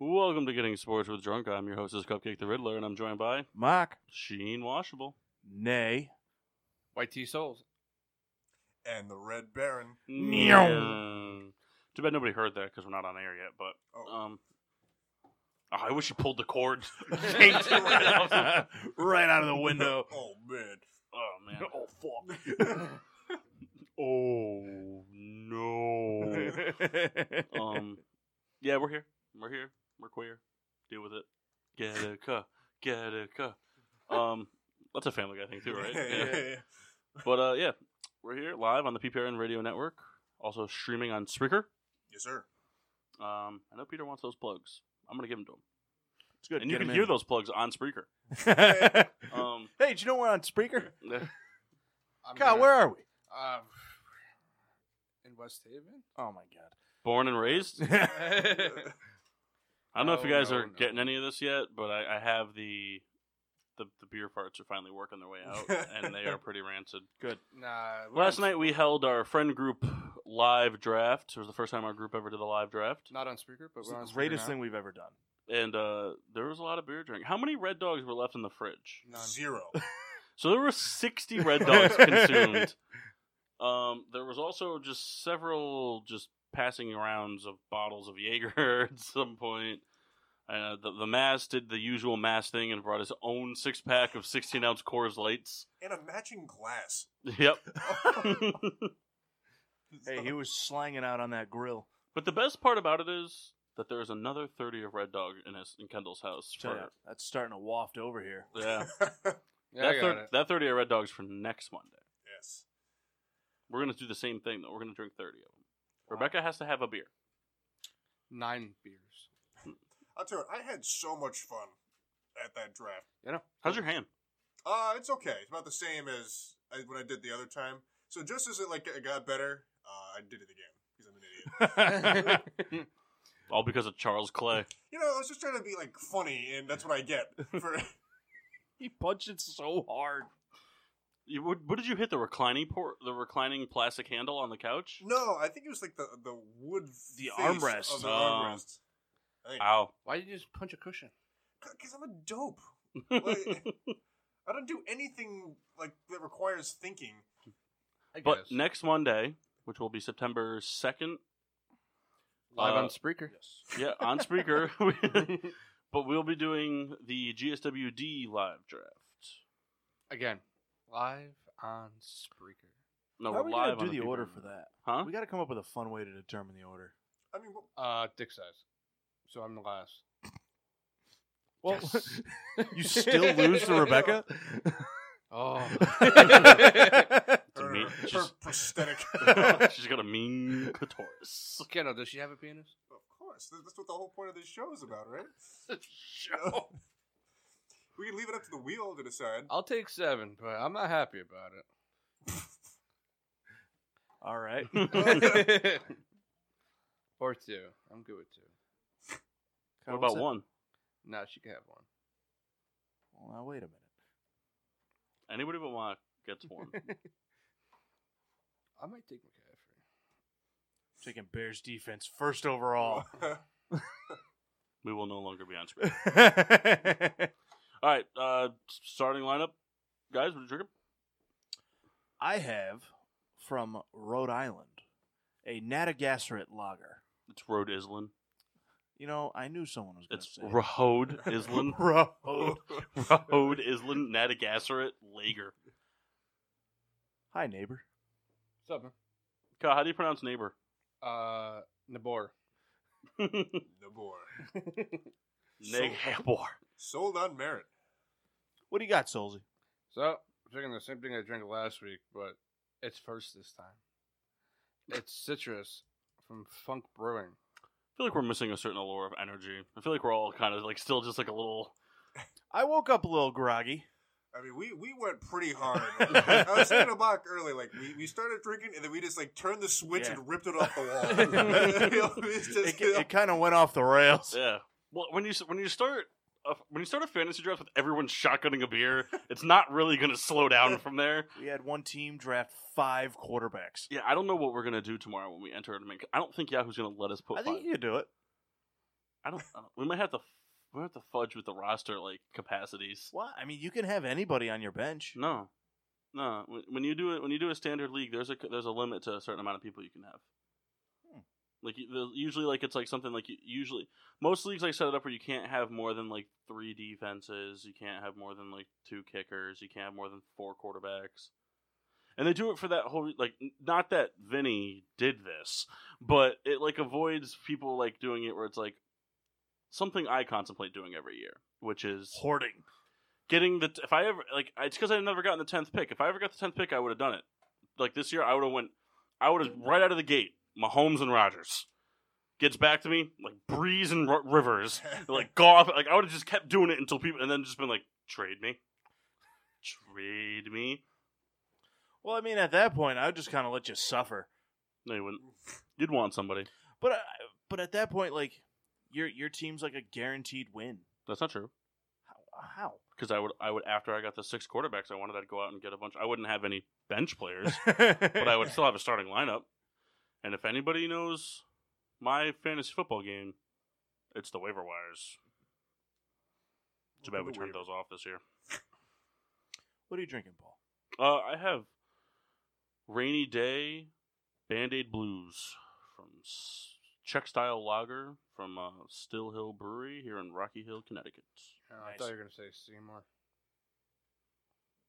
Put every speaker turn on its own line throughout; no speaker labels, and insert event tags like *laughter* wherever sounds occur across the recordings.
Welcome to Getting Sports with Drunk. I'm your host, is Cupcake the Riddler, and I'm joined by
Mark,
Sheen Washable.
nay.
White Tea Souls.
and the Red Baron.
Mm. Too bad nobody heard that because we're not on air yet. But
Oh.
um, oh, I wish you pulled the cord.
*laughs*
*laughs* Oh,
right *laughs* out of the *laughs* window.
Oh man.
oh man.
Oh, fuck. *laughs*
Oh
*laughs*
no. um, yeah, we're here. We're here. We're queer. Deal with it. Get a cuh. Get a cuh. Um, that's a Family Guy thing too,
*laughs*
right? Yeah. But uh, yeah, we're here live on the PPRN Radio Network, also streaming on Spreaker.
Yes, sir.
Um, I know Peter wants those plugs. I'm gonna give them to him,
It's good.
and you can hear those plugs on Spreaker.
that. *laughs*
Um,
hey, do you know we're on Spreaker?
I'm
God,
gonna-
where are we?
Um, in West
*laughs*
Haven.
Oh, my
born and raised.
God.
I don't know if you
Oh,
No,
guys
no,
are
no.
getting any of this yet, but I, I have the, the the beer farts are finally working
*laughs*
their way out, and they are pretty rancid.
good.
Nah. we
Last
didn't-
night we held our friend group live draft. It was the first time our group ever did a live draft,
Not on speaker, but
It's
we're on
the
speaker
greatest
now.
thing we've ever done.
and uh, there was a lot of beer drink. How many red dogs were left in the fridge?
None.
Zero.
So there were 60 red dogs
*laughs*
consumed. Um, there was also just several just passing rounds of bottles of Jaeger *laughs* at some point. Uh, the, the Mass did the usual Mass thing and brought his own six pack of 16 ounce Coors Lights. *laughs*
and a matching glass.
Yep. *laughs*
Hey, he was slanging out on that grill.
but the best part about it is that there's another 30 of red dog in his in Kendall's house.
Tell ya,
For,
that's starting to waft over here.
yeah.
*laughs* Yeah, I
that,
got
thir-
it.
that 30 of red dogs for next Monday.
yes.
We're going to do the same thing though. We're going to drink 30 of them. Rebecca has to have a beer.
Nine beers.
I'll tell you what, I had so much fun at that draft.
*laughs*
You know.
How's your hand?
Uh, it's okay. It's about the same as I, when I did the other time. So just as it like it got better, uh, I did it again because I'm an idiot.
*laughs*
All because of Charles Clay.
You know, I was just trying to be like funny, and that's what I get for.
*laughs* he punched it so hard.
You, what, what did you hit the reclining port, the reclining plastic handle on the couch?
no, I think it was like the the wood
The
face
armrest. um,
of the
Oh.
armrest.
Ow!
Why did you just punch a cushion?
Because I'm a dope. Like,
*laughs*
I don't do anything like that requires thinking.
I
*laughs* but
guess.
next Monday, which will be September second,
Live
uh,
on speaker.
yeah, on
*laughs*
Spreaker. we- but we'll be doing the GSWD live draft.
Again. Live on speaker.
No,
How are
we're
we
live.
gonna do
on
the
people-
order for that?
Huh?
We got to come up with a fun way to determine the order.
I mean, well,
Uh, dick size. So I'm the last.
Well, *laughs*
Yes.
you still lose to Rebecca?
*laughs*
*laughs*
Oh.
It's a mean-
her, her
she's,
er, prosthetic.
*laughs*
*laughs*
*laughs*
she's got a mean clitoris. *laughs*
Kendall, does she have a penis?
Of course, That- that's what the whole point of this show is about,
*laughs*
right? *laughs* show. we can leave it up to the wheel to decide.
I'll take seven, but I'm not happy about
*laughs* All *laughs* right.
it. or two. I'm good with two.
What about one?
No, she can have one.
Well, now wait a minute.
Anybody but Mark gets
*laughs*
one.
I might take McCaffrey.
Taking Bears defense first
*laughs*
overall.
we will no longer be on Spreaker.
*laughs* I
All right, uh, s- starting lineup, guys. What are you drinking?
have from Rhode Island a Natagansett lager.
It's Rhode Island.
You know, I knew someone was going to
It's
say.
*laughs*
*laughs*
Rhode *laughs* Island.
Road.
Rhode Island Natagansett Lager.
Hi, neighbor.
What's up, man?
Kyle, how do you pronounce neighbor? *laughs*
Uh, Nabor.
no more.
Nagabor.
Sold on merit.
What do you got, Solzy?
So, I'm drinking the same thing I drank last week, but it's first this time. It's citrus from Funk Brewing.
like we're missing a certain allure of energy. I feel like we're all kind of like still just like a little.
I woke up a little *laughs* groggy.
I mean, we, we went pretty hard. I was thinking about early, like we, we started drinking and then we just like turned the switch
Yeah.
and ripped it off
*laughs*
the wall. *laughs* You know, it's
It,
just,
it kind of went off the rails.
Yeah. Well, when you s- when you start a, when you start a fantasy draft with everyone shotgunning a beer, *laughs* it's not really going to slow down from there.
We had one team draft five quarterbacks.
Yeah, I don't know what we're going to do tomorrow when we enter it. I mean, I don't think Yahoo's going to let us put.
I think
five-
you could do it.
I don't, I don't. We might have to. We have to fudge with the roster like capacities.
What? I mean, you can have anybody on your bench.
No, no. When- When you do it, when you do a standard league, there's a there's a limit to a certain amount of people you can have.
Hmm.
Like you- the- usually, like it's like something like you, usually most leagues like set it up where you can't have more than like three defenses, you can't have more than like two kickers, you can't have more than four quarterbacks, and they do it for that whole like n- not that Vinny did this, but it like avoids people like doing it where it's like something I contemplate doing every year, which is
Hoarding.
getting the if I ever like it's because I never gotten the tenth pick. If I ever got the tenth pick, I would have done it. Like this year, I would have went. I would have right out of the gate. Mahomes and Rogers gets back to me like Breeze and R- Rivers, like golf. Like I would have just kept doing it until people, and then just been like, trade me, trade me.
Well, I mean, at that point, I would just kind of let you suffer.
No, you wouldn't. You'd want somebody.
But I, but at that point, like your your team's like a guaranteed win.
That's not true.
How? *laughs*
Because I would, I would after I got the six quarterbacks, I wanted I'd go out and get a bunch. I wouldn't have any bench players. but I would still have a starting lineup. And if anybody knows my fantasy football game, it's the waiver wires. Too bad we turned those off this year.
What are you drinking, Paul?
Uh, I have Rainy Day Band Aid Blues from S- Czech Style Lager from uh, Still Hill Brewery here in Rocky Hill, Connecticut.
Oh, I
Nice.
thought you were gonna say Seymour.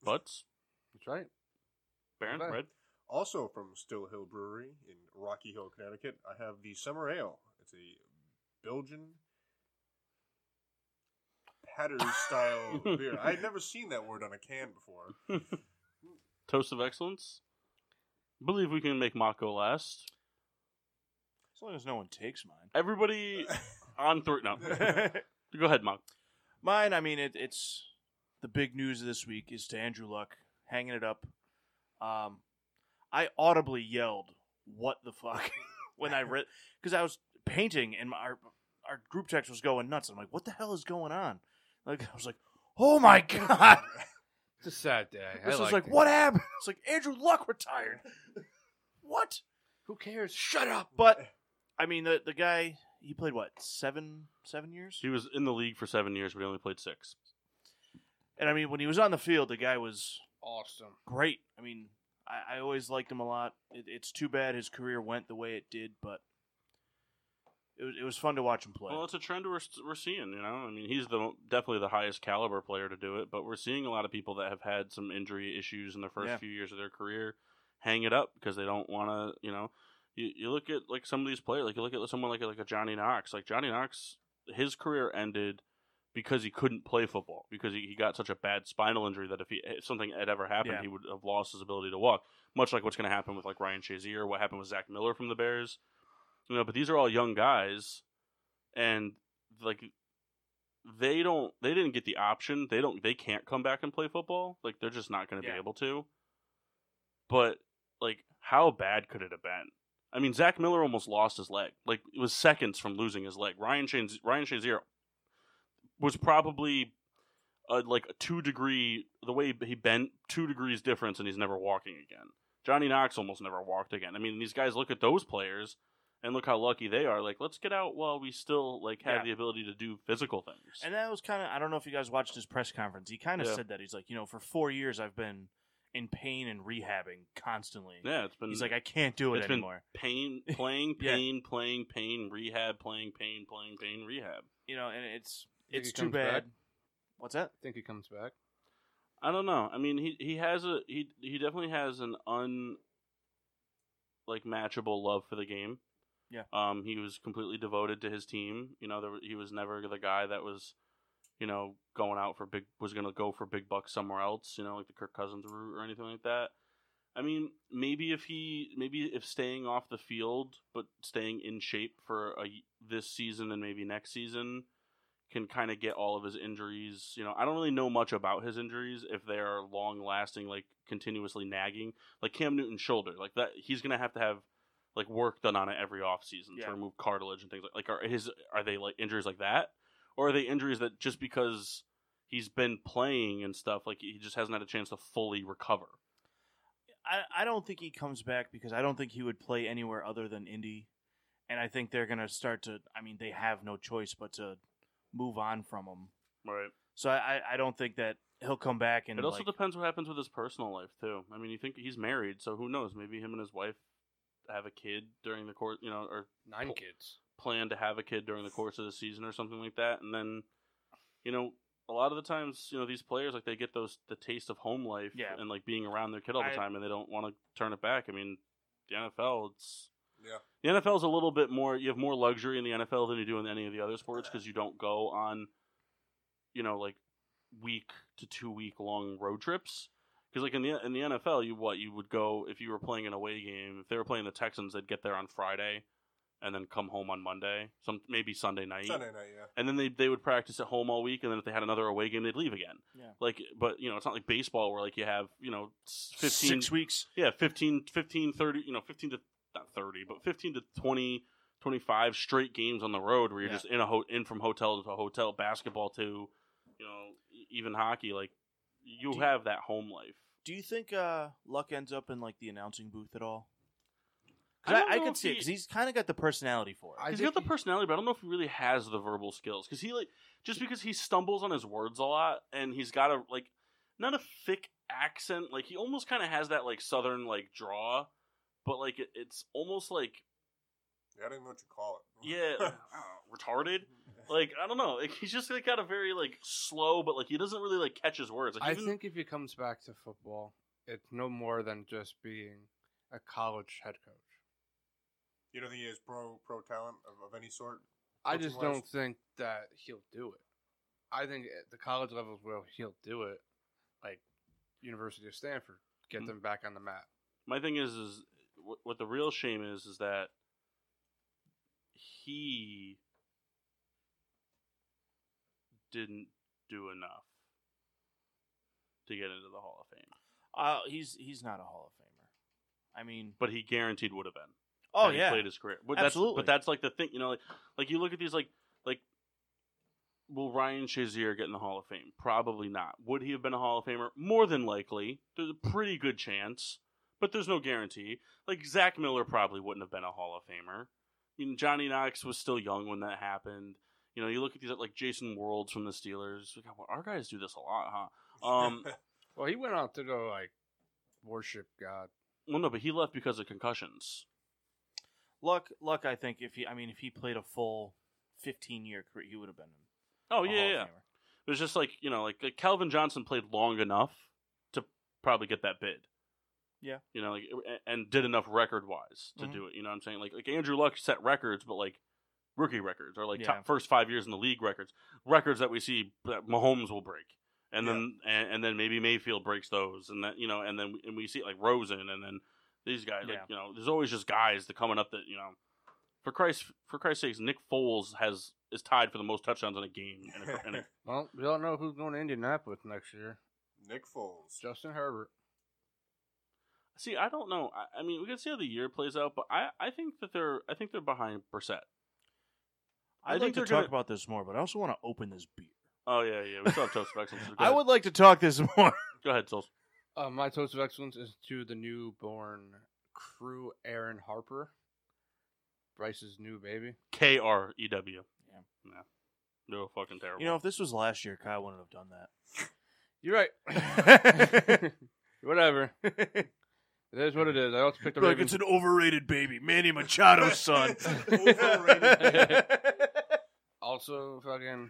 Butts,
That's right.
Baron,
Okay.
Red.
Also from Still Hill Brewery in Rocky Hill, Connecticut, I have the Summer Ale. It's a Belgian pattern style
*laughs*
beer. I had never seen that word on a can before.
Toast of Excellence. Believe we can make Mako last.
As long as no one takes mine.
*laughs*
Everybody on three. No. Go ahead, Mako.
Mine. I mean, it, it's the big news this week is to Andrew Luck hanging it up. Um, I audibly yelled, "What the fuck?" *laughs* when I read because I was painting and my, our our group text was going nuts. I'm like, "What the hell is going on?" Like I was like, "Oh my *laughs* god!"
It's a sad day. I
This is
liked
like,
it.
what happened? *laughs* It's like Andrew Luck retired. *laughs* what?
Who cares? Shut up.
But I mean, the the guy he played what seven seven years?
He was in the league for seven years, but he only played six.
And I mean, when he was on the field, the guy was
Awesome.
great. I mean, I, I always liked him a lot. It, it's too bad his career went the way it did, but it was it was fun to watch him play.
Well, it's a trend we're we're seeing. You know, I mean, he's the definitely the highest caliber player to do it, but we're seeing a lot of people that have had some injury issues in the first
Yeah.
few years of their career hang it up because they don't want to. You know, you, you look at like some of these players, like you look at someone like like a Johnny Knox. Like Johnny Knox, his career ended because he couldn't play football because he, he got such a bad spinal injury that if, he, if something had ever happened,
Yeah.
he would have lost his ability to walk. Much like what's going to happen with like Ryan Shazier, what happened with Zach Miller from the Bears. You know, but these are all young guys, and like they don't they didn't get the option. They don't they can't come back and play football. Like they're just not going to
Yeah.
be able to. But like, how bad could it have been? I mean, Zach Miller almost lost his leg. Like it was seconds from losing his leg. Ryan Shaz- Ryan Shazier was probably uh, like a two degree the way he bent two degrees difference, and he's never walking again. Johnny Knox almost never walked again. I mean, these guys look at those players and look how lucky they are. Like, let's get out while we still like have
Yeah.
the ability to do physical things.
And that was kind of I don't know if you guys watched his press conference. He kind of
Yeah.
said that he's like, you know, for four years I've been in pain and rehabbing constantly.
yeah, it's been
He's like, I can't do it
it's been-
anymore. *laughs*
pain, playing,
Yeah.
pain, playing, pain, rehab, playing, pain, playing, pain, rehab.
you know, and it's
Think
it's
it
too
comes
bad.
back?
What's that?
I think he comes back.
I don't know. I mean, he he has a he he definitely has an un like matchable love for the game.
Yeah.
Um, he was completely devoted to his team. You know, there, he was never the guy that was, you know, going out for big was going to go for big bucks somewhere else. You know, like the Kirk Cousins route or anything like that. I mean, maybe if he, maybe if staying off the field but staying in shape for a, y- this season and maybe next season can kind of get all of his injuries. You know, I don't really know much about his injuries if they are long lasting, like continuously nagging, like Cam Newton's shoulder, like that. He's gonna have to have like work done on it every offseason
Yeah.
to remove cartilage and things like. Like, are his are they like injuries like that, or are they injuries that just because he's been playing and stuff, like he just hasn't had a chance to fully recover?
I, I don't think he comes back because I don't think he would play anywhere other than Indy. And I think they're going to start to, I mean, they have no choice but to move on from him.
Right.
So I, I, I don't think that he'll come back and.
It also
like-
depends what happens with his personal life too. I mean, you think he's married, so who knows? Maybe him and his wife have a kid during the course, you know, or
Nine kids.
plan to have a kid during the course of the season or something like that. And then, you know, a lot of the times, you know, these players like they get those the taste of home life
Yeah.
and like being around their kid all the
I-
time, and they don't want to turn it back. I mean, the NFL, it's
Yeah.
the NFL's a little bit more. You have more luxury in the NFL than you do in any of the other sports because you don't go on, you know, like week to two week long road trips. Because like in the in the NFL, you what you would go if you were playing an away game. If they were playing the Texans, they'd get there on Friday, and then come home on Monday. Some maybe Sunday night
Sunday night, yeah.
and then they, they would practice at home all week, and then if they had another away game, they'd leave again.
Yeah.
Like, but you know, it's not like baseball where like you have you know s- fifteen,
Six weeks.
yeah, 15, 15, 30, you know, fifteen to not thirty, but fifteen to 20, 25 straight games on the road where you're
Yeah.
just in a ho- in from hotel to hotel, basketball to, you know, e- even hockey. Like, you
Do you-
have that home life.
Do you think uh, Luck ends up in like the announcing booth at all? 'Cause
I don't
I, I,
know
could
if
see it
he-
because he's kind of got the personality for it.
I
He's
think
got the
he-
personality, but I don't know if he really has the verbal skills. Because he like just because he stumbles on his words a lot, and he's got a like not a thick accent. Like he almost kind of has that like southern like draw, but like it, it's almost like
*laughs*
Yeah, I didn't know what you call it.
yeah I
*laughs*
don't know, retarded. Like I don't know. *laughs* Like he's just like got a very like slow, but like he doesn't really like catch his words. Like,
I
even-
think if he comes back to football, it's no more than just being a college head coach.
you don't think he has pro pro talent of, of any sort?
I just
Coaching-wise?
don't think that he'll do it. I think at the college levels where he'll do it, like University of Stanford, get
Hmm.
them back on the map.
my thing is is what, what the real shame is is that he didn't do enough to get into the Hall of Fame,
Uh, he's he's not a Hall of Famer. I mean,
but he guaranteed would have been.
oh
had he
yeah,
played his career. But that's,
Absolutely.
but that's like the thing, you know, like, like you look at these like like will Ryan Shazier get in the Hall of Fame? Probably not. Would he have been a Hall of Famer? More than likely. There's a pretty good chance, but there's no guarantee. Like Zach Miller probably wouldn't have been a Hall of Famer. You know, Johnny Knox was still young when that happened. You know, you look at these like Jason Worlds from the Steelers. Like, well, our guys do this a lot, huh?
*laughs*
Um,
Well, he went on to go like worship God.
Well, no, but he left because of concussions.
Luck Luck. I think if he, I mean, if he played a full fifteen year career, he would have been.
Oh yeah,
a Hall
yeah.
of
yeah.
Famer.
It was just like you know, like, like Calvin Johnson played long enough to probably get that bid.
Yeah.
you know, like a- and did enough record wise to
Mhm.
do it. You know what I'm saying? Like like Andrew Luck set records, but like rookie records or like
Yeah.
top first five years in the league records, records that we see that Mahomes will break, and
Yeah.
then and, and then maybe Mayfield breaks those, and that you know, and then and we see like Rosen, and then these guys, like
Yeah.
you know, there's always just guys that coming up that you know. For Christ, for Christ's sakes, Nick Foles has is tied for the most touchdowns in a game in a, in
*laughs*
a
Well, we don't know who's going to Indianapolis next year.
*laughs* Nick Foles.
Justin Herbert.
See, I don't know. I, I mean, we can see how the year plays out, but I, I think that they're I think they're behind Brissett. I
I'd like
think
to
they're
talk
gonna-
about this more, but I also want to open this beer.
Oh yeah, yeah. We still have toast of *laughs* excellence. Go
I
ahead.
would like to talk this *laughs* more.
go ahead, Souls.
Uh, my toast of excellence is to the newborn crew, Aaron Harper, Bryce's new baby.
K R E W.
Yeah.
Yeah. No fucking terrible.
You know, if this was last year, Kyle wouldn't have done that.
You're
*laughs*
right. *laughs* Whatever. it is what it is. I also picked the Ravens.
an overrated baby, Manny Machado's *laughs*
Overrated.
also, fucking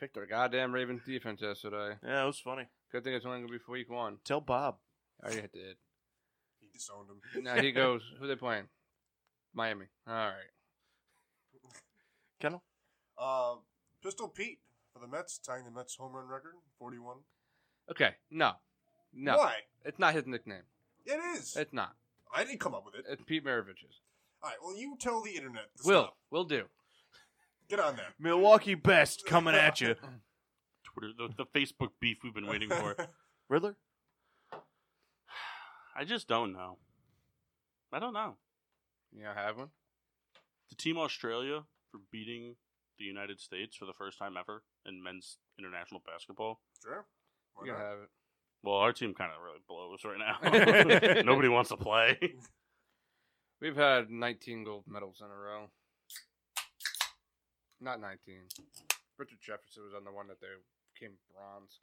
picked our goddamn Ravens defense yesterday.
Yeah, it was funny.
Good thing it's only gonna be for week one.
Tell Bob.
I already did.
he disowned him. *laughs*
Now he goes. Who they playing? Miami. All right.
Kendall?
Uh, Pistol Pete for the Mets, tying the Mets home run record, 41.
Okay. No. No,
Why?
it's not his nickname.
It is.
It's not.
I didn't come up with it.
It's Pete Maravich's.
All right. Well, you tell the internet. to
Will
stop.
will do.
get on there.
Milwaukee best coming at you.
Twitter, the, the Facebook beef we've been waiting *laughs* for.
*laughs* Riddler?
I just don't know. I don't know.
You know, have one.
The Team Australia for beating the United States for the first time ever in men's international basketball.
*laughs* sure. Why
You
not?
can have it.
Well, our team kind of really blows right *laughs* now. Nobody wants to play.
We've had 19 gold medals in a row. Not 19. Richard Jefferson was on the one that they came bronze.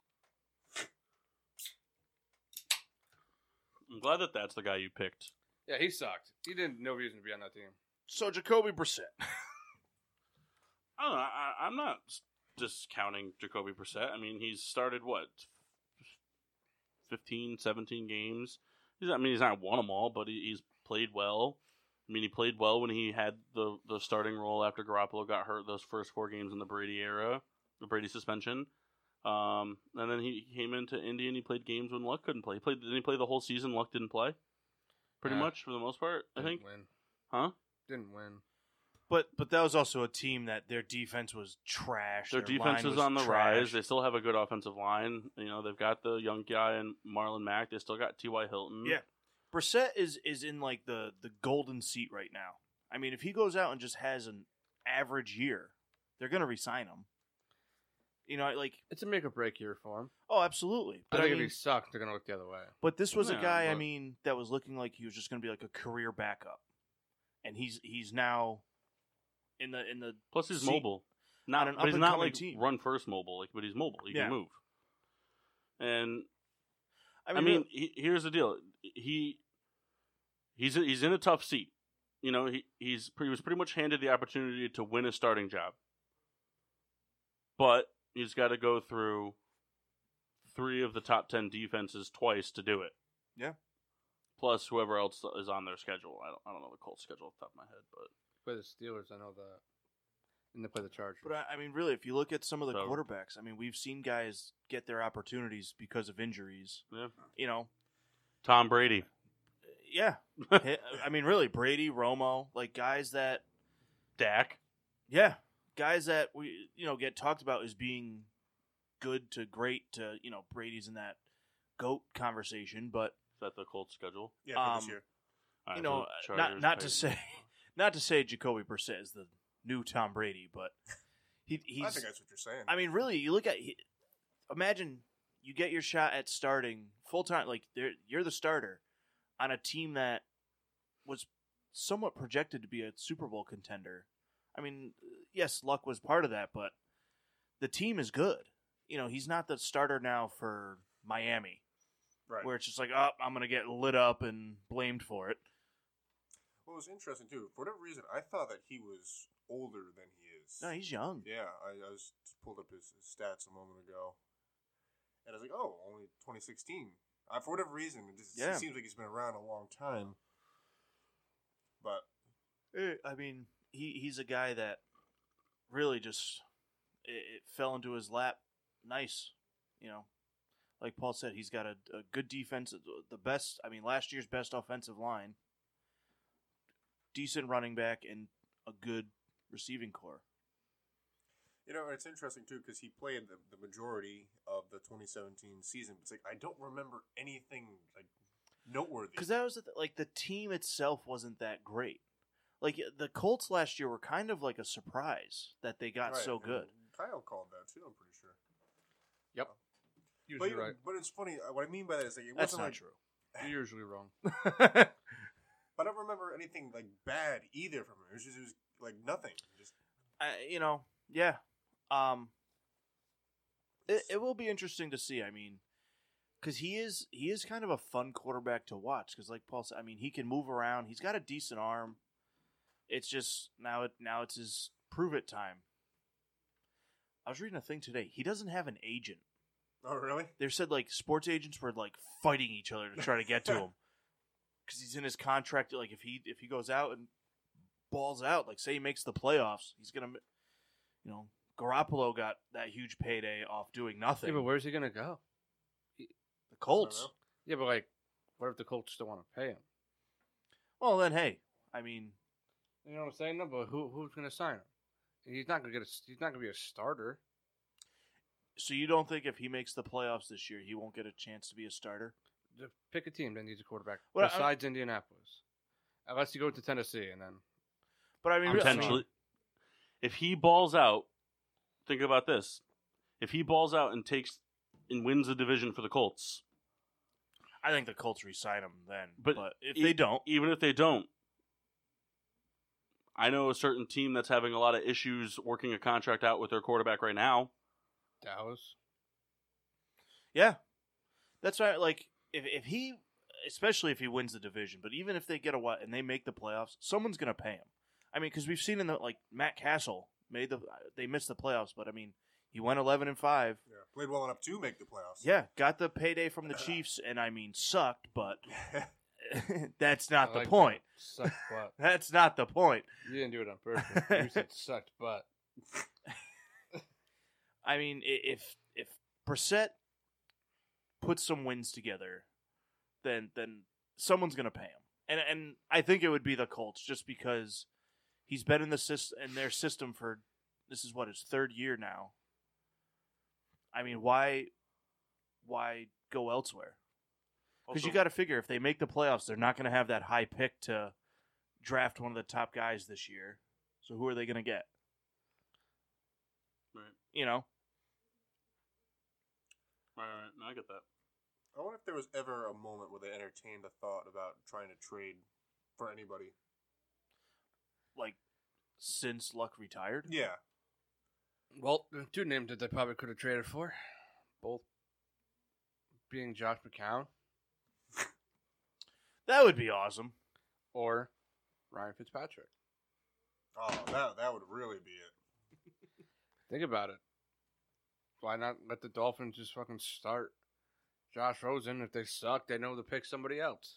I'm glad that that's the guy you picked.
Yeah, he sucked. He didn't no reason to be on that team.
So Jacoby Brissett.
I don't know. I, I'm not s- discounting Jacoby Brissett. I mean, he's started what 15, 17 games. He's, I mean, he's not won them all, but he, he's played well. I mean, he played well when he had the the starting role after Garoppolo got hurt those first four games in the Brady era, the Brady suspension. Um, and then he came into Indy and he played games when Luck couldn't play. He played didn't he play the whole season? Luck didn't play, pretty
Yeah.
much for the most part. I
Didn't
think,
Win.
huh?
Didn't win.
But but that was also a team that their defense was trash.
Their defense
line
is on the rise.
trash.
They still have a good offensive line. You know, they've got the young guy and Marlon Mack. They still got T.Y. Hilton.
Yeah. Brissett is is in like the the golden seat right now. I mean, if he goes out and just has an average year, they're gonna resign him. You know, like
It's a make or break year for him.
oh, absolutely.
But
But I,
think
mean,
if he sucked, they're gonna look the other way.
but this was
Yeah,
a guy. I
but-
mean, that was looking like he was just gonna be like a career backup, and he's he's now in the in the
Plus, he's
See,
mobile. Not,
on an
but he's not
up-and-coming
like
team.
run first mobile. Like, but he's mobile. He
Yeah.
can move. And
I
I
mean,
mean, he, here's the deal. He he's he's in a tough seat. You know, he he's pre- he was pretty much handed the opportunity to win a starting job, but he's got to go through three of the top ten defenses twice to do it.
Yeah.
Plus, whoever else is on their schedule. I don't, I don't know the Colts' schedule off the top of my head, but
Play the Steelers, I know that. And they play the Chargers.
But I, I mean, really, if you look at some of the
So-
quarterbacks, I mean, we've seen guys get their opportunities because of injuries.
yeah.
You know,
Tom Brady.
*laughs* yeah. I I mean, really, Brady, Romo, like guys that,
Dak.
yeah, guys that we you know get talked about as being good to great to you know Brady's in that goat conversation, but
Is that the Colts' schedule?
Yeah, for
Um,
this year.
All right,
you know,
so
uh,
Chargers,
not not to
Titans.
say not to say Jacoby Brissett is the new Tom Brady, but he he's
I think that's what you're saying.
I mean, really, you look at. he- Imagine you get your shot at starting full time. Like they're- you're the starter on a team that was somewhat projected to be a Super Bowl contender. I mean, yes, luck was part of that, but the team is good. You know, he's not the starter now for Miami,
right.
where it's just like, oh, I'm gonna get lit up and blamed for it.
What was interesting too, for whatever reason, I thought that he was older than he is.
No, he's young.
yeah, I, I was just pulled up his, his stats a moment ago, and I was like, oh, only 2016. I, for whatever reason, it just
Yeah.
it seems like he's been around a long time. But
Eh, I mean, he he's a guy that really just it, it fell into his lap. Nice, you know. Like Paul said, he's got a, a good defense, the- the best. I mean, last year's best offensive line, decent running back, and a good receiving core.
you know, it's interesting too because he played the, the majority of the 2017 season. It's like I don't remember anything like noteworthy.
Because that was the th- like the team itself wasn't that great. Like the Colts last year were kind of like a surprise that they got
Right,
so
and
good.
Kyle called that too. I'm pretty sure.
Yep.
But,
Usually right.
but it's funny. uh, What I mean by that is like it
That's
wasn't
not
like
true.
You're usually wrong.
I don't remember anything like bad either from him. It was just it was like nothing. Just
I, you know, yeah. Um, it, it will be interesting to see. I mean, because he is he is kind of a fun quarterback to watch. Because like Paul said, I mean, he can move around. He's got a decent arm. It's just now it now it's his prove it time. I was reading a thing today. He doesn't have an agent.
oh really?
They said like sports agents were like fighting each other to try
*laughs*
to get to him because he's in his contract. Like if he if he goes out and balls out, like say he makes the playoffs, he's gonna, you know, Garoppolo got that huge payday off doing nothing.
Yeah, but where's he gonna go?
the Colts.
I
Yeah, but like, what if the Colts don't want to pay him?
Well, then, hey, I mean,
You know what I'm saying? No, but who who's going to sign him? He's not going to get. A, he's not going to be a starter.
so you don't think if he makes the playoffs this year, he won't get a chance to be a starter?
Just pick a team that needs a quarterback
Well, I-
besides Indianapolis, unless you go to Tennessee and then
But I mean, really-
potentially. If he balls out, think about this. If he balls out and takes and wins the division for the Colts,
I think the Colts re-sign him then. But,
But
if
e-
they don't,
even if they don't, I know a certain team that's having a lot of issues working a contract out with their quarterback right now.
Dallas.
yeah, that's right. Like if if he, especially if he wins the division, but even if they get a what and they make the playoffs, someone's gonna pay him. I mean, because we've seen in the like Matt Castle made the they missed the playoffs, but I mean he went eleven and five.
Yeah. Played well enough to make the playoffs.
Yeah, got the payday from the Chiefs, and I mean sucked,
*laughs*
but *laughs* that's not
I
the
like
point.
Sucked
*laughs*
butt.
That's not the point.
You didn't do it on purpose. You said sucked butt.
I mean, i- if if Brissett puts some wins together, then then someone's gonna pay him, and and I think it would be the Colts just because he's been in the system in their system for this is what his third year now. I mean, why why go elsewhere? Because you
Also-
got to figure if they make the playoffs, they're not going to have that high pick to draft one of the top guys this year. So who are they going to get?
Right,
You know,
right, right. No, I get that.
I wonder if there was ever a moment where they entertained the thought about trying to trade for anybody.
like since Luck retired.
Yeah.
Well, there are two names that they probably could have traded for, both being Josh McCown
That would be awesome.
or Ryan Fitzpatrick.
Oh, that that would really be it.
Think about it. Why not let the Dolphins just fucking start Josh Rosen? If they suck, they know to pick somebody else.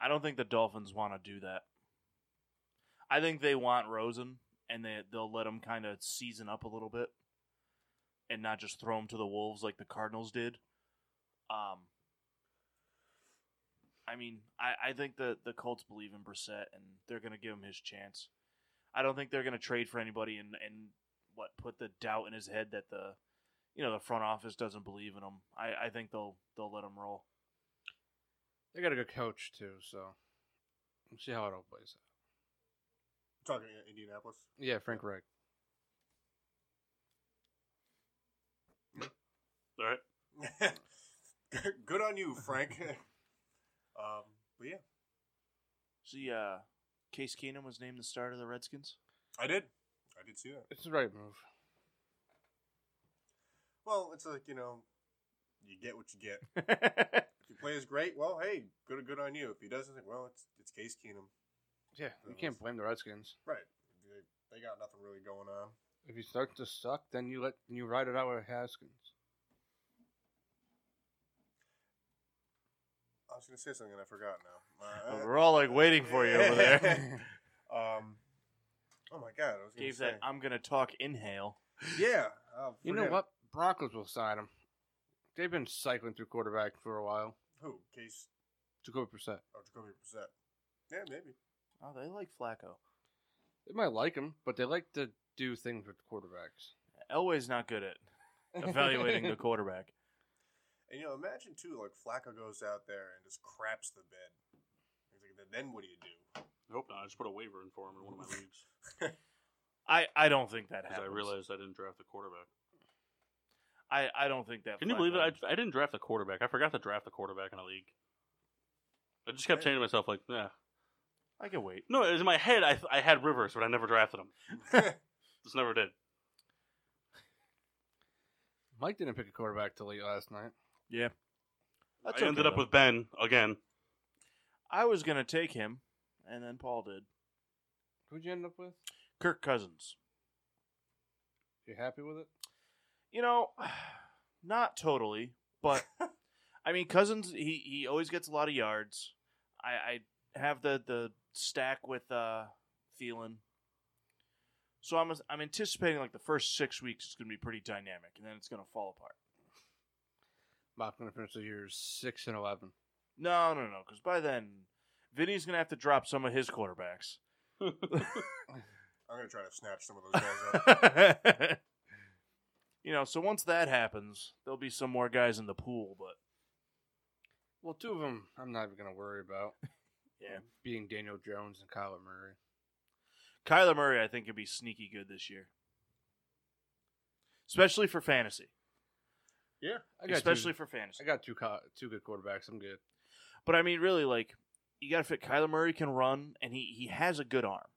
I don't think the Dolphins want to do that. I think they want Rosen, and they they'll let him kind of season up a little bit, and not just throw him to the wolves like the Cardinals did. Um, I mean, I, I think the the Colts believe in Brissett, and they're going to give him his chance. I don't think they're going to trade for anybody, and and what put the doubt in his head that the you know the front office doesn't believe in him. I, I think they'll they'll let him roll.
They got a good coach too, so we'll see how it all plays out.
Talking to Indianapolis.
Yeah, Frank Reich.
All right.
*laughs* Good on you, Frank. um, but yeah,
See, uh, Case Keenum was named the starter of the *laughs* Redskins.
I did. I did see that.
It's the right move.
Well, it's like you know, you get what you get.
Uh,
If he plays great, well, hey, good good on you. If he doesn't, well, it's it's Case Keenum,
Yeah, you can't blame the Redskins.
right? They, they got nothing really going on.
If you start to suck, then you let then you ride it out with Haskins.
I was gonna say something and I forgot now. *laughs* Uh,
We're all like waiting for you
*laughs*
over there. *laughs*
*laughs* um, oh my god, I was gonna
Gave
say.
that I'm gonna talk inhale.
yeah, I'll
You know
forget.
what? Broncos will sign him. They've been cycling through quarterback for a while.
Who Case?
Jacoby Brissett.
Oh, Jacoby Brissett. Yeah, maybe.
Oh, they like Flacco.
They might like him, but they like to do things with quarterbacks.
Elway's not
*laughs*
good at evaluating the quarterback.
And you know, imagine too, like Flacco goes out there and just craps the bed. He's like, then what do you do?
Nope. No, I just put a waiver in for him in one of
*laughs*
my leagues
I, I don't think that
because
happens.
I realized I didn't draft the quarterback.
I, I don't think that.
Can you believe it?
Flacco-
I, I didn't draft the quarterback. I forgot to draft the quarterback in a league. I just kept saying to myself, like, yeah.
I can wait.
No, it was in my head. I, I had Rivers, but I never drafted him. Just never did.
*laughs* Mike didn't pick a quarterback till late last night.
Yeah, That's
I ended
okay,
up
though.
with Ben again.
I was gonna take him, and then Paul did.
Who'd you end up with?
Kirk Cousins.
You happy with it?
You know, *sighs* not totally, but I mean Cousins he he always gets a lot of yards. I, I have the the stack with uh Thielen. So I'm I'm anticipating like the first 6 weeks it's going to be pretty dynamic and then it's going to fall apart.
Mop's gonna finish the year six and eleven.
No, no, no. Because by then, Vinny's gonna have to drop some of his quarterbacks.
I'm gonna try to snatch some of those guys
*laughs*
up.
you know, so once that happens, there'll be some more guys in the pool. But
Well, two of them I'm not even gonna worry about.
*laughs* Yeah.
being Daniel Jones and Kyler Murray.
Kyler Murray, I think, could be sneaky good this year, especially for fantasy.
Yeah.
I got
Especially
two,
for fantasy.
I got two co- two good quarterbacks. I'm good.
But I mean, really, like you got to fit. Kyler Murray can run, and he he has a good arm.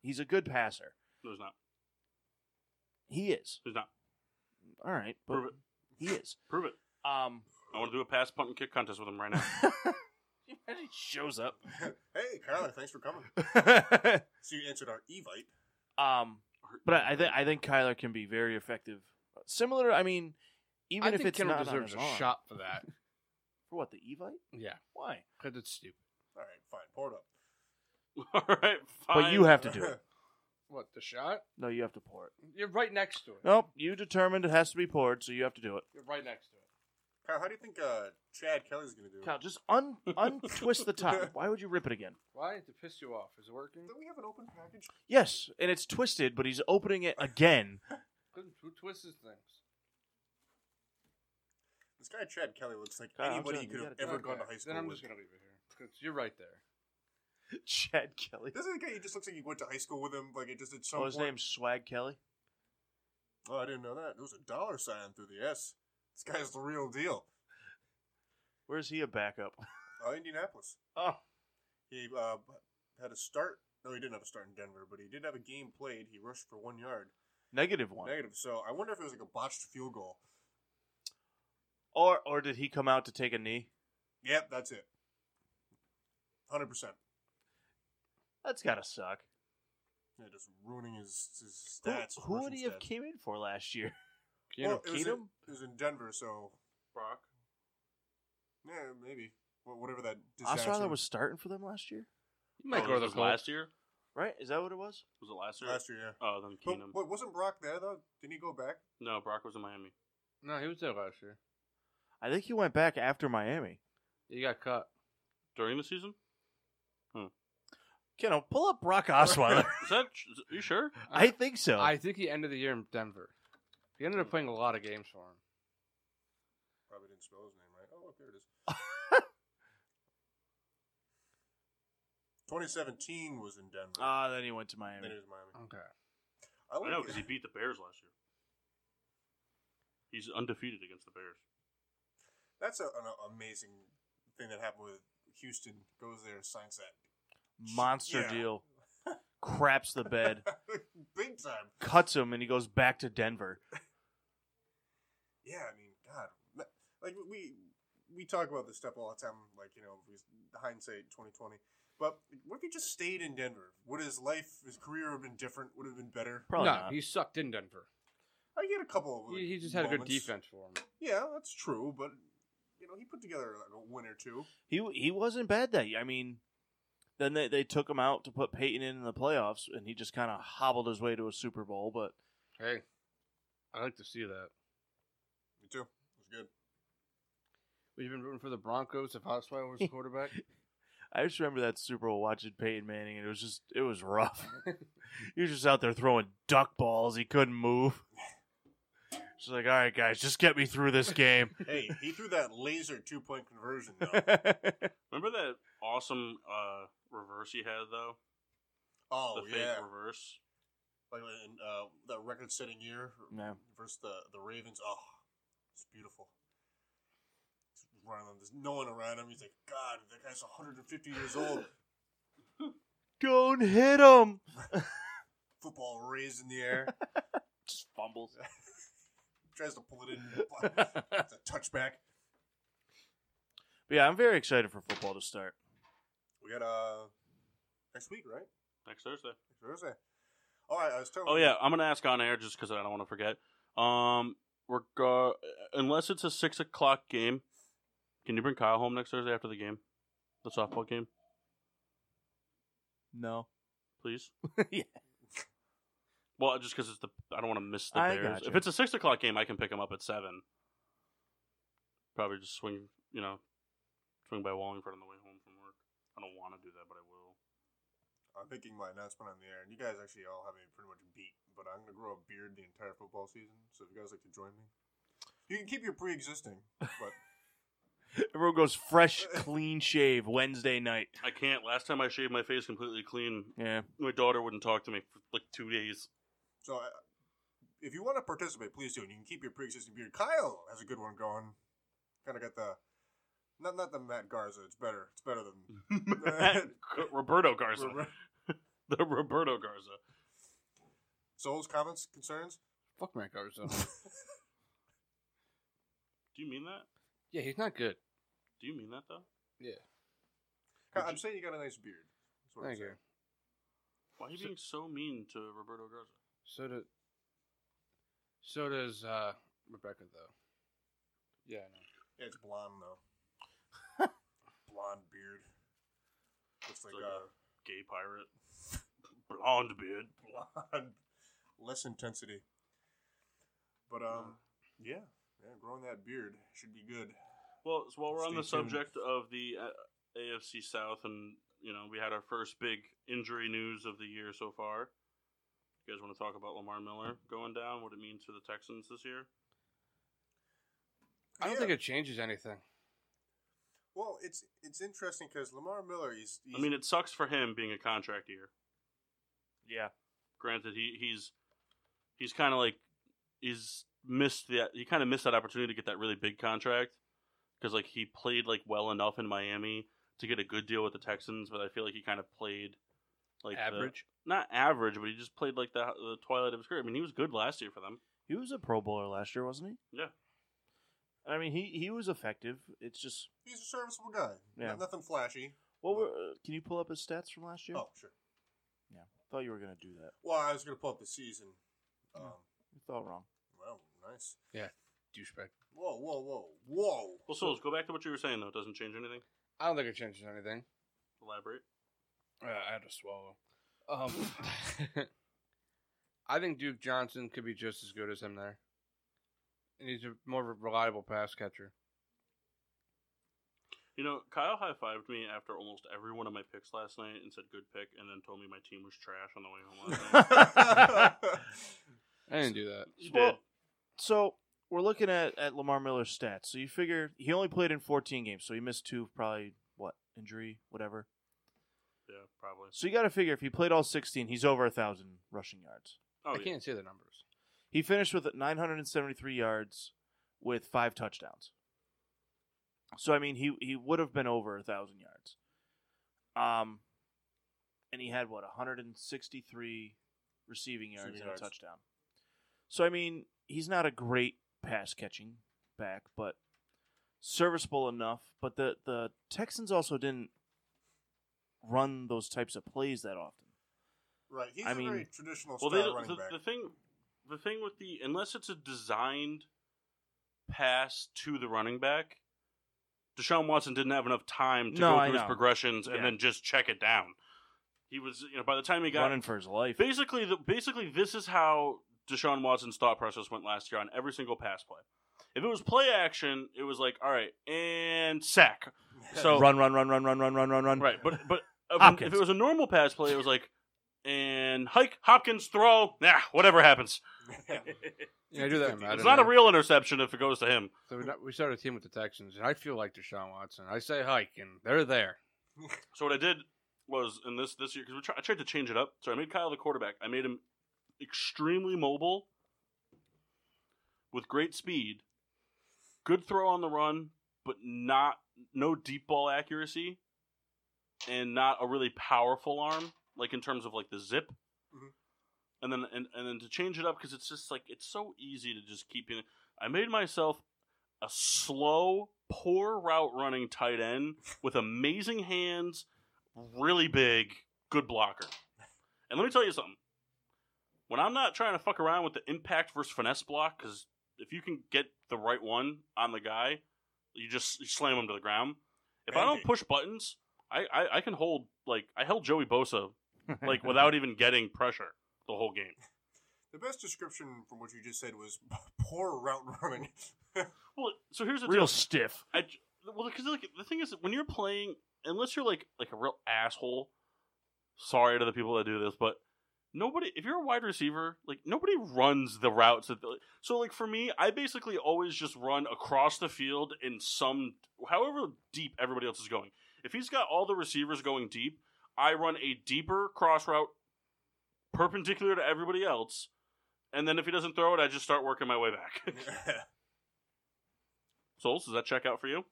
He's a good passer.
No, there's not.
He is.
There's not.
All right, but
Prove it.
he is.
Prove it.
*laughs*
*laughs*
Um,
I want to do a pass, punt, and kick contest with him
*laughs*
right now. *laughs*
he shows *laughs* up.
hey, Kyler, thanks for coming. So you answered our evite.
um, but I, I think I think Kyler can be very effective. Similar, I mean, even
I
if
think
it's
Kittle
not on
deserves
his
a
arm.
shot for that.
*laughs* for what the Evite.
yeah,
Why?
because it's stupid.
All right, fine. Pour it up.
All right, fine.
But you have
*laughs*
to do it.
What the shot?
No, you have to pour it.
You're right next to it.
Nope, you determined it has to be poured, so you have to do it.
You're right next to it.
*laughs* Kyle, how do you think uh, Chad Kelly's gonna do?
Kyle, just un untwist the *laughs* top. Why would you rip it again?
Why? To piss you off? Is it working?
Do we have an open package?
Yes, and it's twisted, but he's opening it again.
Couldn't- Who twists his things?
This guy Chad Kelly looks like
Kyle, I'm
anybody
telling you,
you could
you
have
gotta
ever
do
gone to
Okay,
high school
Then I'm
with.
just gonna leave it here 'cause you're right there.
*laughs* Chad Kelly.
This is the guy you just looks like you went to high school with him. Like it just at some
Oh, his
point.
name's Swag Kelly.
Oh, I didn't know that. There was a dollar sign through the S. This guy's the real deal.
Where's he a backup?
Oh, Indianapolis.
Oh,
He uh, had a start. No, he didn't have a start in Denver, but he did have a game played. He rushed for one yard.
negative one.
Negative. So I wonder if it was like a botched field goal.
Or or did he come out to take a knee?
Yep, that's it. Hundred percent.
That's gotta suck.
Yeah, just ruining his, his
Who,
stats.
who would
rushing
he have
stats.
came in for last *laughs* year?
You
Well, it was, in,
Keenum?
it was in Denver, so
Brock.
yeah, maybe Wha- whatever that. disaster-
Osweiler was starting for them last year,
Oh,
you might go to
this
the
was last
Colts.
year.
right? Is that what it was?
Was it last year?
last year. Yeah.
Oh, then
But,
Keenum.
but wasn't Brock there though? Didn't he go back?
No, Brock was in Miami.
No, he was there last year.
I think he went back after Miami.
He got cut.
During the season?
Keno, pull up *laughs* Brock Osweiler.
Is that? Is, are you sure?
*laughs* I think so.
I think he ended the year in Denver. He ended up playing a lot of games for him.
Probably didn't spell his name right. Oh, look, there
*laughs*
it is. 2017 was in Denver.
Ah, then he went to Miami.
then he was in Miami.
Okay.
I,
I
like
know because he beat the Bears last year. He's undefeated against the Bears.
That's a, an amazing thing that happened with Houston. Goes there, signs that.
Monster
Yeah.
deal. Craps the bed.
*laughs* Big time.
Cuts him, and he goes back to Denver.
Yeah, I mean, God, li- like we we talk about this stuff all the time, like you know, we- hindsight twenty twenty. But what if he just stayed in Denver? Would his life, his career, have been different? Would have been better?
Probably
no,
not.
he sucked in Denver.
I get a couple of. Like,
He, he just had a good
moments.
defense for him.
Yeah, that's true, but you know, he put together like a win or two.
He he wasn't bad that year. I mean, then they, they took him out to put Peyton in, in the playoffs, and he just kind of hobbled his way to a Super Bowl. But
Hey, I like to see that.
Me too. It was good.
We've been rooting for the Broncos if
*laughs*
Osweiler was the quarterback.
I just remember that Super Bowl watching Peyton Manning, and it was just it was rough. he was just out there throwing duck balls. He couldn't move. Just like, all right, guys, just get me through this game.
Hey, he threw that laser two point conversion
*laughs*
though.
yeah,
Remember that awesome uh, reverse he had though?
Oh
the fake
yeah,
reverse.
like in uh, that record setting year versus the the Ravens. Oh, it's beautiful. He's running, there's no one around him. He's like, God, that guy's 150 years old.
*laughs* don't hit him.
Football raised in the air.
*laughs* Just fumbles.
*laughs* Tries to pull it in. It's
*laughs*
a touchback.
But yeah, I'm very excited for football to start.
We got uh next week, right?
Next Thursday.
Thursday. All right, I was telling.
Oh yeah, I'm gonna ask on air just because I don't want to forget. Um, we're go- unless it's a six o'clock game. Can you bring Kyle home next Thursday after the game, the softball game,
No.
please?
*laughs* Yeah.
Well, just because it's the I don't want to miss the
I
Bears.
gotcha.
If it's a six o'clock game, I can pick him up at seven. Probably just swing, you know, swing by Wallingford on the way home from work. I don't want to do that, but I will.
I'm making my announcement on the air, and you guys actually all have me pretty much beat. But I'm gonna grow a beard the entire football season. So if you guys like to join me, you can keep your pre-existing. But
Everyone goes fresh, clean shave Wednesday night.
I can't. Last time I shaved my face completely clean,
Yeah.
my daughter wouldn't talk to me for like two days.
so I, if you want to participate, please do, and you can keep your pre-existing beard. Kyle has a good one going. Kind of got the not not the Matt Garza. It's better. It's better than *laughs*
Roberto Garza.
Roberto.
*laughs* the Roberto Garza.
Souls. Comments, concerns.
Fuck Matt Garza.
Do you mean that?
yeah, he's not good.
Do you mean that though?
Yeah.
Kyle, I'm saying you got a nice beard. That's what I'm
Thank you.
saying.
Why are you
So-
being so mean to Roberto Garza?
So does. So does uh, Rebecca though. Yeah, I know.
Yeah, it's blonde
*laughs*
though. blonde beard. Looks like uh,
like
a
Gay pirate, blonde beard.
blonde, *laughs* less intensity. But um, yeah, yeah, growing that beard should be good.
Well, so while we're on
Stay
the
tuned.
subject of the uh, AFC South, and you know, we had our first big injury news of the year so far. You guys want to talk about Lamar Miller going down? What it means for the Texans this year?
I don't
Yeah.
think it changes anything.
Well, it's it's interesting because Lamar Miller, he's, he's
I mean, it sucks for him being a contract year.
Yeah.
Granted, he, he's he's kind of like he's missed that he kind of missed that opportunity to get that really big contract because like he played like well enough in Miami to get a good deal with the Texans, but I feel like he kind of played like the-
Average.
not average, but he just played like the, the twilight of his career. I mean, he was good last year for them.
He was a Pro Bowler last year, wasn't he?
Yeah.
I mean, he, he was effective. It's just,
he's a serviceable guy.
Yeah.
Not- nothing flashy.
what were, uh, can you pull up his stats from last year?
Oh, sure.
Yeah. Thought you were going to do that.
Well, I was gonna pull up the season. Um,
You thought wrong.
well, nice.
Douchebag.
Whoa, whoa, whoa, whoa.
Well, Souls, go back to what you were saying though. It doesn't change anything.
I don't think it changes anything.
Elaborate.
Uh, I had to swallow. Um, *laughs* I think Duke Johnson could be just as good as him there, and he's a more of a reliable pass catcher.
You know, Kyle high fived me after almost every one of my picks last night and said good pick, and then told me my team was trash on the way home last night.
*laughs*
I didn't do that.
You
Well,
did.
So we're looking at, at Lamar Miller's stats. So you figure he only played in 14 games, so he missed two, probably what injury, whatever.
Yeah, probably.
So you got to figure if he played all 16, he's over a thousand rushing yards.
Oh,
I
yeah.
can't see the numbers.
He finished with 973 yards with five touchdowns. So I mean, he he would have been over a thousand yards. Um, and he had what 163 receiving yards
Receiving
and
yards.
a touchdown. So I mean, he's not a great pass catching back, but serviceable enough. But the the Texans also didn't run those types of plays that often.
*laughs* right. He's
I
a
mean-
very traditional
Well,
style
they,
running
the,
back. *laughs*
the thing, the thing with the unless it's a designed pass to the running back, Deshaun Watson didn't have enough time to
No,
go
I
through his
know.
progressions and
Yeah.
then just check it down. He was, you know, by the time he got
Running for his life.
Basically, the, basically, this is how Deshaun Watson's thought process went last year on every single pass play. If it was play action, it was like, all right, and sack. So
run, run, run, run, run, run, run, run, run.
right, but but um, if-
Hopkins.
if it was a normal pass play, it was like, and hike Hopkins throw. Nah, whatever happens,
Yeah, I do that. in Madden
it's not a
now.
real interception if it goes to him.
So we not- we started a team with the Texans, and I feel like Deshaun Watson. I say hike, and they're there.
So what I did was in this this year because try, I tried to change it up. So I made Kyle the quarterback. I made him extremely mobile, with great speed, good throw on the run, but not no deep ball accuracy, and not a really powerful arm like in terms of like the zip.
Mhm.
And then and, and then to change it up because it's just like it's so easy to just keep in. I made myself a slow, poor route running tight end with amazing hands, really big, good blocker. And let me tell you something. When I'm not trying to fuck around with the impact versus finesse block, because if you can get the right one on the guy, you just you slam him to the ground. If I don't
Andy.
push buttons, I, I, I can hold like I held Joey Bosa like without even getting pressure the whole game.
*laughs*
*laughs*
The best description from what you just said was poor route running.
Well, so here's *laughs* the
Real
deal.
stiff.
I j- well, because like the thing is, when you're playing, unless you're like like a real asshole. Sorry to the people that do this, but nobody. If you're a wide receiver, like nobody runs the routes that. The, so like for me, I basically always just run across the field in some, however deep everybody else is going. If he's got all the receivers going deep, I run a deeper cross route, perpendicular to everybody else, and then if he doesn't throw it, I just start working my way back. *laughs* Souls, does that check out for you?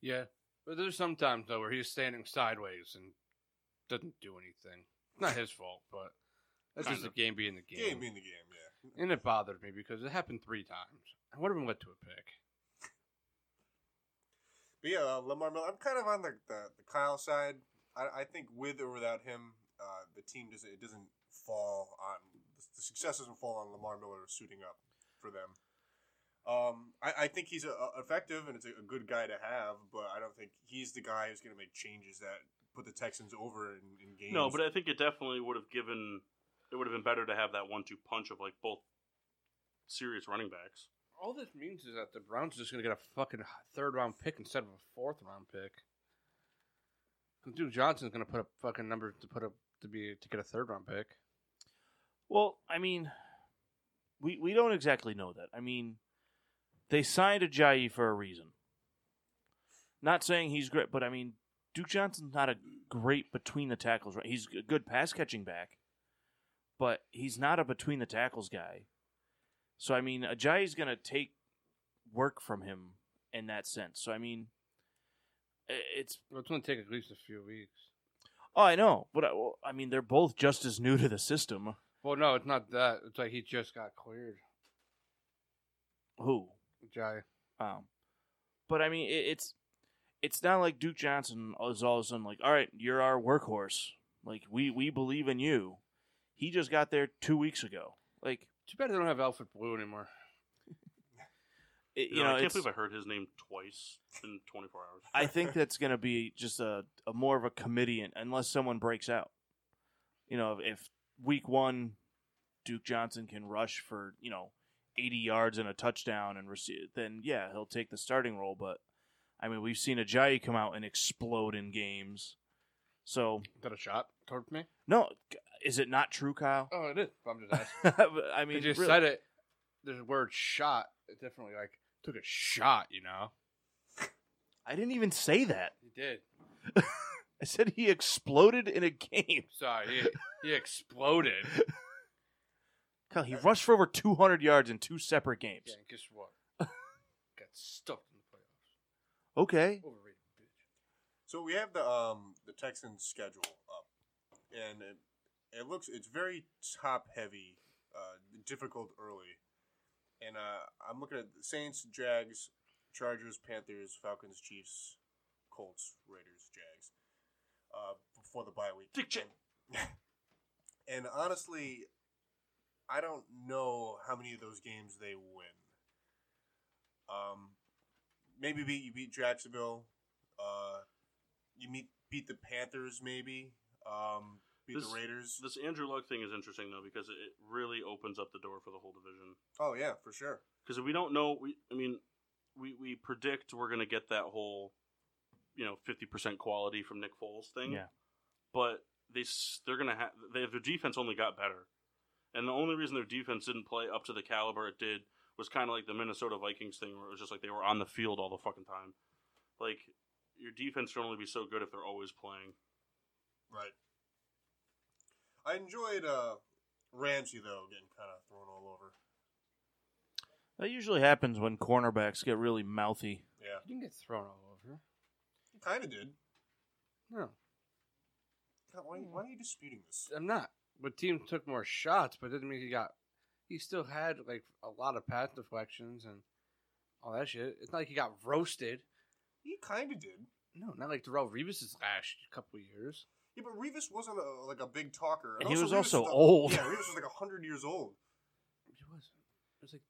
Yeah, but there's some times though where he's standing sideways and doesn't do anything. It's not his fault, but that's just the
Kinda.
game being the game.
game being the game, yeah.
and it bothered me because it happened three times. I would have been led to a pick.
But yeah, uh, Lamar Miller. I'm kind of on the the, the Kyle side. I, I think with or without him, uh, the team doesn't it doesn't fall on the success doesn't fall on Lamar Miller suiting up for them. Um, I, I think he's a, a- effective and it's a, a good guy to have, but I don't think he's the guy who's going to make changes that put the Texans over in, in games.
No, but I think it definitely would have given. It would have been better to have that one-two punch of like both serious running backs.
All this means is that the Browns are just gonna get a fucking third round pick instead of a fourth round pick. Duke Johnson's gonna put up fucking numbers to put up to be to get a third round pick.
Well, I mean, we we don't exactly know that. I mean, they signed Ajayi for a reason. Not saying he's great, but I mean, Duke Johnson's not a great between the tackles. Right? He's a good pass catching back, but he's not a between the tackles guy. So I mean, Ajayi's going to take work from him in that sense. So I mean, i- it's
Well, it's gonna take at least a few weeks.
oh I know, but I, well, I mean they're both just as new to the system.
Well, no, it's not that. It's like he just got cleared.
Who
Jai.
Um, but I mean, it, it's it's not like Duke Johnson is all of a sudden like, all right, you're our workhorse. Like we we believe in you. He just got there two weeks ago. Like
Too bad they don't have Alfred Blue anymore.
it,
You,
you
know,
know,
I can't
it's,
believe I heard his name twice in 24 hours.
I think that's going to be just a, a more of a committee unless someone breaks out. You know, if, if week one, Duke Johnson can rush for you know eighty yards and a touchdown and receive, then yeah, he'll take the starting role. But I mean, we've seen Ajayi come out and explode in games. So
Is that a shot towards me?
no, is it not true,
*laughs*
Kyle?
Oh, it is. I'm just asking.
I
I
mean,
mean, just
really-
said it. The word "shot" it definitely like took a shot. You know,
I didn't even say that.
he did.
I said he exploded in a *laughs* game.
Sorry, he, uh, he exploded.
Kyle, he rushed for over two hundred yards in two separate games.
*laughs* Yeah, and guess *laughs* what? Got stuck in the playoffs.
Okay,
Overrated bitch.
So we have the um the Texans schedule up, and it, it looks it's very top heavy, uh, difficult early, and uh, I'm looking at the Saints, Jags, Chargers, Panthers, Falcons, Chiefs, Colts, Raiders, Jags, uh, before the bye week.
Dick Ch-
and honestly, I don't know how many of those games they win. Um, maybe beat you beat Jacksonville. Uh, you meet beat the Panthers, maybe. Um, beat
This-
the Raiders.
This Andrew Luck thing is interesting though because it it really opens up the door for the whole division.
oh yeah, for sure.
Because we don't know. We, I mean, we we predict we're gonna get that whole, you know, 50% quality from Nick Foles thing.
Yeah.
but they s- they're gonna have they, their defense only got better, and the only reason their defense didn't play up to the caliber it did was kind of like the Minnesota Vikings thing, where it was just like they were on the field all the fucking time. Like your defense can only be so good if they're always playing.
Right. I enjoyed uh, Ramsey though getting kind of thrown all over.
That usually happens when cornerbacks get really mouthy.
Yeah,
You didn't get thrown all over.
he kind of did.
No,
God, why, why are you disputing this?
I'm not. But team took more shots, but doesn't mean he got. He still had like a lot of pass deflections and all that shit. It's not like he got roasted.
He kind of did.
No, not like Darrell Revis's last couple of years.
Yeah, but Revis wasn't a, like a big talker,
And he was
Revis
also
the-
old.
Yeah, Revis was like hundred years old.
He wasn't. It was like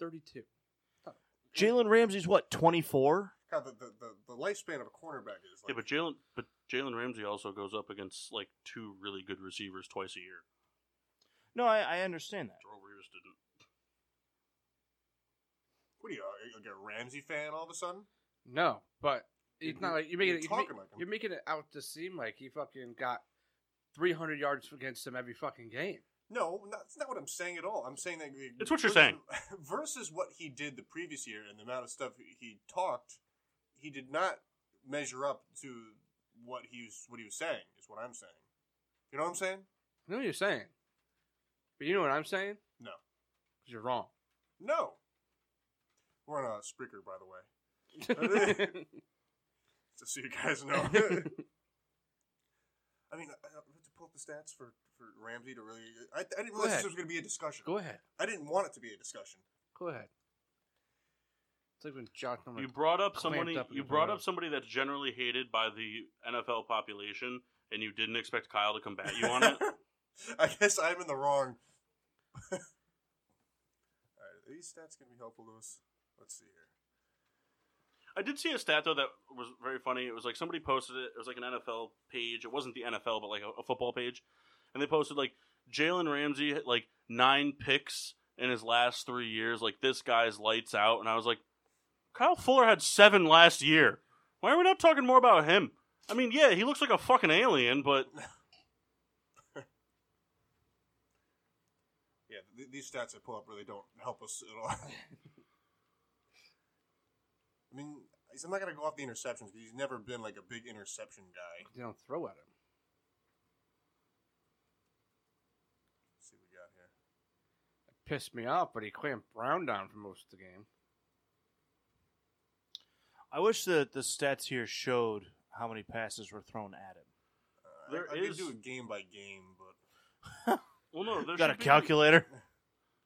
thirty-two.
Jalen Ramsey's what, 24?
God, the, the, the, the lifespan of a cornerback is like
yeah, but Jalen but Jalen Ramsey also goes up against like two really good receivers twice a year.
No, I, I understand that.
Darrell Revis didn't.
What What are you, are you like a Ramsey fan all of a sudden?
No, but it's not like you're making
You're
it. You're,
talking
ma-
like him.
you're making it out to seem like he fucking got 300 yards against him every fucking game.
No, not, that's not what I'm saying at all. I'm saying that the-
It's what you're
versus-
saying.
*laughs* Versus what he did the previous year and the amount of stuff he talked, he did not measure up to what he was what he was saying. Is what I'm saying. You know what I'm saying?
I know what you're saying, but you know what I'm saying?
No.
'Cause you're
*laughs*
wrong. *laughs*
No. We're on a Spreaker, by the way, just so you guys
*laughs*
know. I mean, I, I have to pull up the stats for, for Ramsey to really. I, I didn't realize
ahead.
this was going to be a discussion.
Go ahead.
I didn't want it to be a discussion.
Go ahead. It's like when Josh. Norman-
You brought up
clamped
somebody.
up in
you
the
brought
corner.
up somebody that's generally hated by the NFL population, and you didn't expect Kyle to combat you
*laughs*
on it.
*laughs* I guess I'm in the wrong. *laughs* All right, are these stats going to be helpful to us? Let's see here.
I did see a stat though that was very funny. It was like somebody posted it. It was like an NFL page. It wasn't the NFL, but like a, a football page, and they posted like Jalen Ramsey had like nine picks in his last three years. Like this guy's lights out, and I was like, Kyle Fuller had seven last year. Why are we not talking more about him? I mean, yeah, he looks like a fucking alien, but
Yeah, th- these stats I pull up really don't help us at all. *laughs* I mean, I'm not going to go off the interceptions because he's never been like a big interception guy.
They don't throw at him.
Let's see what we got here.
It pissed me off, but he clamped Brown down for most of the game.
I wish that the stats here showed how many passes were thrown at him.
Uh,
There
I, I could
is-
do it game by game, but
well, no, there
Got a
should be-
calculator?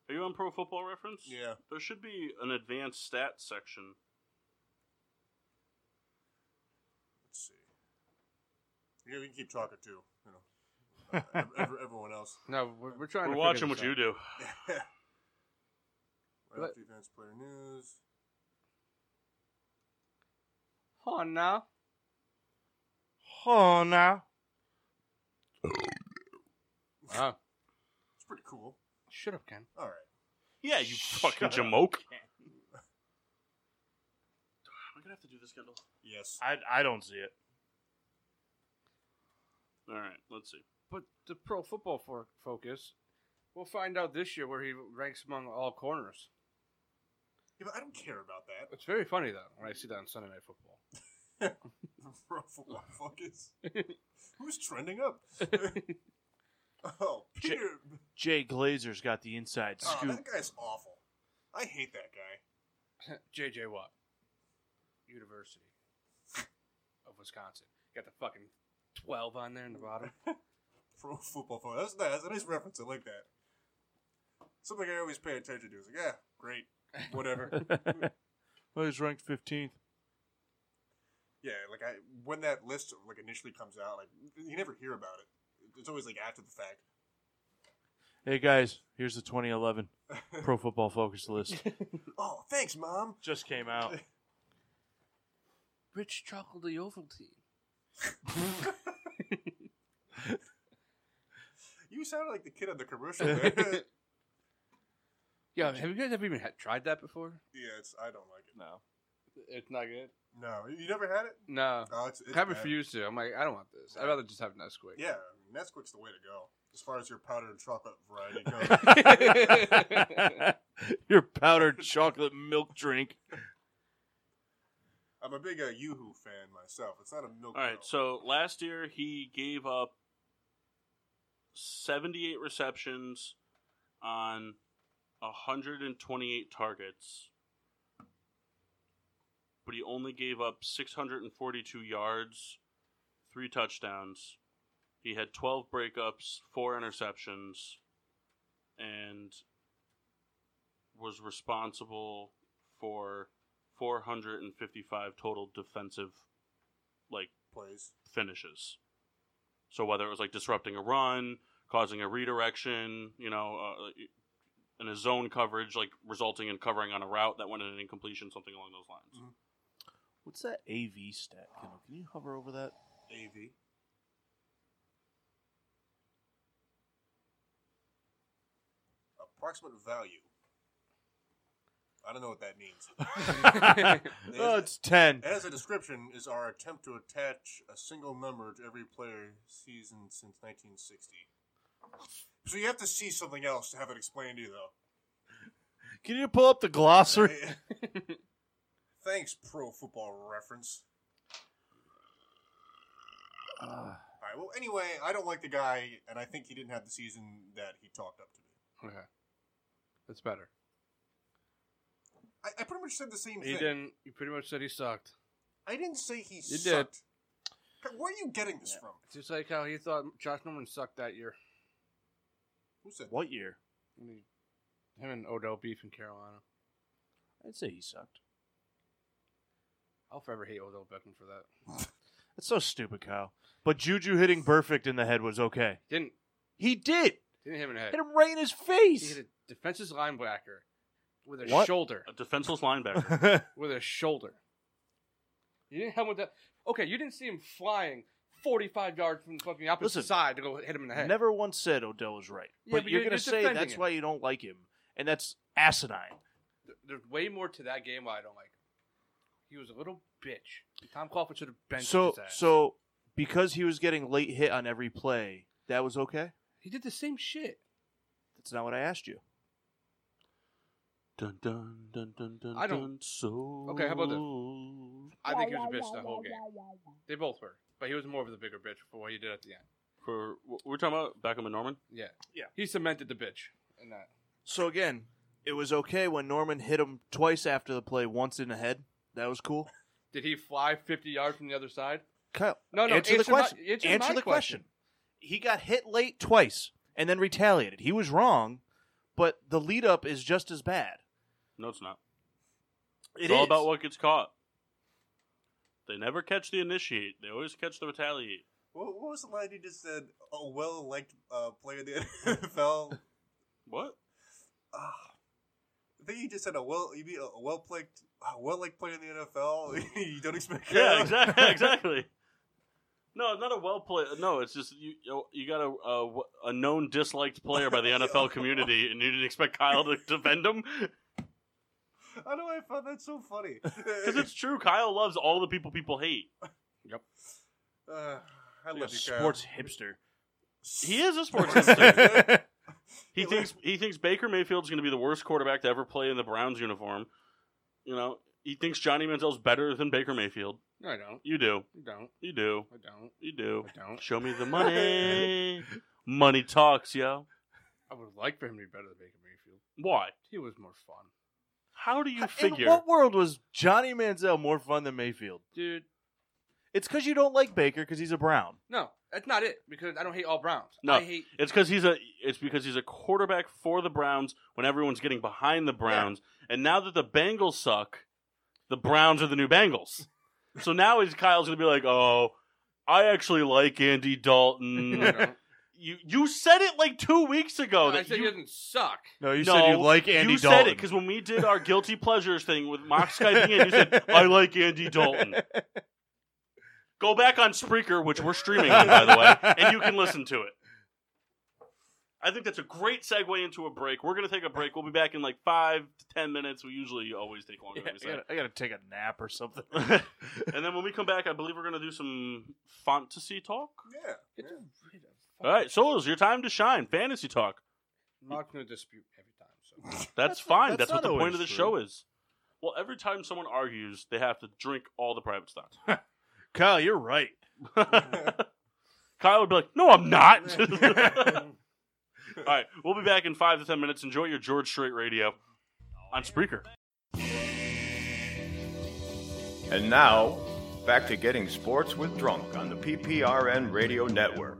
Are you on Pro Football Reference?
yeah,
There should be an advanced stats section.
let's see. Yeah, we can keep talking too. You
*laughs*
know, uh, ev- ev- everyone else.
No, we're, we're trying.
We're
to
watching what you do.
*laughs* right
Let-
after events, player news.
Oh no!
Oh, now.
Wow.
It's pretty cool.
Shut up, Ken.
All right.
Yeah, you fucking jamoke. I'm gonna have to do this, Kendall.
Yes.
I, I don't see it.
All right, let's see.
But the Pro Football for- Focus, we'll find out this year where he ranks among all corners.
Yeah, but I don't care about that. *laughs*
It's very funny though when I see that on Sunday Night Football.
Ruffle my focus. *laughs* Who's trending up? *laughs* oh,
J-
Peter.
Jay Glazer's got the inside
Oh,
scoop.
that guy's awful. I hate that guy.
J.J. Watt, University of Wisconsin, got the fucking twelve on there in
*laughs*
the bottom.
Pro *laughs* football fan. That's nice. That's a nice reference. I like that. Something I always pay attention to. It's like, yeah, great, whatever.
*laughs* well, he's ranked 15th.
yeah, like I when that list like initially comes out, like you never hear about it. It's always like after the fact.
Hey, guys, here's the 2011 Pro Football Focus list.
Oh, thanks, mom.
Just came *laughs* out.
Rich chocolatey Ovaltine.
You sounded like the kid on the
*laughs*
commercial. There. yeah,
Yeah, have you guys ever even had, tried that before?
it's I don't like it.
No.
It's not good.
No, you never had it.
No,
Oh, it's, it's
I
bad.
refuse to. I'm like, I don't want this. I'd rather just have Nesquik.
Yeah, I mean, Nesquik's the way to go as far as your powdered chocolate variety goes.
*laughs* Your powdered chocolate milk drink.
I'm a big uh, YooHoo fan myself. It's not a milk.
All right,
though.
so last year he gave up 78 receptions on 128 targets, but he only gave up 642 yards, three touchdowns. He had 12 breakups, four interceptions, and was responsible for 455 total defensive, like,
plays.
finishes. So whether it was like disrupting a run, causing a redirection, you know, uh, in a zone coverage, like resulting in covering on a route that went in an incompletion, something along those lines.
Mhm.
What's that AV stat, Kendall? Can you hover over that?
AV. Approximate value. I don't know what that means.
*laughs* oh, it's ten.
As a description, is our attempt to attach a single number to every player season since 1960. So you have to see something else to have it explained to you, though.
Can you pull up the
*laughs*
glossary?
Hey, *laughs* Thanks, Pro Football Reference.
Ah,
All right. Well, anyway, I don't like the guy, and I think he didn't have the season that he talked up to me.
*laughs* Okay. That's better.
I, I pretty much said the same
He
thing.
didn't. You pretty much said he sucked.
I didn't say he
did.
sucked. God, Where are you getting this from?
Just like how he thought Josh Norman sucked that year.
Who said?
what year?
When he- Him and Odell beef in Carolina.
I'd say he sucked.
I'll forever hate Odell Beckham for that.
That's so stupid, Kyle. But Juju hitting perfect in the head was okay.
Didn't
He did.
didn't hit him in the head.
Hit him right in his
He
face. *laughs*
hit a defensive linebacker with a
What?
shoulder.
A defenseless linebacker.
With a shoulder. You didn't help him with that. Okay, you didn't see him flying 45 yards from the fucking opposite
Listen,
side to go hit him in the head.
Never once said Odell was right.
Yeah,
but,
but
you're,
you're-
gonna
you're
say
defending
that's
him.
why you don't like him, and that's asinine.
There- There's way more to that game why I don't like him. He was a little bitch. Tom Coughlin should have benched
So
his ass.
so because he was getting late hit on every play, that was okay.
he did the same shit.
That's not what I asked you.
*laughs* Dun dun dun dun dun.
I don't-
dun, so
Okay, how about
this?
I think he was a bitch that whole game. They both were, but he was more of the bigger bitch for what he did at the end.
For what we're talking about Beckham and Norman.
Yeah,
Yeah.
He cemented the bitch in that.
So again, it was okay when Norman hit him twice after the play, once in the head. That was cool.
Did he fly 50 yards from the other side?
Kyle,
No, no.
answer, the
my-
question.
answer
answer
my
the question. He got hit late twice and then retaliated. He was wrong, but the lead up is just as bad.
No, it's not.
It
It's all
is.
about what gets caught. They never catch the initiate. They always catch the retaliate.
What, what was the line you just said? A well-liked uh, player in the *laughs* NFL.
What?
Ah, I think you just said a well. You mean a well-liked, a well-liked player in the NFL. *laughs* you don't expect.
Yeah,
*laughs*
exactly. *laughs* Exactly. No, not a well played. No, it's just you. You got a a, w- a known disliked player by the
*laughs*
NFL community, and you didn't expect Kyle to defend him
*laughs* I know. I found that so funny.
because it's true. Kyle loves all the people people hate.
*laughs* Uh, I
Like a
love you, Kyle.
sports hipster.
He
*laughs*
is a
*laughs*
sports hipster.
hipster.
He thinks he thinks Baker Mayfield's going to be the worst quarterback to ever play in the Browns uniform. You know, he thinks Johnny Manziel's better than Baker Mayfield.
No, I don't.
You do.
I don't.
You do.
I don't.
You do.
I don't.
Show me the
*laughs*
money. money talks, yo.
I would like for him to be better than Baker Mayfield.
Why?
He was more fun,
How do you
In
figure?
what world was Johnny Manziel more fun than Mayfield?
dude.
It's because you don't like Baker because he's a Brown.
No, that's not it. Because I don't hate all Browns.
No.
I hate.
It's because he's a. It's because he's a quarterback for the Browns when everyone's getting behind the Browns, and now that the Bengals suck, the Browns are the new Bengals. so now is Kyle's gonna be like, oh, I actually like Andy
No, I *laughs*
Dalton. *laughs*
don't.
you you said it like two weeks ago
I
Oh, that
said
you.
he doesn't suck.
No, you
no,
said you like Andy
you
Dalton.
said it because when we did our guilty pleasures thing with mock skyping, in, you said I like Andy Dalton. Go back on Spreaker, which we're streaming on, by the way, and you can listen to it. I think that's a great segue into a break. We're going to take a break. We'll be back in like five to ten minutes. We usually always take longer
Yeah,
than we
I,
say.
gotta, I gotta take a nap or something.
and then when we come back, I believe we're going to do some fantasy talk.
Yeah.
Get
yeah.
rid of.
All right, Souls, your time to shine. Fantasy talk.
Not gonna dispute every time. So
That's,
That's not-
fine.
that's
That's, what
not
the point
always
of the
true.
show is. Well, every time someone argues, they have to drink all the private stock.
*laughs* Kyle, you're right.
*laughs* Kyle would be like, "No, I'm not." all right, we'll be back in five to ten minutes. Enjoy your George Strait radio on Spreaker.
And now, back to getting sports with drunk on the PPRN Radio Network.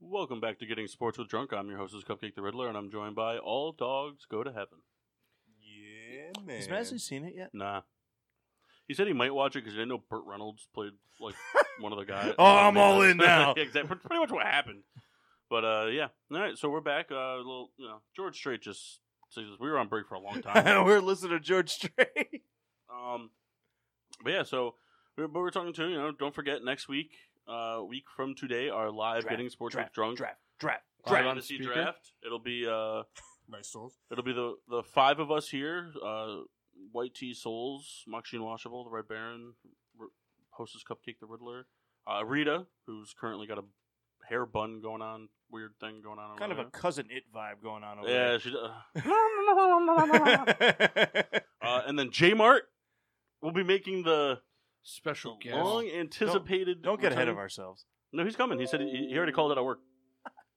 Welcome back to Getting Sports with Drunk. I'm your host, Cupcake the Riddler, and I'm joined by All Dogs Go to Heaven.
Yeah, man.
Has Madison seen it yet? *laughs*
Nah. He said he might watch it because he didn't know Burt Reynolds played
*laughs*
like one of the guys.
Oh, I'm all in now.
*laughs* yeah, exactly. Pretty much what happened. But uh, yeah, all right. So we're back. Uh, a little, you know, George Strait just says we were on break for a long
*laughs*
time.
We're listening to George Strait.
um, but yeah, so we but we're talking to you know. Don't forget next week, uh, week from today, our live
Draft,
getting sports
*laughs* draft,
with drunk
draft, draft,
Live
draft.
fantasy
Speaker?
draft. It'll be uh,
Nice souls.
It'll be the the five of us here: uh, White Tea Souls, Moxie Washable, the Red Baron, R- Hostess Cupcake, the Riddler, uh, Rita, who's currently got a hair bun going on, weird thing going on. over
Kind of a
there.
cousin it vibe going on over
yeah, she. Uh,
*laughs* there.
uh, and then J Mart will be making the Oh,
Special guest.
long anticipated.
Don't get ahead
return-
of Oh. ourselves.
No, he's coming. He said he, he already called it at work.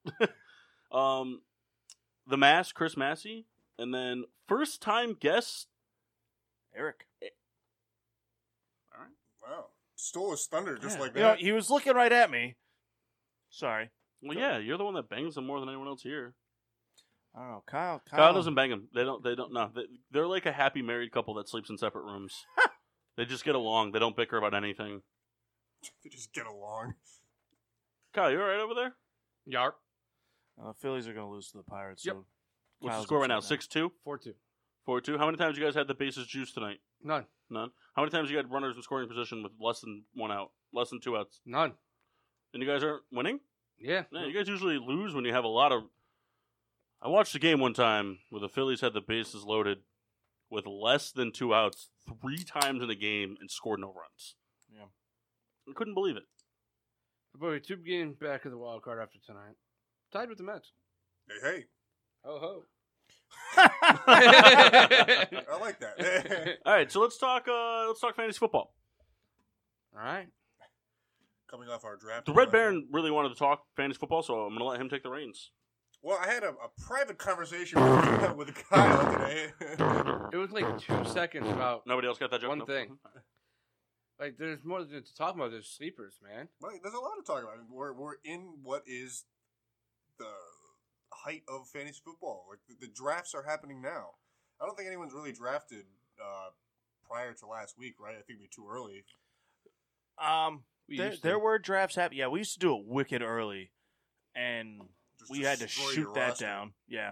*laughs* um, the Mass, Chris Massey, and then first time guest.
Eric.
Wow. Stole his thunder just
Yeah.
like
You know,
that.
he was looking right at me. Sorry.
Well, yeah, you're the one that bangs them more than anyone else here.
I don't know. Kyle. Kyle,
Kyle doesn't bang them. They don't. They don't. No, they, they're like a happy married couple that sleeps in separate rooms.
*laughs*
they just get along. They don't bicker about anything.
They just get along.
Kyle, you all right over there?
Yarp.
Uh, Phillies are going to lose to the Pirates.
Yep.
So
What's
Kyle's
the score right
upset
now? Six two,
Four two.
four two. How many times you guys had the bases juice tonight?
None.
None. How many times you got runners in scoring position with less than one out, less than two outs,
None.
and you guys aren't winning?
Yeah.
Yeah, you guys usually lose when you have a lot of. I watched a game one time where the Phillies had the bases loaded with less than two outs three times in a game and scored no runs.
Yeah.
I couldn't believe it.
But we're two games back of the wild card after tonight. Tied with the Mets.
Hey,
Ho ho. *laughs*
hey, I like that. *laughs*
*laughs*
All
All right, so let's talk. Uh, let's talk fantasy football.
right.
Coming off our draft.
The Red Baron really wanted to talk fantasy football, so I'm going to let him take the reins.
Well, I had a, a private conversation with, *laughs* with Kyle today. *laughs*
It was like two seconds about
Nobody else got that joke.
One
Nope.
thing. like there's more to talk about. There's sleepers, man.
Well, there's a lot to talk about. I mean, we're we're in what is the height of fantasy football. Like the, the drafts are happening now. I don't think anyone's really drafted uh, prior to last week, right? I think we're too early.
*laughs* Um,
We
there,
used to.
there were drafts happening. Yeah, we used to do it wicked early, and
Just
we had to
destroy
shoot
your
that
roster.
down. Yeah,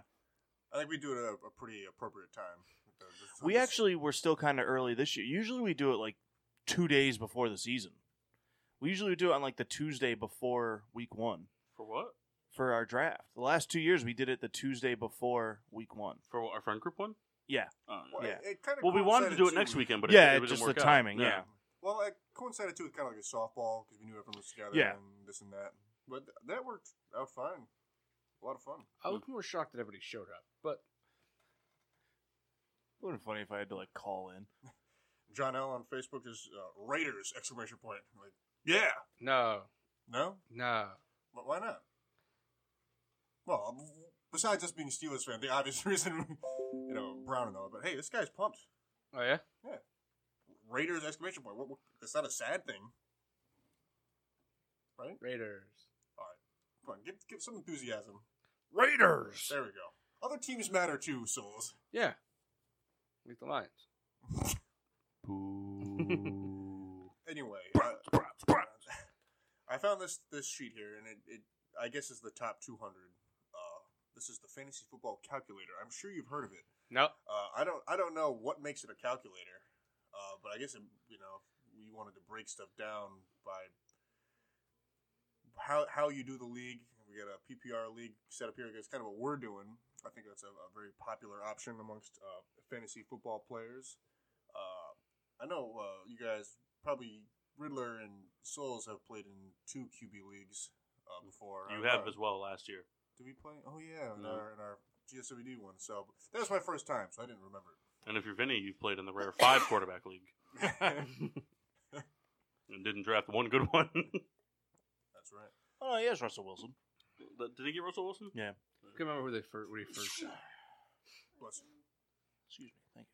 I think we do it at a, a pretty appropriate time. Uh, just-
we
just-
actually were still kind of early this year. Usually we do it like two days before the season. We usually do it on like the Tuesday before week one
For what?
for our draft. The last two years we did it the Tuesday before week one.
For what, our friend group one?
Yeah.
Oh, yeah.
Well,
yeah.
it, kind of
Well, we wanted to do it next weekend, but it-
yeah,
it, didn't
it's just the
work out.
timing. Yeah.
Well, it coincided too with kind of like a softball because we knew everyone was together
Yeah.
and this and that. But th- that worked out fine. A lot of fun.
I was more shocked that everybody showed up, but
It would have been funny if I had to like call in.
John L on Facebook is uh, Raiders exclamation point. Like, yeah,
no,
no,
no.
but why not? Well, b- besides us being Steelers fan, the obvious *laughs* reason, you know, Brown and all. But hey, this guy's pumped.
Oh yeah.
Raiders exclamation point. What, what, that's not a sad thing.
Raiders.
Come on, give, give some enthusiasm.
Raiders.
There we go. Other teams matter too, souls.
Yeah. With the Lions.
*laughs*
*laughs*
Anyway, uh, *laughs* I found this this sheet here, and it, it I guess is the top 200. Uh, this is the fantasy football calculator. I'm sure you've heard of it.
No.
Uh, I don't I don't know what makes it a calculator, uh, but I guess it, you know if we wanted to break stuff down by how how you do the league. We got a PPR league set up here. That's kind of what we're doing. I think that's a, a very popular option amongst uh, fantasy football players. Uh, I know uh, you guys probably Riddler and Souls have played in two QB leagues uh, before.
You
Uh,
have as well last year.
Did we play? Oh yeah, in
No.
our in our GSWD one. So that was my first time, so I didn't remember. it.
And if you're Vinny, you've played in the rare five quarterback league and didn't draft one good *laughs* one.
That's right.
Oh, yes, Russell Wilson.
Did he get Russell Wilson?
I can't remember who they first. Where he first.
Bless you.
Excuse me. Thank you.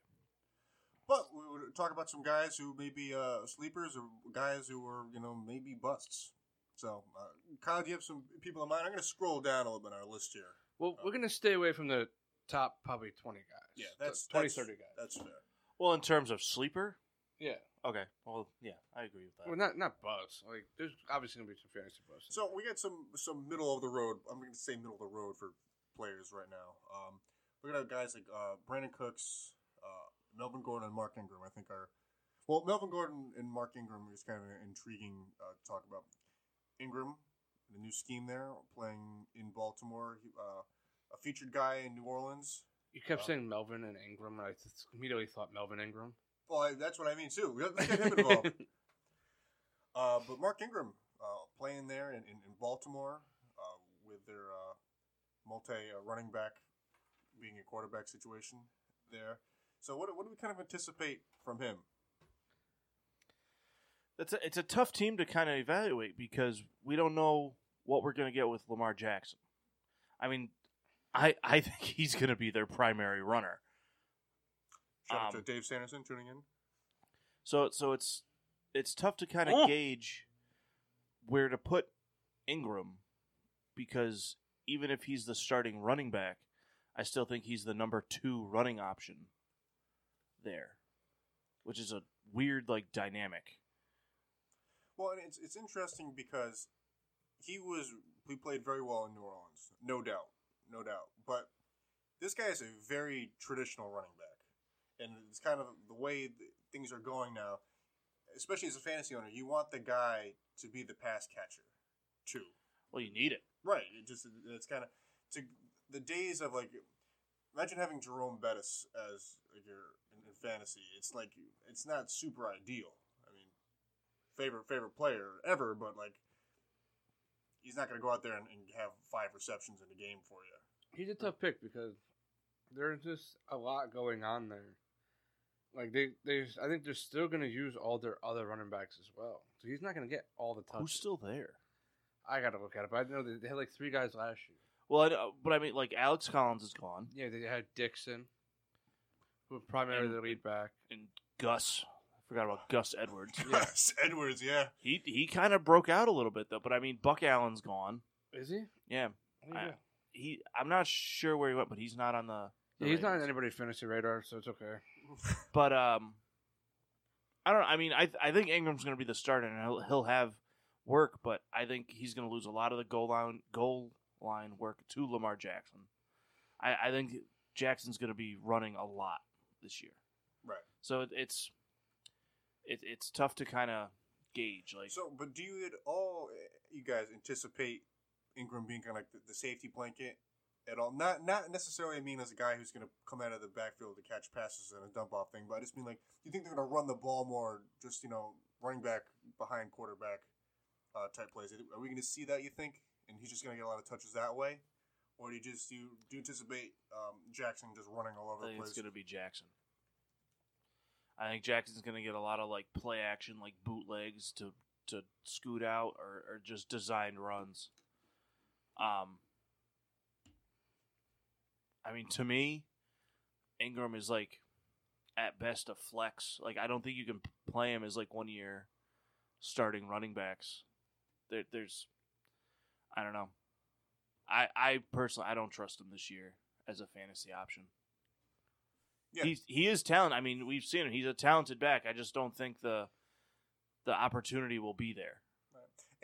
But we would talk about some guys who may be uh, sleepers or guys who were, you know, maybe busts. So, uh, Kyle, do you have some people in mind? I'm going to scroll down a little bit on our list here.
Well, we're gonna stay away from the top probably twenty guys.
Yeah, that's
twenty
that's,
thirty guys.
That's fair.
Well, in terms of sleeper,
Yeah.
okay. Well, yeah, I agree with that.
Well, not not buzz. Like there's obviously gonna be some fantasy buzz.
So we got some some middle of the road. I'm going to say middle of the road for players right now. Um, look at guys like uh, Brandon Cooks, uh, Melvin Gordon, and Mark Ingram. I think are well, Melvin Gordon and Mark Ingram is kind of an intriguing uh, to talk about. Ingram, the new scheme there, playing in Baltimore. He, uh, a featured guy in New Orleans.
You kept saying Melvin and Ingram, and I just immediately thought Melvin Ingram.
Well, I, that's what I mean too. Let's get him involved.
*laughs*
Uh, but Mark Ingram uh, playing there in, in, in Baltimore uh, with their uh, multi uh, running back being a quarterback situation there. So what, do- what do we kind of anticipate from him?
That's a, it's a tough team to kind of evaluate because we don't know what we're going to get with Lamar Jackson. I mean, I I *laughs* think he's going to be their primary runner.
Shout out
Um,
to Dave Sanderson tuning in.
So so it's it's tough to kind of
Oh.
gauge where to put Ingram because even if he's the starting running back, I still think he's the number two running option there, which is a weird like dynamic.
Well, and it's it's interesting because he was he played very well in New Orleans, no doubt, no doubt. But this guy is a very traditional running back, and it's kind of the way th- things are going now. Especially as a fantasy owner, you want the guy to be the pass catcher, too.
Well, you need it.
Right. It just it's kind of to the days of like imagine having Jerome Bettis as like your in, in fantasy. It's like it's not super ideal. I mean, favorite favorite player ever, but like he's not going to go out there and, and have five receptions in a game for you.
He's a tough pick because there's just a lot going on there. Like they, they, I think they're still going to use all their other running backs as well. So he's not going to get all the touches.
Who's still there?
I got to look at it, but I know they, they had like three guys last year.
Well, I, know- but I mean, like Alex Collins is gone,
Yeah, they had Dixon, who was primarily
And-
the lead back.
and Gus. I forgot about Gus *laughs* Edwards.
Yes, Edwards. Yeah,
He he kind of broke out a little bit though. But I mean, Buck Allen's gone.
Is he?
Yeah,
Oh,
I-
yeah.
he I'm not sure where he went, but he's not on the. the
Yeah, he's not on
Ravens.
anybody's fantasy radar, so it's okay.
But um, I don't. I mean, I I think Ingram's going to be the starter, and he'll he'll have work, but I think he's going to lose a lot of the goal line goal line work to Lamar Jackson. I I think Jackson's going to be running a lot this year,
right.
so it, it's it, it's tough to kind of gauge. Like,
So, but do you at all, eh, you guys, anticipate Ingram being kind of like the, the safety blanket at all? Not not necessarily I mean as a guy who's going to come out of the backfield to catch passes and a dump off thing, but I just mean like, do you think they're going to run the ball more, just you know, running back behind quarterback uh, type plays? Are we going to see that? You think, and he's just going to get a lot of touches that way, or do you just do you, do you anticipate um, Jackson just running all
I
over the
think
place?
it's going to be Jackson. I think Jackson's going to get a lot of like play action, like bootlegs to to scoot out or, or just designed runs. Um, I mean, to me, Ingram is like at best a flex. Like I don't think you can p- play him as like one year starting running backs. There, there's, I don't know. I I personally I don't trust him this year as a fantasy option.
Yeah.
He's he is talented. I mean, we've seen him. He's a talented back. I just don't think the the opportunity will be there.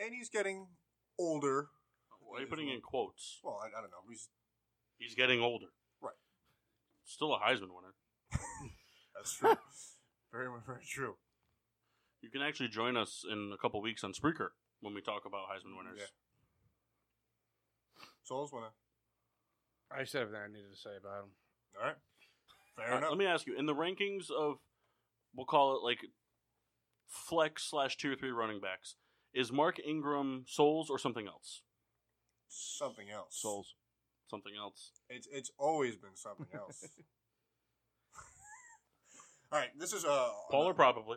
and he's getting older.
Why are you putting in quotes?
Well, I, I don't know. He's
He's getting older.
Right.
Still a Heisman winner.
that's
*laughs*
true. very very true.
You can actually join us in a couple weeks on Spreaker when we talk about Heisman winners.
Yeah. Souls wanna.
I said everything I needed to say about him.
All right. Fair
All right,
enough.
let me ask you in the rankings of, we'll call it like flex slash tier three running backs, is Mark Ingram Souls or something else?
something else.
Souls.
Something else.
It's it's always been something
*laughs*
else. All right. This is uh
Paul or probably.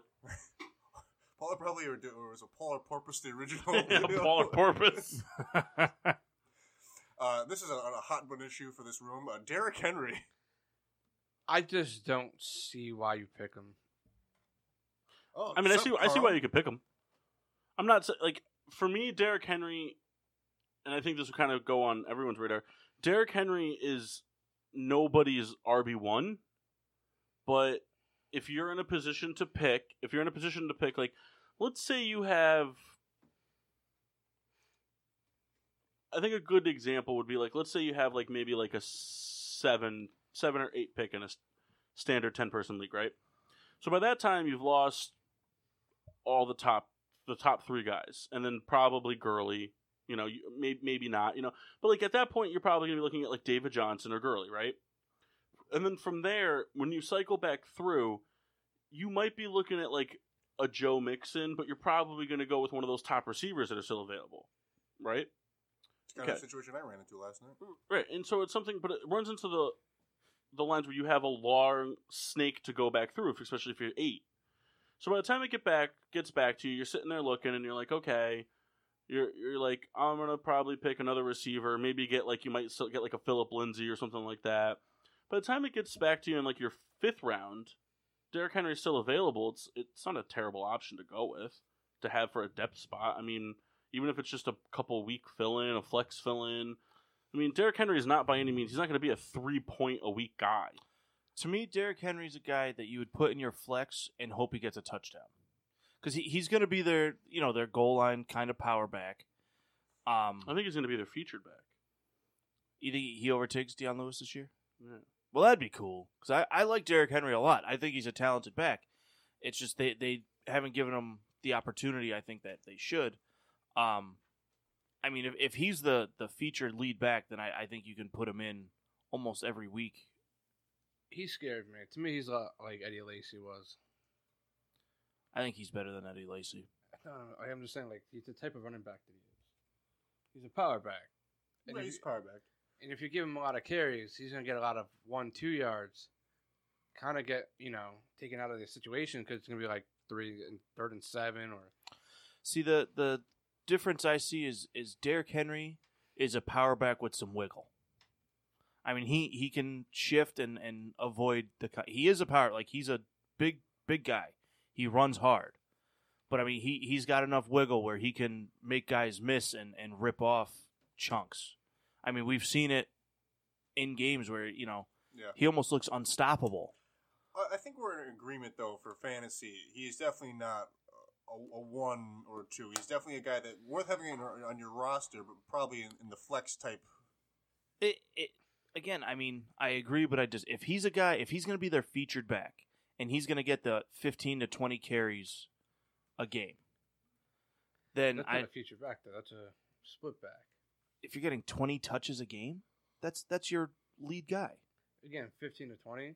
Paul or probably or, do- or was a Paul or porpoise
*laughs*
the original?
Paul or porpoise.
*laughs*
*laughs*
Uh, this is a, a hot button issue for this room. Uh, Derrick Henry.
I just don't see why you pick him.
Oh,
I mean, I
sup,
see, I see
Carl?
why you could pick him. I'm not sa- like for me, Derrick Henry, and I think this will kind of go on everyone's radar. Derrick Henry is nobody's RB one, but if you're in a position to pick, if you're in a position to pick, like let's say you have, I think a good example would be like let's say you have like maybe like a seven, seven or eight pick in a s- standard ten person league, right? So by that time, you've lost all the top the top three guys, and then probably Gurley. You know, you, maybe maybe not. You know, but like at that point, you're probably gonna be looking at like David Johnson or Gurley, right? And then from there, when you cycle back through, you might be looking at like a Joe Mixon, but you're probably gonna go with one of those top receivers that are still available, right?
It's kind of
Okay.
the situation I ran into last night.
Right, and so it's something, but it runs into the the lines where you have a long snake to go back through, if- especially if you're eight. So by the time it get back gets back to you, you're sitting there looking, and you're like, okay, you're you're like, I'm gonna probably pick another receiver, maybe get like you might still get like a Philip Lindsay or something like that. By the time it gets back to you in like your fifth round, Derrick Henry's still available. It's it's not a terrible option to go with to have for a depth spot. I mean, even if it's just a couple week fill in, a flex fill in. I mean, Derrick Henry is not by any means. He's not going to be a three point a week guy.
To me, Derrick Henry's a guy that you would put in your flex and hope he gets a touchdown because he, he's going to be their you know their goal line kind of power back. Um,
I think he's going to be their featured back.
you think he overtakes Deion Lewis this year?
Yeah.
Well, that'd be cool because I, I like Derrick Henry a lot. I think he's a talented back. It's just they, they haven't given him the opportunity I think that they should. Um, I mean, if, if he's the, the featured lead back, then I, I think you can put him in almost every week.
He scared me. To me, he's a lot like Eddie Lacy was.
I think he's better than Eddie Lacy.
No, no, no, I'm just saying, Uh, like he's the type of running back that he is. He's a power back, and,
Right,
if,
he's
you-
power back.
and if you give him a lot of carries, he's gonna get a lot of one, two yards. Kind of get you know taken out of the situation because it's gonna be like three and third and seven or
See the the difference I see is is Derrick Henry is a power back with some wiggle. I mean he he can shift and and avoid the co- he is a power like he's a big big guy. He runs hard. But I mean he he's got enough wiggle where he can make guys miss and and rip off chunks. I mean we've seen it in games where you know
Yeah.
he almost looks unstoppable.
I- I think we're in agreement though for fantasy. He's definitely not a, a one or two. He's definitely a guy that worth having in, on your roster, but probably in, in the flex type.
it, it again i mean i agree but i just if he's a guy if he's going to be their featured back and he's going to get the 15 to 20 carries a game then
that's
I,
not a future back though. That's a split back.
if you're getting 20 touches a game that's that's your lead guy
Again, fifteen to twenty.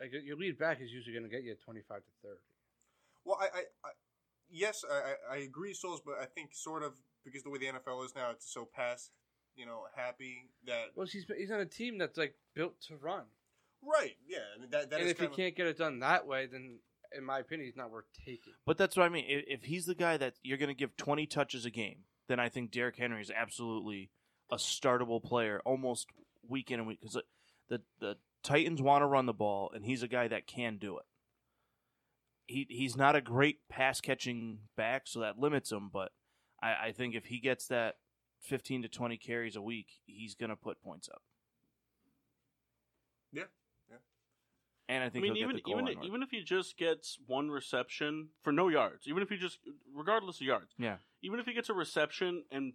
Like your- your lead back is usually gonna get you twenty-five to thirty.
Well, I, I, I yes, I, I- I agree, Souls, but I think sort of because the way the NFL is now, it's so pass, you know, happy that
Well, he's he's on a team that's like built to run.
right. Yeah, I mean, that that
and
is
if he
kind of-
can't get it done that way, then in my opinion, he's not worth taking.
but that's what i mean if, if he's the guy that you're going to give 20 touches a game then i think Derrick henry is absolutely a startable player almost week in and week because the, the titans want to run the ball and he's a guy that can do it he he's not a great pass catching back, so that limits him. But I, I think if he gets that fifteen to twenty carries a week, he's gonna put points up.
Yeah, yeah.
And I think
I mean,
he'll
even
get the goal
even
line work.
even if he just gets one reception for no yards, even if he just regardless of yards,
yeah,
even if he gets a reception and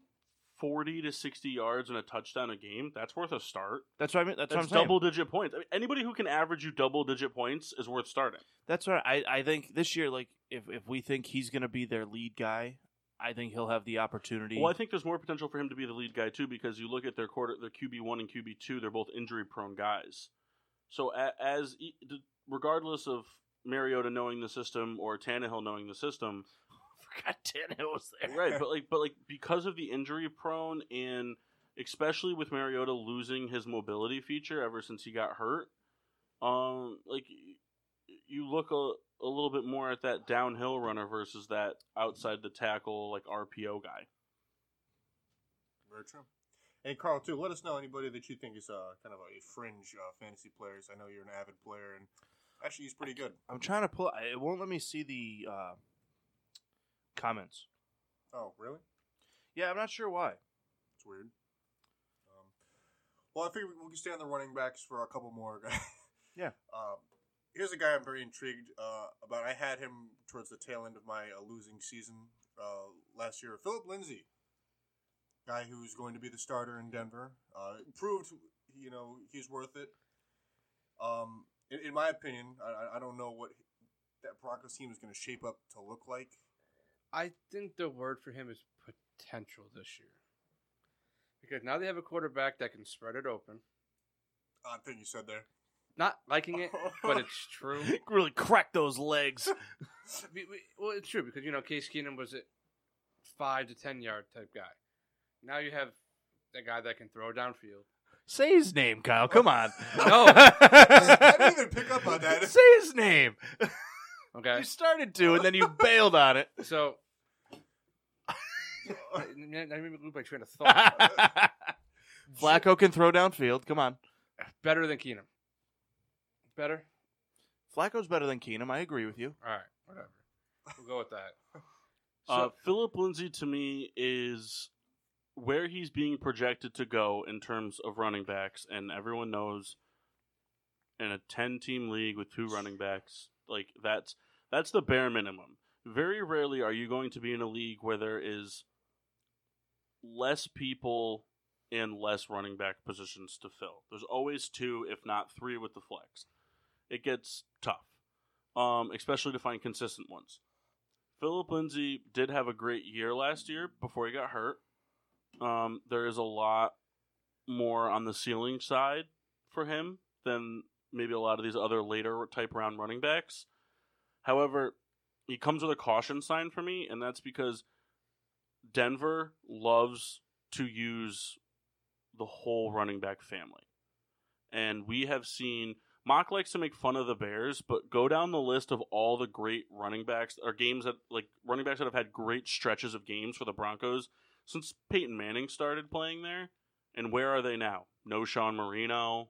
forty to sixty yards and a touchdown a game, that's worth a start.
that's what I mean. That's,
That's,
what I'm saying.
double digit points. I mean, anybody who can average you double digit points is worth starting.
That's what I I think this year. Like if if we think he's gonna be their lead guy, I think he'll have the opportunity.
Well, I think there's more potential for him to be the lead guy too, because you look at their quarter, their QB one and QB two, they're both injury prone guys. So a- as e- d- regardless of Mariota knowing the system or Tannehill knowing the system,
*laughs* forgot Tannehill was there.
right? but like, but like because of the injury prone and especially with Mariota losing his mobility feature ever since he got hurt, um, like y- you look a, a little bit more at that downhill runner versus that outside the tackle like RPO guy.
Very true. Hey, Carl, too, let us know anybody that you think is uh, kind of a fringe uh, fantasy players. I know you're an avid player, and actually, he's pretty good.
I'm trying to pull. It won't let me see the uh, comments.
Oh, really?
Yeah, I'm not sure why.
It's weird. Um, well, I figure we, we can stay on the running backs for a couple more. *laughs* guys.
Yeah.
Um, here's a guy I'm very intrigued uh, about. I had him towards the tail end of my uh, losing season uh, last year. Philip Lindsay, guy who's going to be the starter in Denver, uh, proved you know he's worth it. Um, in, in my opinion, I, I- I don't know what that Broncos team is going to shape up to look like.
I think the word for him is potential this year. because now they have a quarterback that can spread it open.
Odd thing Ah, you said there.
Not liking it, but it's true.
*laughs* really crack those legs.
We- we- well, it's true because you know Case Keenum was a five to ten yard type guy. Now you have a guy that can throw downfield.
*laughs* Say his name, Kyle. Come *laughs* on.
No.
I didn't even pick up on that.
*laughs* Say his name.
Okay,
You started to, and then *laughs* you bailed on it.
so I made me lose my train
*laughs*
of thought.
Flacco can throw downfield. Come on.
Better than Keenum. Better.
Flacco's better than Keenum. I agree with you.
All right, whatever. We'll go with that.
uh, Philip Lindsay to me is where he's being projected to go in terms of running backs, and everyone knows in a ten-team league with two running backs, like that's that's the bare minimum. Very rarely are you going to be in a league where there is less people and less running back positions to fill. There's always two, if not three, with the flex. It gets tough, um, especially to find consistent ones. Philip Lindsay did have a great year last year before he got hurt. Um, there is a lot more on the ceiling side for him than maybe a lot of these other later type round running backs. However, he comes with a caution sign for me, and that's because Denver loves to use the whole running back family. And we have seen Mock likes to make fun of the Bears, but go down the list of all the great running backs or games that like running backs that have had great stretches of games for the Broncos since Peyton Manning started playing there. And where are they now? No Sean Marino.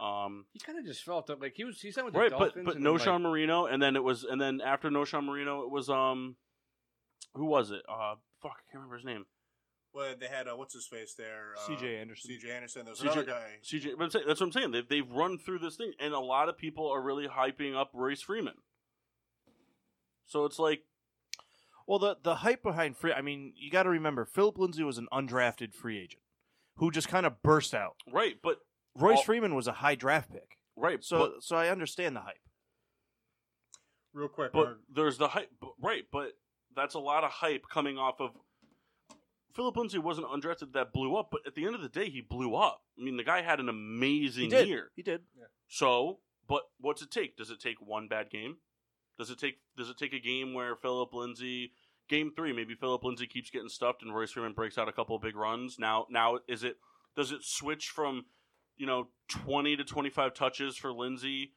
Um,
He kind of just felt that, like he was. He signed with the
right, but
Dolphins.
but
and
no
then, like,
Sean Marino, and then it was, and then after no Sean Marino, it was um, who was it? Uh, fuck, I can't remember his name.
Well, they had uh, what's his face there. Uh,
C.J. Anderson.
C.J. Anderson. There's
C.J.
another guy.
CJ, but I'm saying, that's what I'm saying. They've they've run through this thing, and a lot of people are really hyping up Royce Freeman. So it's like
Well, the the hype behind free. I mean, you got to remember, Philip Lindsay was an undrafted free agent who just kind of burst out.
right, but
Royce
All-
Freeman was a high draft pick,
right,
so
but,
so I understand the hype.
Real quick. uh,
but
or-
there's the hype, but, right? But that's a lot of hype coming off of Philip Lindsay wasn't undrafted that blew up, but at the end of the day, he blew up. I mean, the guy had an
He
amazing
did.
year.
He did.
So, but what's it take? Does it take one bad game? Does it take does it take a game where Philip Lindsay game 3 maybe Philip Lindsay keeps getting stuffed and Royce Freeman breaks out a couple of big runs. Now now is it does it switch from you know 20 to 25 touches for Lindsay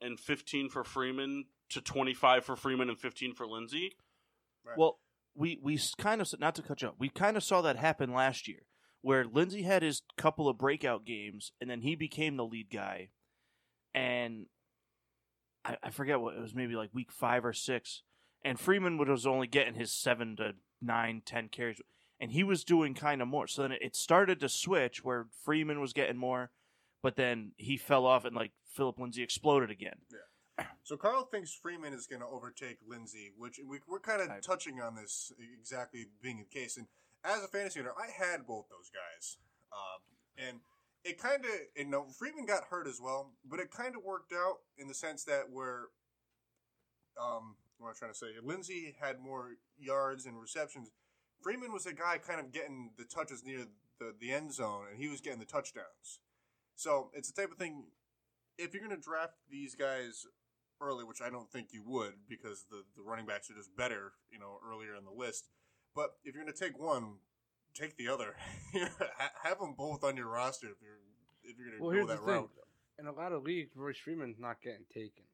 and 15 for Freeman to 25 for Freeman and 15 for Lindsay?
Right.
Well, we we kind of not to cut you up. We kind of saw that happen last year, where Lindsey had his couple of breakout games, and then he became the lead guy, and I, I forget what it was, maybe like week five or six, and Freeman would- was only getting his seven to nine, ten carries, and he was doing kind of more. So then it started to switch where Freeman was getting more, but then he fell off, and like Philip Lindsay exploded again.
So Carl thinks Freeman is going to overtake Lindsey, which we, we're kind of
I-
touching on this e, exactly being the case. And as a fantasy owner, I had both those guys, um, and it kind of you know Freeman got hurt as well, but it kind of worked out in the sense that where, um, what am I trying to say? Lindsey had more yards and receptions. Freeman was a guy kind of getting the touches near the, the end zone, and he was getting the touchdowns. So it's the type of thing. If you're going to draft these guys early, which I don't think you would because the, the running backs are just better, you know, earlier in the list. But if you're going to take one, take the other. *laughs* Ha- Have them both on your roster if you're if you're going to
Well,
go
here's
that
the thing.
route.
in a lot of leagues, Royce Freeman's not getting taken.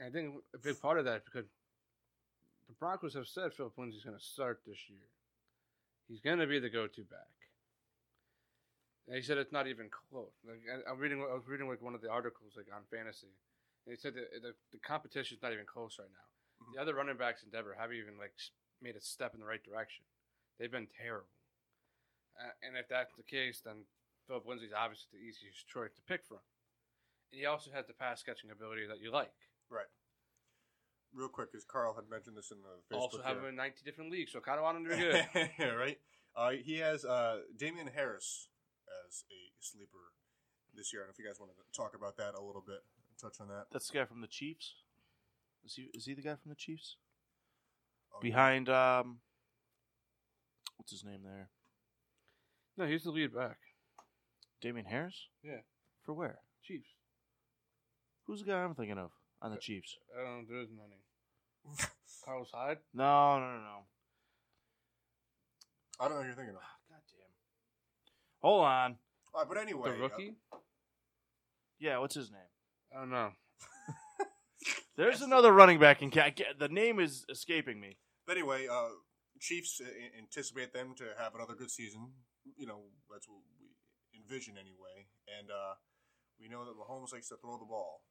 And I think a big part of that is because the Broncos have said Philip Lindsay's going to start this year. He's going to be the go-to back. And he said it's not even close. Like I, I'm reading, I was reading like one of the articles like on fantasy. And he said that the, the competition's not even close right now.
Mm-hmm.
The other running backs in Denver haven't even like s- made a step in the right direction. They've been terrible. Uh, and if that's the case, then Philip Lindsay's obviously the easiest choice to pick from. And he also has the pass catching ability that you like.
Right. Real quick, because Carl had mentioned this in the Facebook
also have
here.
him in 19 different leagues, so kind of want him to be
*laughs*
good.
*laughs* right? Uh, he has uh, Damian Harris as a sleeper this year. I don't know if you guys want to talk about that a little bit, touch on that.
That's the guy from the Chiefs. Is he is he the guy from the Chiefs?
Oh, *laughs*
behind um what's his name there
No, he's the lead back.
Damian Harris?
Yeah.
For where?
Chiefs.
Who's the guy I'm thinking of on the Chiefs?
Um, there isn't any. Carlos Hyde.
No, no, no, no.
I don't know who you're thinking of.
God damn. Hold on.
All right, but anyway,
The
uh,
rookie?
Yeah, what's his name?
I don't know.
There's another running back in. Ca- I get- The name is escaping me.
But anyway, uh, Chiefs a- anticipate them to have another good season. You know, that's what we envision anyway. And uh, we know that Mahomes likes to throw the ball.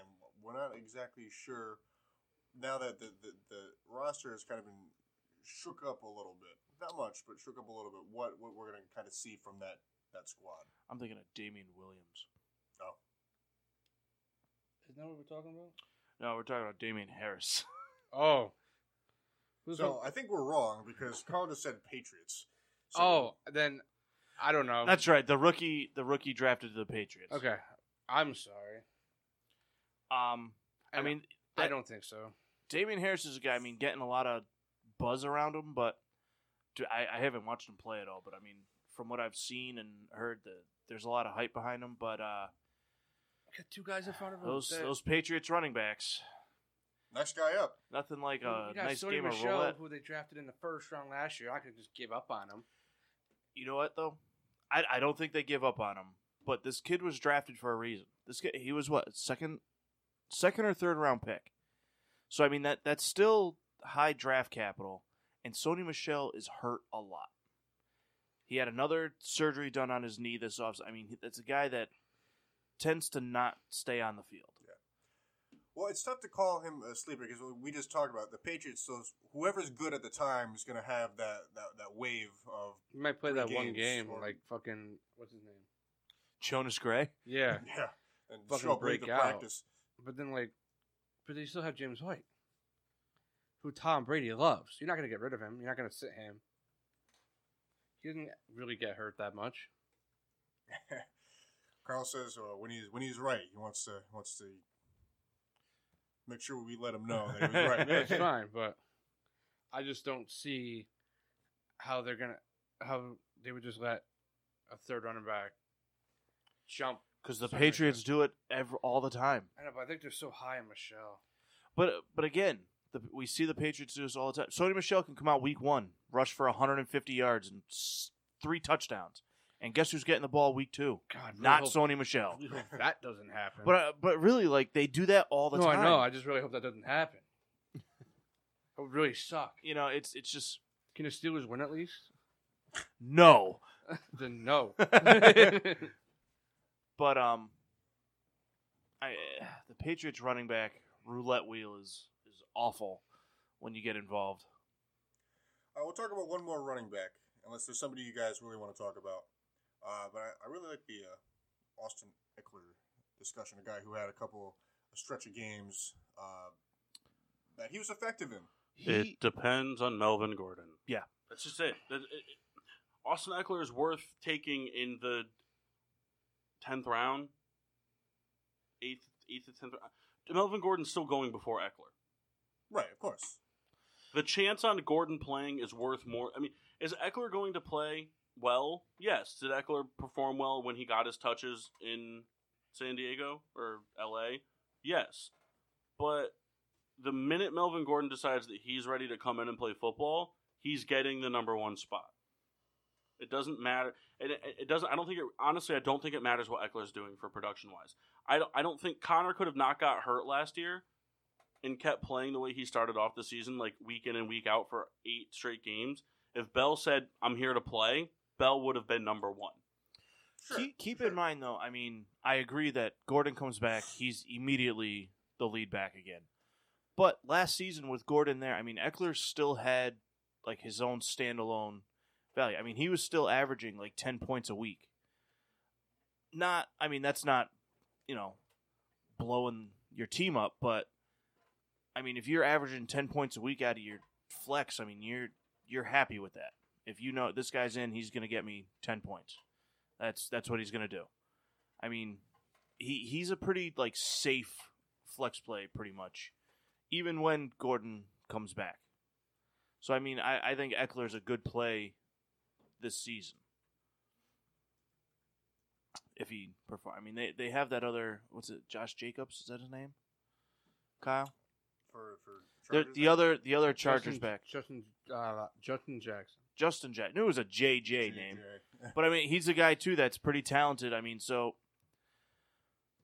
And we're not exactly sure now that the, the, the roster has kind of been shook up a little bit. Not much, but shook up a little bit. What what we're going to kind of see from that, that squad.
I'm thinking of Damian Williams.
Isn't that what we're talking about?
No, we're talking about Damian Harris.
Oh. Who's
So
so,
I think we're wrong because Carl just said Patriots. So
Oh, then I don't know.
That's right. The rookie, the rookie drafted to the Patriots.
okay. I'm sorry.
Um, I mean,
I
That-
don't think so.
Damian Harris is a guy. I mean, getting a lot of buzz around him, but dude, I, I haven't watched him play at all. But I mean, from what I've seen and heard, the, there's a lot of hype behind him. But uh,
Got two guys in front of him.
those
That-
those Patriots running backs,
Next guy up.
nothing like
You
a
got
uh, nice
Sony
game of
Michel,
roulette.
who they drafted in the first round last year. I could just give up on him.
You know what though? I, I don't think they give up on him. But this kid was drafted for a reason. This kid, he was what second, second or third round pick. So I mean that that's still high draft capital. And Sony Michelle is hurt a lot. He had another surgery done on his knee this off. I mean, that's a guy that tends to not stay on the field.
Well, it's tough to call him a sleeper because we just talked about the Patriots. So whoever's good at the time is going to have that, that, that wave of
You might play
Three
that one
games
game,
or-
like fucking what's his name?
Jonas Gray.
*laughs*
Yeah,
yeah, and
Fucking
show up late
break
to
out.
practice.
but then like, but they still have James White, who Tom Brady loves. You're not gonna get rid of him. You're not gonna sit him. He didn't really get hurt that much.
Carl says uh, when he's when he's right, he wants to wants to make sure we let him know that he was
*laughs*
right.
Yeah,
*laughs*
it's fine, but I just don't see how they're gonna how they would just let a third running back jump.
Because the
Sorry,
Patriots
guys.
do it every, all the time.
I know, but I think they're so high in Michelle.
But but again, the, we see the Patriots do this all the time. Sony Michelle can come out week one, rush for 150 yards and s- three touchdowns, and guess who's getting the ball week two?
God, really
Not
hope-
Sony Michelle.
really hope that doesn't happen.
But uh, but really, like they do that all the
no,
time.
I know. I just really hope that doesn't *laughs* happen. it would really suck.
you know, it's it's just
Can the Steelers win at least?
no.
Then *laughs* no.
But um, I the Patriots running back roulette wheel is is awful when you get involved.
Uh, we'll talk about one more running back, unless there's somebody you guys really want to talk about. Uh, but I, I really like the uh, Austin Eckler discussion, a guy who had a couple a stretch of games uh, that he was effective in.
It depends on Melvin Gordon.
Yeah.
that's just it. That- it- it- Austin Eckler is worth taking in the tenth round, eighth, eighth to tenth. round. Melvin Gordon's still going before Eckler.
Right, of course.
The chance on Gordon playing is worth more. I mean, is Eckler going to play well? Yes. Did Eckler perform well when he got his touches in San Diego or LA? Yes. But the minute Melvin Gordon decides that he's ready to come in and play football, he's getting the number one spot. It doesn't matter. It, it, it doesn't. I don't think it. Honestly, I don't think it matters what Eckler's doing for production wise. I don't. I don't think Connor could have not got hurt last year and kept playing the way he started off the season, like week in and week out for eight straight games. If Bell said, "I'm here to play," Bell would have been number one.
keep, keep in mind though i mean i agree that gordon comes back he's immediately the lead back again but last season with gordon there i mean eckler still had like his own standalone value i mean he was still averaging like 10 points a week not i mean that's not you know blowing your team up but i mean if you're averaging 10 points a week out of your flex i mean you're you're happy with that if you know this guy's in he's going to get me 10 points that's that's what he's gonna do. I mean, he he's a pretty like safe flex play, pretty much, even when Gordon comes back. So I mean, I, I think Eckler's a good play this season. If he perform, I mean, they they have that other what's it? Josh Jacobs is that his name? Kyle,
for for
They're-
Chargers,
the other the other Chargers
Justin,
back,
Justin, uh, Justin Jackson.
Justin Jack. Knew it was a
JJ.
JJ name. but I mean, he's a guy too that's pretty talented. I mean, so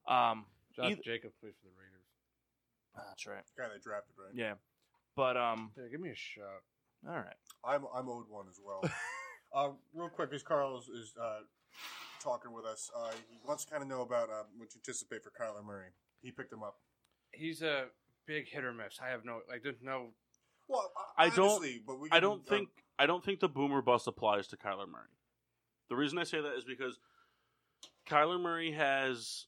um,
Josh
Either-
Jacob played for the Raiders.
that's right.
*laughs* guy they drafted right.
Yeah, but um,
Yeah, give me a shot.
all right.
I'm I'm owed one as
*laughs*
well. uh, real quick, as Carl is, is uh, talking with us, uh, he wants to kind of know about uh, what you anticipate for Kyler Murray. He picked him up.
He's a big hit or miss. I have no like. There's no.
Well,
I don't-
obviously, but we
I
can,
don't
uh,
think I don't think the boomer bust applies to Kyler Murray. The reason I say that is because Kyler Murray has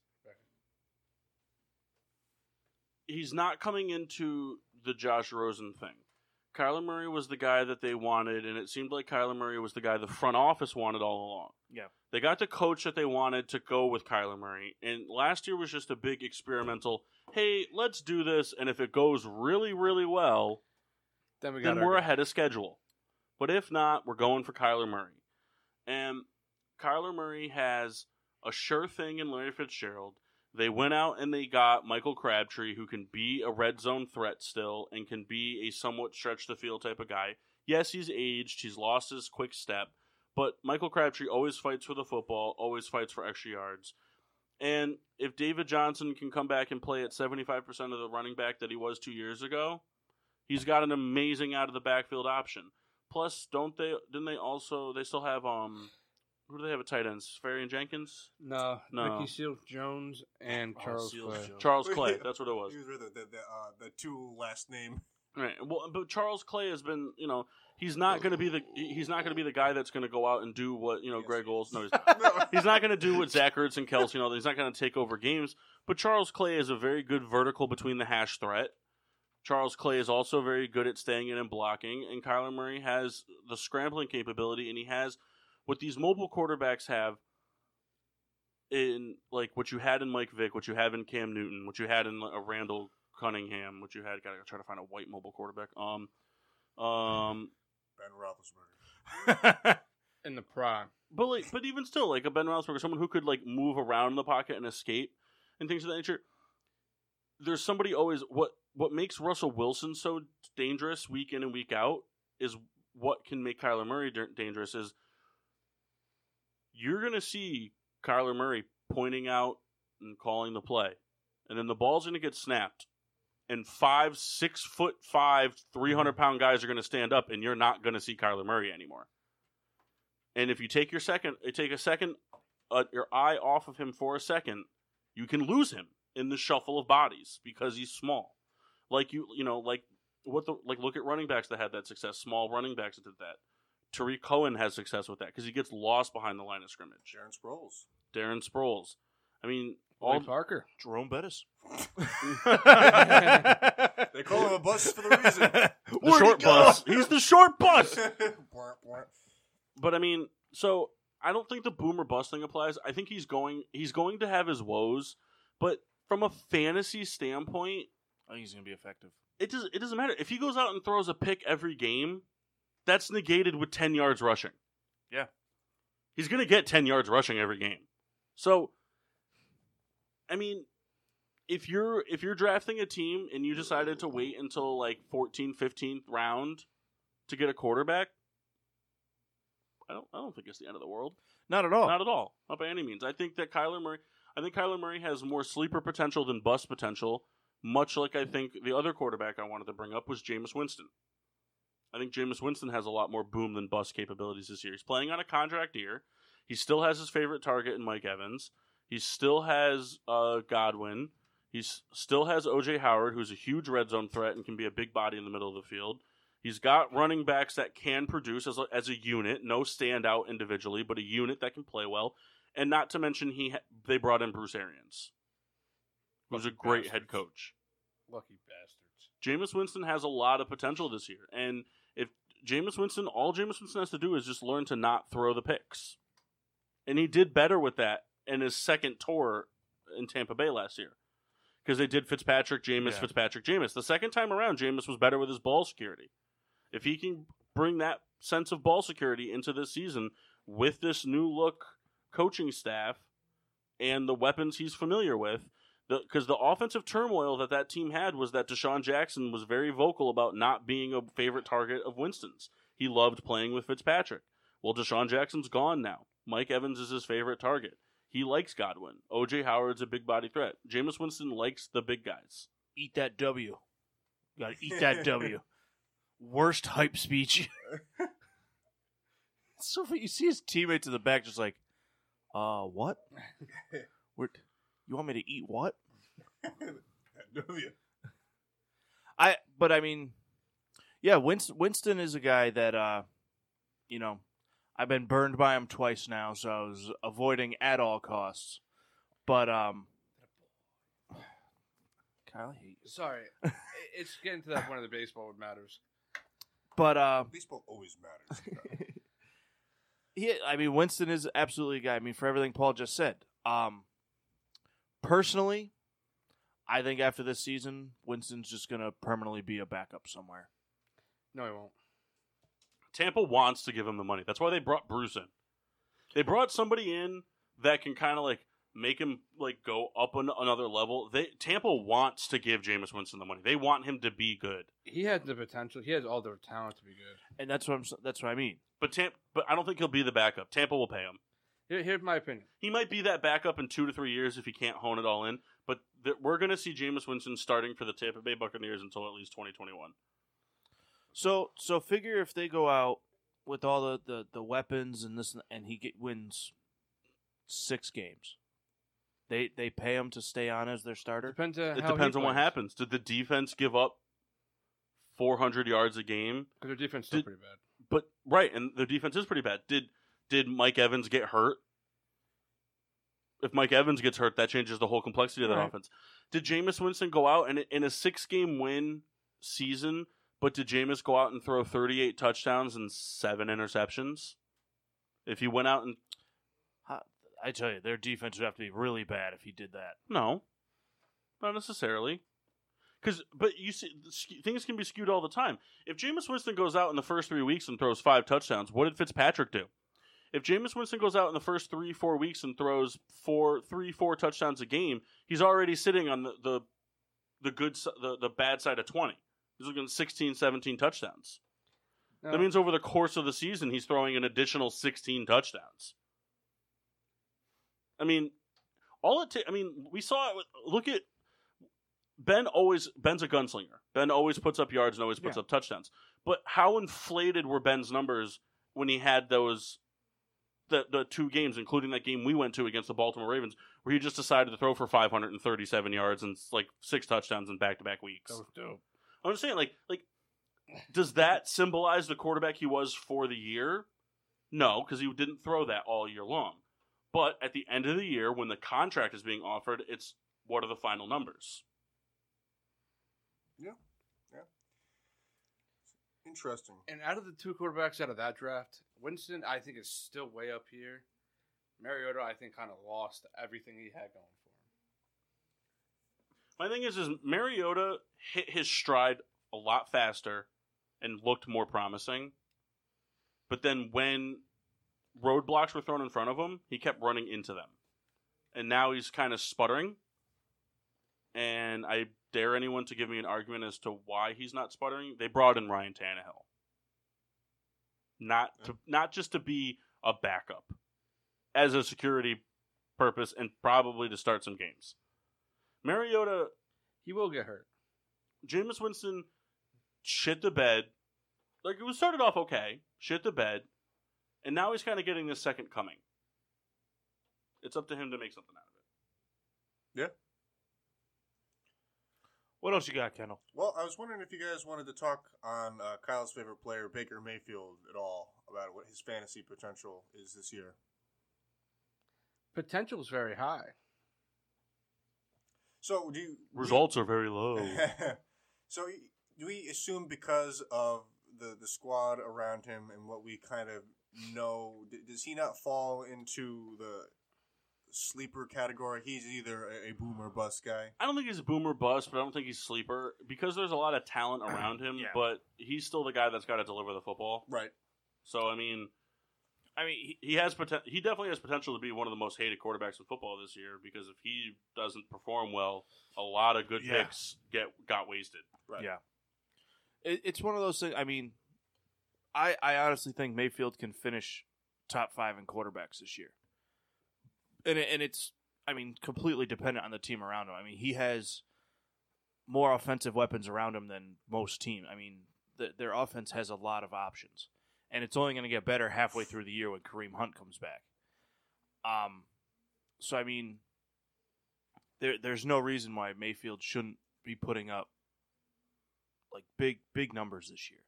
he's not coming into the Josh Rosen thing. Kyler Murray was the guy that they wanted, and it seemed like Kyler Murray was the guy the front office wanted all along.
Yeah.
They got the coach that they wanted to go with Kyler Murray, and last year was just a big experimental hey, let's do this, and if it goes really, really well,
Then we got.
then
our
we're
guy.
ahead of schedule. But if not, we're going for Kyler Murray. And Kyler Murray has a sure thing in Larry Fitzgerald. They went out and they got Michael Crabtree, who can be a red zone threat still and can be a somewhat stretch the field type of guy. Yes, he's aged, he's lost his quick step, but Michael Crabtree always fights for the football, always fights for extra yards. And if David Johnson can come back and play at 75% of the running back that he was two years ago, He's got an amazing out of the backfield option. Plus, don't they? Didn't they also? They still have um. Who do they have at tight ends? Ferry and Jenkins,
No,
No.
Ricky Seals Jones and
Oh,
Charles
Seals
Clay.
Jones.
Charles
*laughs*
Clay. That's what it was.
he was with the the, the, uh, the two last name.
Right. Well, but Charles Clay has been. You know, he's not going to be the. he- He's not going to be the guy that's going to go out and do what you know.
Yes,
Greg
he
Olson.
is.
No, *laughs* he's
*laughs* No.
he's not going to do what Zach Ertz and Kelsey and all that. He's not going to take over games. But Charles Clay is a very good vertical between the hash threat. Charles Clay is also very good at staying in and blocking. And Kyler Murray has the scrambling capability, and he has what these mobile quarterbacks have in like what you had in Mike Vick, what you have in Cam Newton, what you had in like, a Randall Cunningham, what you had. Gotta try to find a white mobile quarterback. Um, um,
Ben Roethlisberger.
in the prime.
But like, but even still, like a Ben Roethlisberger, someone who could like move around in the pocket and escape and things of that nature. There's somebody always what what makes Russell Wilson so dangerous week in and week out is what can make Kyler Murray da- dangerous is you're gonna see Kyler Murray pointing out and calling the play, and then the ball's gonna get snapped, and five six foot five three hundred pound guys are gonna stand up, and you're not gonna see Kyler Murray anymore. And if you take your second, eh, take a second, uh, your eye off of him for a second, you can lose him in the shuffle of bodies because he's small. Like you, you know, like what the like look at running backs that had that success. Small running backs that did that. Tariq Cohen has success with that because he gets lost behind the line of scrimmage.
Sharon
*laughs*
Sproles.
Darren Sproles. I mean, all
All *laughs* Parker.
Jerome Bettis.
They call him a bus for the
*laughs*
*laughs*
reason.
the short bus. He's the short
*laughs*
bus.
Bwarp, bwarp.
But I mean, so I don't think the boomer bust thing applies. I think he's going he's going to have his woes, but from a fantasy standpoint,
I think he's gonna be effective.
it does it doesn't matter. If he goes out and throws a pick every game, that's negated with 10 yards rushing.
Yeah.
He's going to get 10 yards rushing every game. So I mean, if you're if you're drafting a team and you decided to wait until like 14, 15th round to get a quarterback, I don't I don't think it's the end of the world.
Not at all.
Not at all. Not by any means. I think that Kyler Murray. I think Kyler Murray has more sleeper potential than bust potential. Much like I think the other quarterback I wanted to bring up was Jameis Winston. I think Jameis Winston has a lot more boom than bust capabilities this year. He's playing on a contract year. He still has his favorite target in Mike Evans. He still has uh, Godwin. He still has OJ Howard, who's a huge red zone threat and can be a big body in the middle of the field. He's got running backs that can produce as a, as a unit, no standout individually, but a unit that can play well. And not to mention, he ha- they brought in Bruce Arians, who's a great head coach.
Lucky bastards.
Jameis Winston has a lot of potential this year, and if Jameis Winston, all Jameis Winston has to do is just learn to not throw the picks, and he did better with that in his second tour in Tampa Bay last year, because they did Fitzpatrick, Jameis,
Yeah.
Fitzpatrick, Jameis. The second time around, Jameis was better with his ball security. If he can bring that sense of ball security into this season with this new look coaching staff and the weapons he's familiar with. Because the, offensive turmoil that that team had was that Deshaun Jackson was very vocal about not being a favorite target of Winston's. He loved playing with Fitzpatrick. Well, Deshaun Jackson's gone now. Mike Evans is his favorite target. He likes Godwin. OJ Howard's a big body threat. Jameis Winston likes the big guys.
Eat that W. You gotta eat that W. Worst hype speech. It's so funny. you see his teammates in the back just like, uh, what? We're, you want me to eat what?
W.
I but I mean, yeah, Winston, Winston is a guy that uh, you know, I've been burned by him twice now, so I was avoiding at all costs. But um, Kyle, I hate
*laughs*
you.
Sorry, I- it's getting to that point of the baseball that matters.
But uh,
Baseball always matters.
he, I mean, Winston is absolutely a guy. I mean, for everything Paul just said. Um, personally, I think after this season, Winston's just gonna permanently be a backup somewhere.
No, he won't.
Tampa wants to give him the money. That's why they brought Bruce in. They brought somebody in that can kind of like make him like go up an, another level. They Tampa wants to give Jameis Winston the money. They want him to be good.
He has the potential. He has all the talent to be good.
And that's what I'm. s- That's what I mean.
But Tampa, but I don't think he'll be the backup. Tampa will pay him.
Here, here's my opinion.
He might be that backup in two to three years if he can't hone it all in. But th- we're going to see Jameis Winston starting for the Tampa Bay Buccaneers until at least 2021.
So so figure if they go out with all the, the, the weapons and this and- and he get, wins six games. They they pay him to stay on as their starter.
Depends uh, on
It depends on what happens. Did the defense give up 400 yards a game?
Because their defense is still
Did-
pretty bad.
But right, and their defense is pretty bad. Did did Mike Evans get hurt? If Mike Evans gets hurt, that changes the whole complexity of that
Right.
offense. Did Jameis Winston go out and in a six game win season? But did Jameis go out and throw 38 touchdowns and seven interceptions? If he went out and
I tell you, their defense would have to be really bad if he did that.
No, not necessarily. Because, but you see, the ske- things can be skewed all the time. If Jameis Winston goes out in the first three weeks and throws five touchdowns, what did Fitzpatrick do? If Jameis Winston goes out in the first three, four weeks and throws four, three, four touchdowns a game, he's already sitting on the the, the good, si- the the bad side of twenty. He's looking at 16, 17 touchdowns.
No,
That means over the course of the season, he's throwing an additional 16 touchdowns. I mean, all it takes. I mean, we saw it. With, look at Ben. Always Ben's a gunslinger. Ben always puts up yards and always puts up touchdowns. But how inflated were Ben's numbers when he had those the the two games, including that game we went to against the Baltimore Ravens, where he just decided to throw for 537 yards and like six touchdowns in back to back weeks.
that was dope.
I'm just saying, like, like, does that symbolize the quarterback he was for the year? No, because he didn't throw that all year long. But at the end of the year, when the contract is being offered, it's what are the final numbers?
Interesting.
And out of the two quarterbacks out of that draft, Winston I think is still way up here. Mariota I think kind of lost everything he had going for him.
My thing is, is Mariota hit his stride a lot faster and looked more promising. But then when roadblocks were thrown in front of him, he kept running into them. And now he's kind of sputtering. And I dare anyone to give me an argument as to why he's not sputtering. They brought in Ryan Tannehill. Not to, not just to be a backup as a security purpose and probably to start some games. Mariota
He will get hurt.
Jameis Winston shit the bed. Like it was started off okay, shit the bed, and now he's kind of getting this second coming. It's up to him to make something out of it.
What else you got, Kendall?
Well, I was wondering if you guys wanted to talk on uh, Kyle's favorite player, Baker Mayfield, at all about what his fantasy potential is this year.
Potential is very high.
So, do you *laughs*
Results are very low.
Oh.
so y- do we assume because of the the squad around him and what we kind of know, d- does he not fall into the sleeper category. He's either a, a boom or bust guy.
I don't think he's a boomer bust, but I don't think he's sleeper because there's a lot of *clears throat* talent around him.
Yeah.
But he's still the guy that's got to deliver the football.
Right.
So I mean,
I mean, he,
he has poten- He definitely has potential to be one of the most hated quarterbacks in football this year because if he doesn't perform well, a lot of good
Yeah.
picks get got wasted.
Right.
Yeah. it, it's one of those things. I mean, I I honestly think Mayfield can finish top five in quarterbacks this year, and it, and it's I mean completely dependent on the team around him. I mean, he has more offensive weapons around him than most team. I mean, th- their offense has a lot of options, and it's only going to get better halfway through the year when Kareem Hunt comes back. Um, so I mean, there there's no reason why Mayfield shouldn't be putting up like big big numbers this year.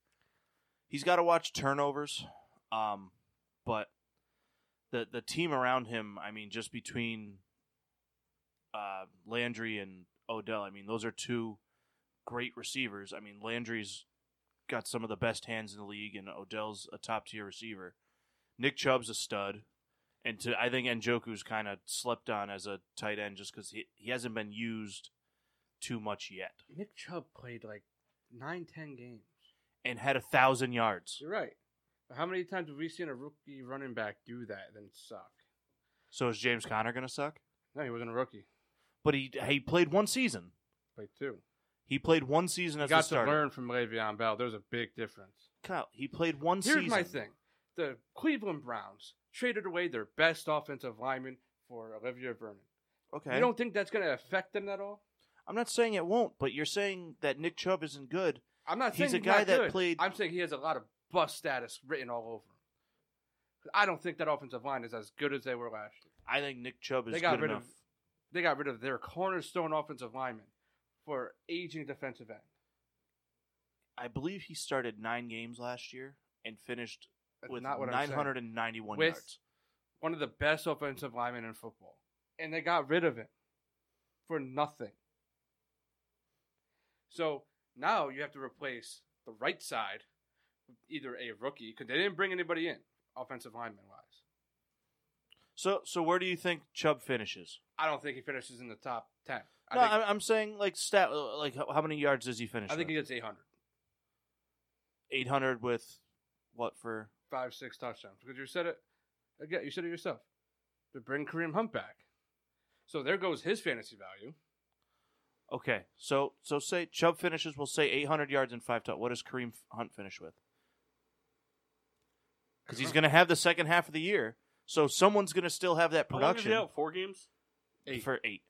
He's got to watch turnovers, um, but the the team around him. I mean, just between uh, Landry and Odell. I mean, those are two great receivers. I mean, Landry's got some of the best hands in the league, and Odell's a top tier receiver. Nick Chubb's a stud, and to, I think Njoku's kind of slept on as a tight end just because he he hasn't been used too much yet,
Nick Chubb played like nine, ten games.
and had a thousand yards.
You're right. But how many times have we seen a rookie running back do that and then suck?
So is James Conner going to suck?
No, he wasn't a rookie.
But he he played one season.
Played two.
He played one season
You
as a
got to
starter.
learn from Le'Veon Bell. There's a big difference.
Kyle, he played one
Here's
season.
my thing: the Cleveland Browns traded away their best offensive lineman for Olivia Vernon.
Okay.
You don't think that's going to affect them at all?
I'm not saying it won't, but you're saying that Nick Chubb isn't good.
I'm not
He's
saying
a guy
not
that
good.
played-
I'm saying he has a lot of bust status written all over him. I don't think that offensive line is as good as they were last year.
I think Nick Chubb is
They got
good
rid
enough.
of they got rid of their cornerstone offensive lineman for aging defensive end.
I believe he started nine games last year and finished
That's
with
not what I'm saying.
991
With-
yards.
One of the best offensive linemen in football, and they got rid of him for nothing. So now you have to replace the right side with either a rookie because they didn't bring anybody in offensive lineman wise.
So so where do you think Chubb finishes?
I don't think he finishes in the top ten. I
no,
think,
I'm, I'm saying like stat like how how many yards does he finish?
I think he
with?
gets 800,
800 with what for?
five, six touchdowns. Because you said it again. You said it yourself. To bring Kareem Hunt back, so there goes his fantasy value.
Okay, so so say Chubb finishes. We'll say 800 yards and five touchdowns. What does Kareem Hunt finish with? Because he's going to have the second half of the year, so someone's going to still have that
How long is he
production
out? Four games,
Eight.
for eight.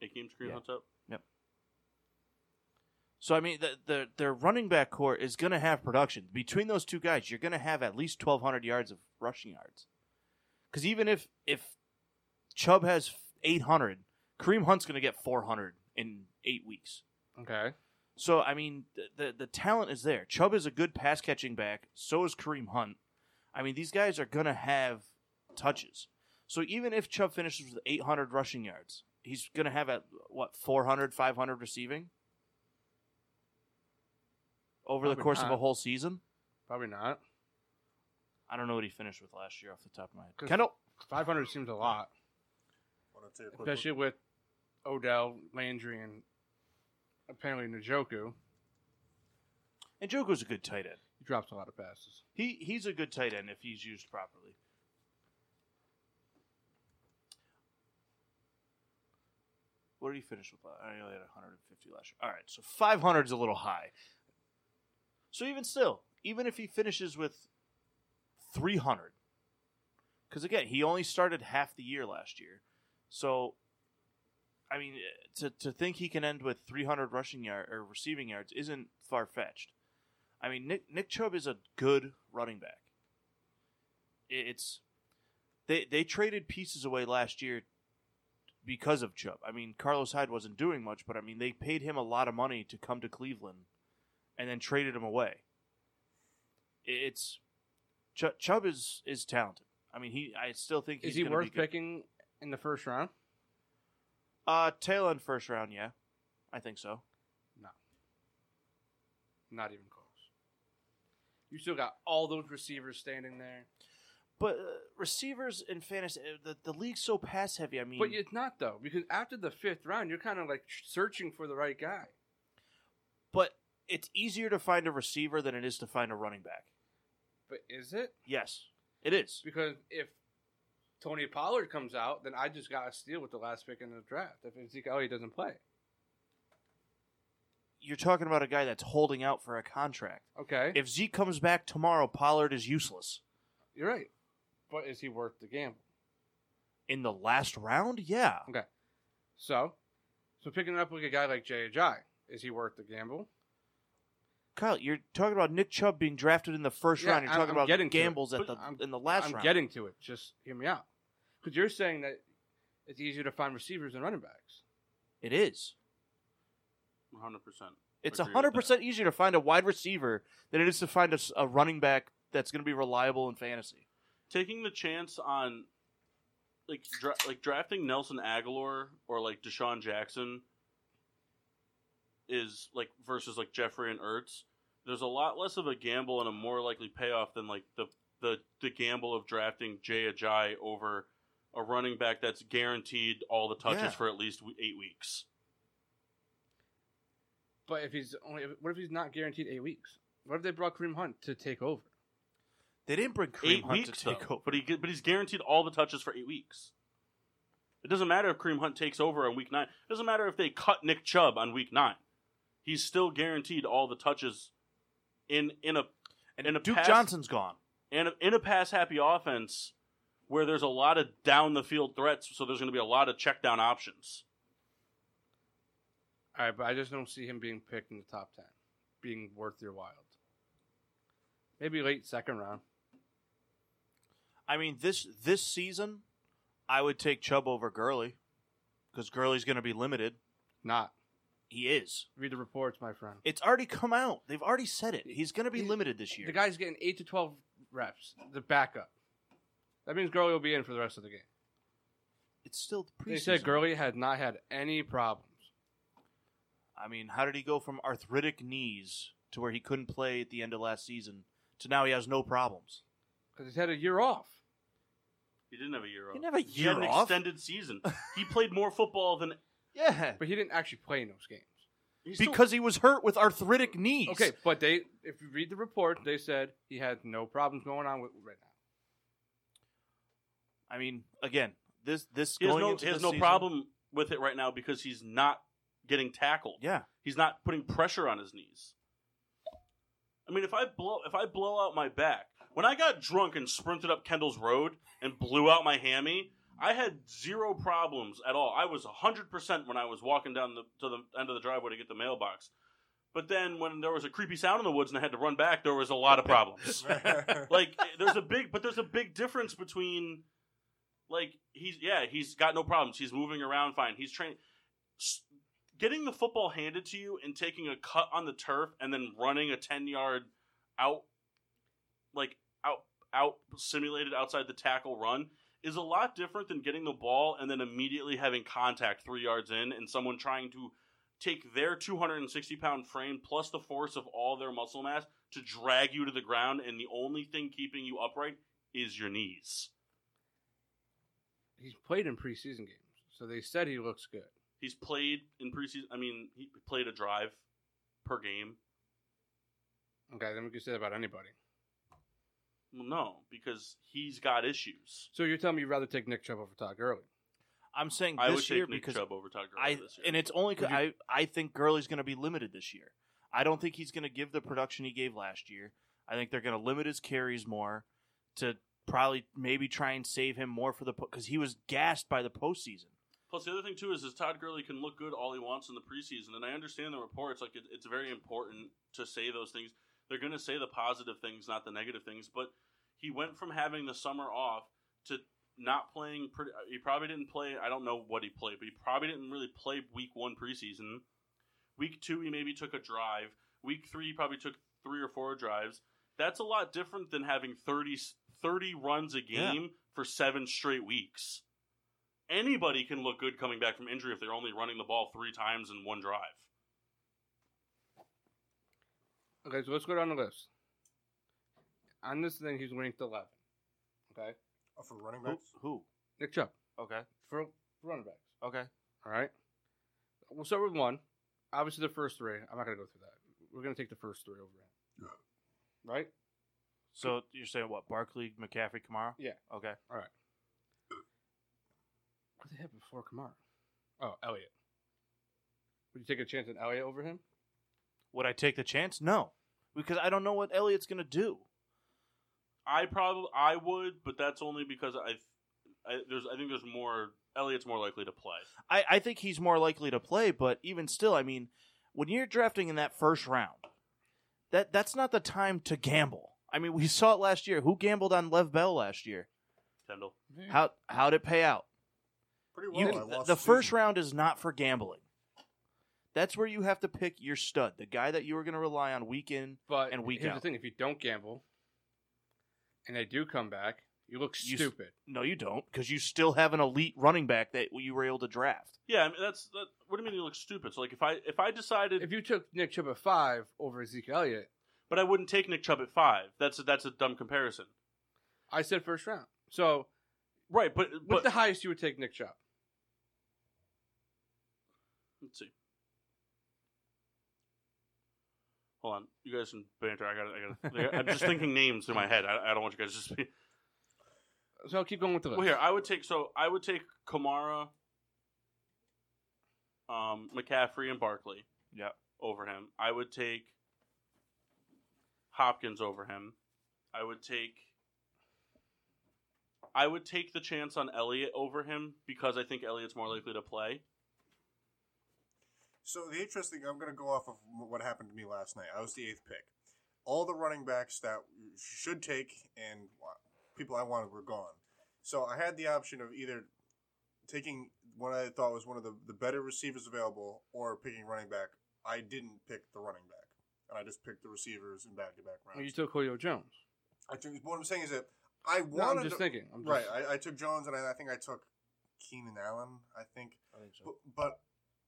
eight games. Green
Yeah.
Hunt's up.
So I mean, the, the their running back core is going to have production between those two guys. You're going to have at least 1,200 yards of rushing yards. Because even if if Chubb has 800, Kareem Hunt's going to get 400 in eight weeks.
Okay.
So I mean, the, the the talent is there. Chubb is a good pass catching back. So is Kareem Hunt. I mean, these guys are gonna have touches. So even if Chubb finishes with 800 rushing yards, he's gonna have at what 400, 500 receiving over the
Probably
course of a
not.
whole season.
Probably not.
I don't know what he finished with last year off the top of my head.
'Cause-
Kendall,
500 seems a lot,
Wanna take a quick look?
especially with Odell, Landry, and apparently Njoku.
and Joker's a good tight end.
He drops a lot of passes.
He he's a good tight end if he's used properly. What did he finish with? I know he had 150 last year. All right, so 500 is a little high. So even still, even if he finishes with 300, because again, he only started half the year last year. So, I mean, to, to think he can end with 300 rushing yard or receiving yards isn't far fetched. I mean, Nick Nick Chubb is a good running back. I- It's they they traded pieces away last year because of Chubb. I mean, Carlos Hyde wasn't doing much, but I mean, they paid him a lot of money to come to Cleveland, and then traded him away. I- It's Chu- Chubb is is talented. I mean, he I still think he's
Is he
gonna
worth
be good.
picking in the first round?
Uh, tail end first round, yeah, I think so.
Not even close. You still got all those receivers standing there.
But uh, receivers in fantasy, uh, the, the league's so pass heavy. I mean,
But it's not though, because after the fifth round, you're kind of like searching for the right guy.
but it's easier to find a receiver than it is to find a running back.
But is it?
Yes, it is.
Because if Tony Pollard comes out, then I just got a steal with the last pick in the draft. If Zeke Elliott doesn't play,
You're talking about a guy that's holding out for a contract.
okay,
If Zeke comes back tomorrow, Pollard is useless.
you're right. But is he worth the gamble?
In the last round, yeah.
So, so picking up with a guy like J.J. is he worth the gamble?
Kyle, you're talking about Nick Chubb being drafted in the first
Yeah,
round. You're
I'm-
talking
I'm
about
getting to it.
gambles at
But
the
I'm-
in the last
I'm
round.
getting to it. Just hear me out. Because you're saying that it's easier to find receivers than running backs.
it is.
One hundred percent. Agree with
It's
that.
hundred percent easier to find a wide receiver than it is to find a, s- a running back that's going to be reliable in fantasy.
Taking the chance on, like, dra- like drafting Nelson Aguilar or like Deshaun Jackson is like versus like Jeffrey and Ertz. There's a lot less of a gamble and a more likely payoff than like the the the gamble of drafting Jay Ajay over a running back that's guaranteed all the touches
Yeah.
for at least w- eight weeks.
But if he's only, what if he's not guaranteed eight weeks? What if they brought Kareem Hunt to take over?
They didn't bring Kareem
eight
Hunt
weeks,
to take
though.
over.
But he get- but he's guaranteed all the touches for eight weeks. It doesn't matter if Kareem Hunt takes over on week nine. It doesn't matter if they cut Nick Chubb on week nine. He's still guaranteed all the touches in in a
and
in a
Duke
pass-
Johnson's gone.
in a, in a pass happy offense where there's a lot of down the field threats. So there's going to be a lot of check down options.
All right, but I just don't see him being picked in the top ten, being worth your wild. Maybe late second round.
I mean this this season, I would take Chubb over Gurley because Gurley's going to be limited.
Not
He is.
read the reports, my friend.
It's already come out. They've already said it. He's going to be
He-
limited this year.
The guy's getting eight to twelve reps. The backup. That means Gurley will be in for the rest of the game.
it's still the preseason.
They said Gurley had not had any problems.
I mean, how did he go from arthritic knees to where he couldn't play at the end of last season to now he has no problems?
because he's had a year off.
He didn't have a year off.
He didn't have a
He had
year
an
off.
extended season. he played more football than
Yeah,
But he didn't actually play in those games.
he's still-
because he was hurt with arthritic knees.
Okay, but they, if you read the report, they said he had no problems going on with right now.
I mean, again, this this
he has
going
no,
into
he has
this
no
season-
problem with it right now because he's not getting tackled.
Yeah,
He's not putting pressure on his knees. I mean, if I blow if I blow out my back, when I got drunk and sprinted up Kendall's Road and blew out my hammy, I had zero problems at all. I was 100% when I was walking down the, to the end of the driveway to get the mailbox. But then when there was a creepy sound in the woods and I had to run back, there was a lot of problems
*laughs*
like there's a big but there's a big difference between like he's yeah he's got no problems he's moving around fine he's trained getting the football handed to you and taking a cut on the turf and then running a 10 yard out like out out simulated outside the tackle run is a lot different than getting the ball and then immediately having contact three yards in and someone trying to take their 260 pound frame plus the force of all their muscle mass to drag you to the ground, and the only thing keeping you upright is your knees.
He's played in preseason games, so they said he looks good.
He's played in preseason. I mean, he played a drive per game.
Okay, then we can say that about anybody.
Well, no, because he's got issues.
So you're telling me you'd rather take Nick Chubb over Todd Gurley?
I'm saying
I would
this year
take Nick
because
Chubb over Todd Gurley
I
this year.
and it's only 'cause
Would
I I think Gurley's going to be limited this year. I don't think he's going to give the production he gave last year. I think they're going to limit his carries more to probably maybe try and save him more for the because he was gassed by the postseason.
Plus, the other thing too is, is Todd Gurley can look good all he wants in the preseason, and I understand the reports. Like it, it's very important to say those things. They're going to say the positive things, not the negative things. But he went from having the summer off to not playing. Pretty, uh, he probably didn't play. I don't know what he played, but he probably didn't really play week one preseason. Week two, he maybe took a drive. Week three, he probably took three or four drives. That's a lot different than having 30, 30 runs a
Yeah.
game for seven straight weeks anybody can look good coming back from injury if they're only running the ball three times in one drive.
Okay, so let's go down the list. On this thing, he's ranked 11. Okay.
Uh, for running
Who?
backs?
who?
Nick Chubb
Okay.
for running backs.
Okay.
All right. We'll start with one. Obviously, the first three. I'm not going to go through that. We're going to take the first three over him. Right?
So you're saying what? Barkley, McCaffrey, Kamara?
Yeah.
Okay.
What did they have before Kamara? Oh, Elliott. Would you take a chance on Elliott over him?
Would I take the chance? No, because I don't know what Elliott's gonna do.
I probably I would, but that's only because I, I there's I think there's more Elliott's more likely to play.
I, I think he's more likely to play, but even still, I mean, when you're drafting in that first round, that that's not the time to gamble. I mean, we saw it last year. Who gambled on Lev Bell last year?
Kendall.
How how'd it pay out?
Pretty well.
You,
I
th-
lost
the
season.
first round is not for gambling. That's where you have to pick your stud, the guy that you are going to rely on week in.
But
And week
here's
out.
the thing: if you don't gamble, and they do come back, you look
You s-
stupid.
No, you don't, because you still have an elite running back that you were able to draft.
Yeah, I mean that's that, what do you mean you look stupid? So like if I if I decided
if you took Nick Chubb at five over Zeke Elliott,
but I wouldn't take Nick Chubb at five. That's a, that's a dumb comparison.
I said first round. So
Right, but
what's
but
the highest you would take Nick Chubb?
*laughs* let's see. Hold on, you guys can banter. I got I got. I'm just thinking names through my head. I, I don't want you guys to just be.
So I'll keep going with the list.
Well, here I would take. So I would take Kamara, um, McCaffrey, and Barkley.
Yeah.
over him. I would take Hopkins over him. I would take. I would take the chance on Elliott over him because I think Elliott's more likely to play.
So the interesting, I'm going to go off of wh- what happened to me last night. I was the eighth pick. All the running backs that you should take and wa- people I wanted were gone. So I had the option of either taking what I thought was one of the, the better receivers available or picking running back. I didn't pick the running back, and I just picked the receivers in back to back
you
rounds.
took Julio Jones.
I think what I'm saying is that I
No,
wanted
I'm just
to-
thinking. I'm just,
right. I, I took Jones, and I, I think I took Keenan Allen. I think
I think
but, but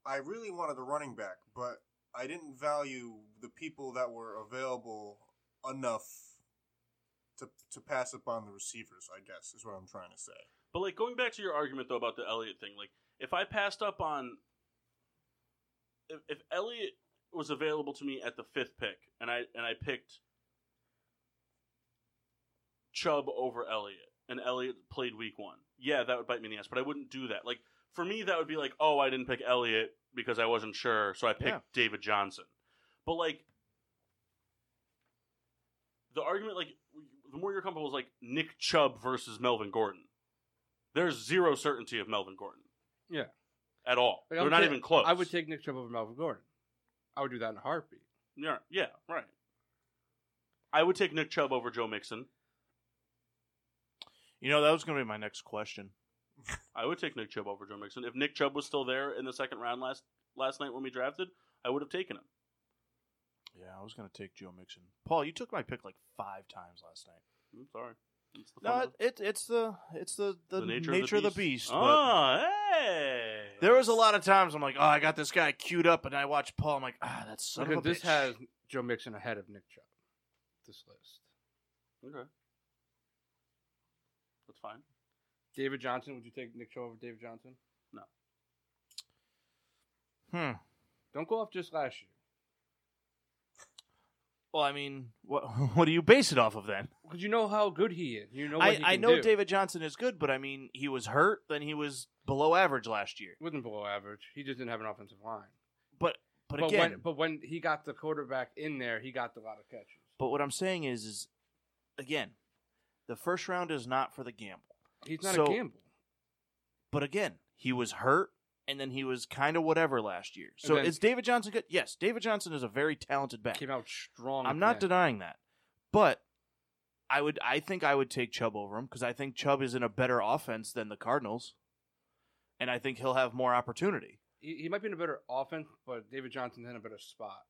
I really wanted the running back, but I didn't value the people that were available enough to to pass up on the receivers. I guess is what I'm trying to say.
But like going back to your argument though about the Elliott thing, like if I passed up on if, if Elliott was available to me at the fifth pick and I and I picked Chubb over Elliott and Elliott played week one, yeah, that would bite me in the ass. But I wouldn't do that. Like for me, that would be like, oh, I didn't pick Elliott because I wasn't sure, so I picked
Yeah.
David Johnson. But like the argument, like the more you're comfortable is like Nick Chubb versus Melvin Gordon. There's zero certainty of Melvin Gordon.
Yeah.
At all.
Like, I
They're
would
not
ta-
even close.
I would take Nick Chubb over Melvin Gordon. I would do that in a heartbeat.
Yeah, yeah, right. I would take Nick Chubb over Joe Mixon.
You know, that was going to be my next question.
I would take Nick Chubb over Joe Mixon. If Nick Chubb was still there in the second round last last night when we drafted, I would have taken him.
Yeah, I was going to take Joe Mixon. Paul, you took my pick like five times last night.
I'm sorry. It's the
No,
fun
it,
of-
it, it's the it's the the, nature, of the beast. but
Oh, hey.
there was a lot of times I'm like, oh, I got this guy queued up, and I watch Paul. I'm like, ah, that's son of
Because
a
this
bitch.
has Joe Mixon ahead of Nick Chubb. This list.
Okay. That's fine.
David Johnson. Would you take Nick Chubb over David Johnson?
Hmm.
Don't go off just last year.
Well, I mean, what *laughs* what do you base it off of then?
Because you know how good he is. You know what
I,
he
I
can
know
do.
David Johnson is good, but I mean, he was hurt, then he was below average last year.
He wasn't below average. He just didn't have an offensive line.
But but,
But
again,
when but when he got the quarterback in there, he got a lot of catches.
but what I'm saying is is again, the first round is not for the gamble.
He's not
So-
a gamble.
But again, he was hurt and then he was kind of whatever last year. So
then-
is David Johnson good? Yes, David Johnson is a very talented back.
Came out strong. at
I'm
the
not
end.
denying that. But I would I think I would take Chubb over him cuz I think Chubb is in a better offense than the Cardinals. And I think he'll have more opportunity.
he, he might be in a better offense, but David Johnson's in a better spot.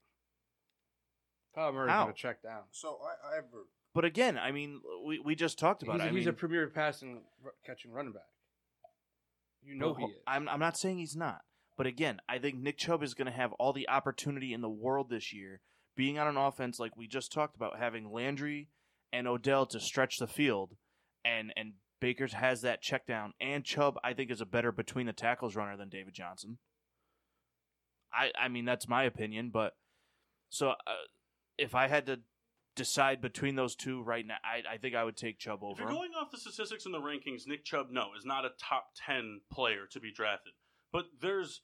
Kyle Murray's
How?
gonna check down.
So I, I have a
But again, I mean, we, we just talked
He's,
about it. I
he's
mean,
a premier passing r- catching running back. You know he is.
I'm, I'm not saying he's not. But again, I think Nick Chubb is going to have all the opportunity in the world this year, being on an offense like we just talked about, having Landry and Odell to stretch the field. and and Baker's has that check down. And Chubb, I think, is a better between the tackles runner than David Johnson. I I mean that's my opinion, but so uh, if I had to decide between those two right now, I I think I would take Chubb
If
over.
you're
him.
going off the statistics and the rankings, Nick Chubb, no, is not a top ten player to be drafted. But there's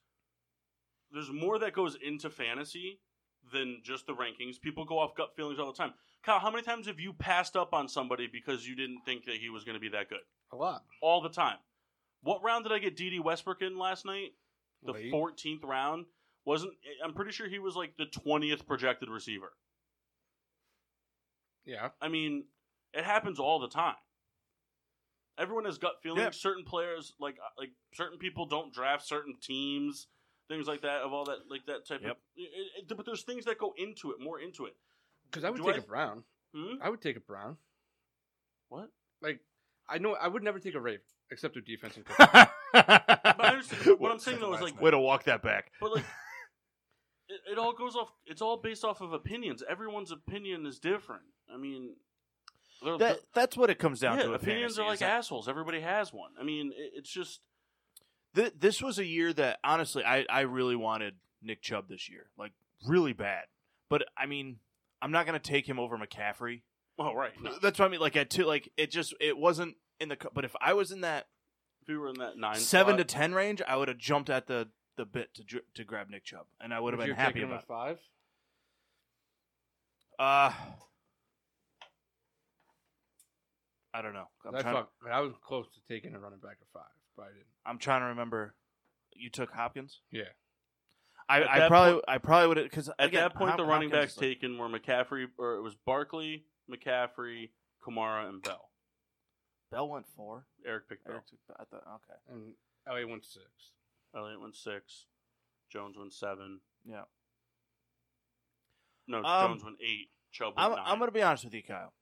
there's more that goes into fantasy than just the rankings. People go off gut feelings all the time. Kyle, how many times have you passed up on somebody because you didn't think that he was going to be that good?
A lot.
All the time. What round did I get D.D. Westbrook in last night? The
Late.
14th round wasn't. I'm pretty sure he was like the 20th projected receiver.
Yeah.
I mean, it happens all the time. Everyone has gut feelings.
Yeah.
Certain players, like uh, like certain people, don't draft certain teams, things like that. Of all that, like that type of.
Yep.
It, it- but there's things that go into it, more into it.
Because I would
Do
take
I-
a Brown.
Hmm?
I would take a Brown.
What?
Like, I know I would never take a Raven except with defense and *laughs* quarterback.
But I
*laughs*
understand, what I'm saying though is like,
Way to walk that back.
but
*laughs*
like, it, it all goes off. It's all based off of opinions. Everyone's opinion is different. I mean, they're-
That that's what it comes down
yeah,
to. with
opinions
fantasy,
are
is
like
that-
assholes. Everybody has one. I mean, it, it's just
Th- this was a year that honestly I, I really wanted Nick Chubb this year, like really bad. But I mean, I'm not gonna take him over McCaffrey.
oh *laughs* right. No.
That's what I mean. Like at two, like it just it wasn't in the. co- But if I was in that
If we were in that nine
seven
spot-
to ten range, I would have jumped at the the bit to dr- to grab Nick Chubb, and I would have
If
been
you're
happy
taking him
about.
at five.
it. Uh, I don't know. I'm
I,
trying,
fuck, I was close to taking a running back at five, but I didn't.
I'm trying to remember. You took Hopkins.
Yeah.
I,
At
I
that
probably I probably would have because
At that point, the running backs taken were McCaffrey, or it was Barkley, McCaffrey, Kamara, and Bell.
Bell went four.
Eric picked Bell.
Eric took, I thought okay.
And LA went six.
Elliott went six. Jones went seven.
Yeah.
No,
Um,
Jones went eight. Chubb went
I'm,
9
I'm gonna be honest with you, Kyle.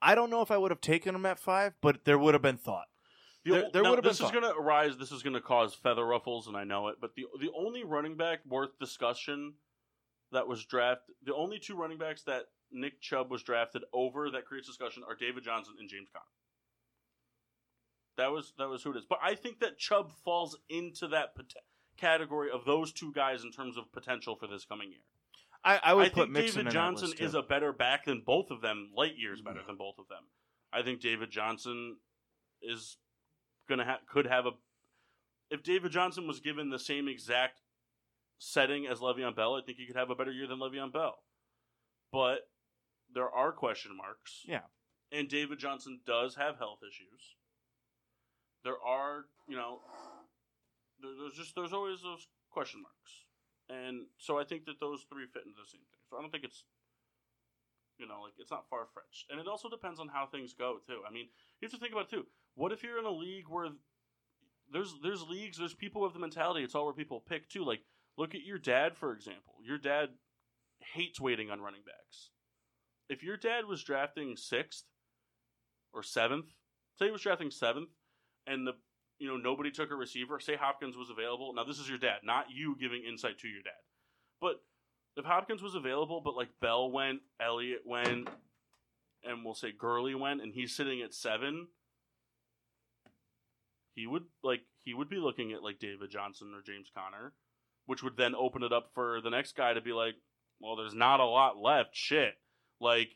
I don't know if I would have taken him at five, but there would have been thought.
The
there-
o-
there
now,
would've been
This is
thought.
going to arise. This is going to cause feather ruffles, and I know it. But the the only running back worth discussion that was drafted, the only two running backs that Nick Chubb was drafted over that creates discussion are David Johnson and James Conner. That was that was who it is. But I think that Chubb falls into that pot- category of those two guys in terms of potential for this coming year.
I, I would
I
put
think
Mixon
David
in
Johnson
that list
is
too. Mm-hmm.
a better back than both of them. Light years better than both of them. I think David Johnson is gonna ha- could have a. If David Johnson was given the same exact setting as Le'Veon Bell, I think he could have a better year than Le'Veon Bell. But there are question marks.
Yeah.
and David Johnson does have health issues. There are, you know, there, there's just there's always those question marks. And so I think that those three fit into the same thing. So I don't think it's, you know, like it's not far fetched. And it also depends on how things go too. I mean, you have to think about it too. What if you're in a league where there's there's leagues, there's people with the mentality. It's all where people pick too. Like look at your dad for example. Your dad hates waiting on running backs. If your dad was drafting sixth or seventh, say he was drafting seventh, and the you know, nobody took a receiver. Say Hopkins was available. Now this is your dad, not you giving insight to your dad. But if Hopkins was available, but like Bell went, Elliott went, and we'll say Gurley went, and he's sitting at seven, he would like he would be looking at like David Johnson or James Conner, which would then open it up for the next guy to be like, well, there's not a lot left. Shit, like.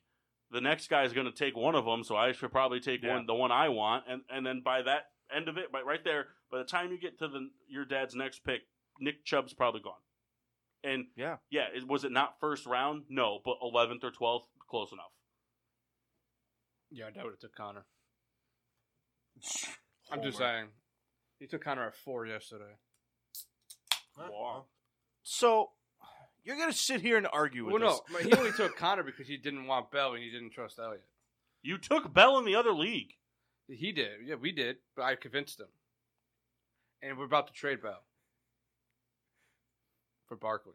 The next guy is going to take one of them, so I should probably take
Yeah.
one, the one I want, and and then by that end of it, but right there, by the time you get to the your dad's next pick, Nick Chubb's probably gone. And
Yeah.
yeah, it, was it not first round? No, but eleventh or twelfth, close enough.
Yeah, I doubt it took *sighs* Connor. I'm just saying. He took Connor at four yesterday.
Wow.
So you're gonna sit here and argue with
Well,
us.
no, but he only took Connor because he didn't want Bell and he didn't trust Elliott.
You took Bell in the other league.
He did. Yeah, we did, but I convinced him. And we're about to trade Bell for Barkley,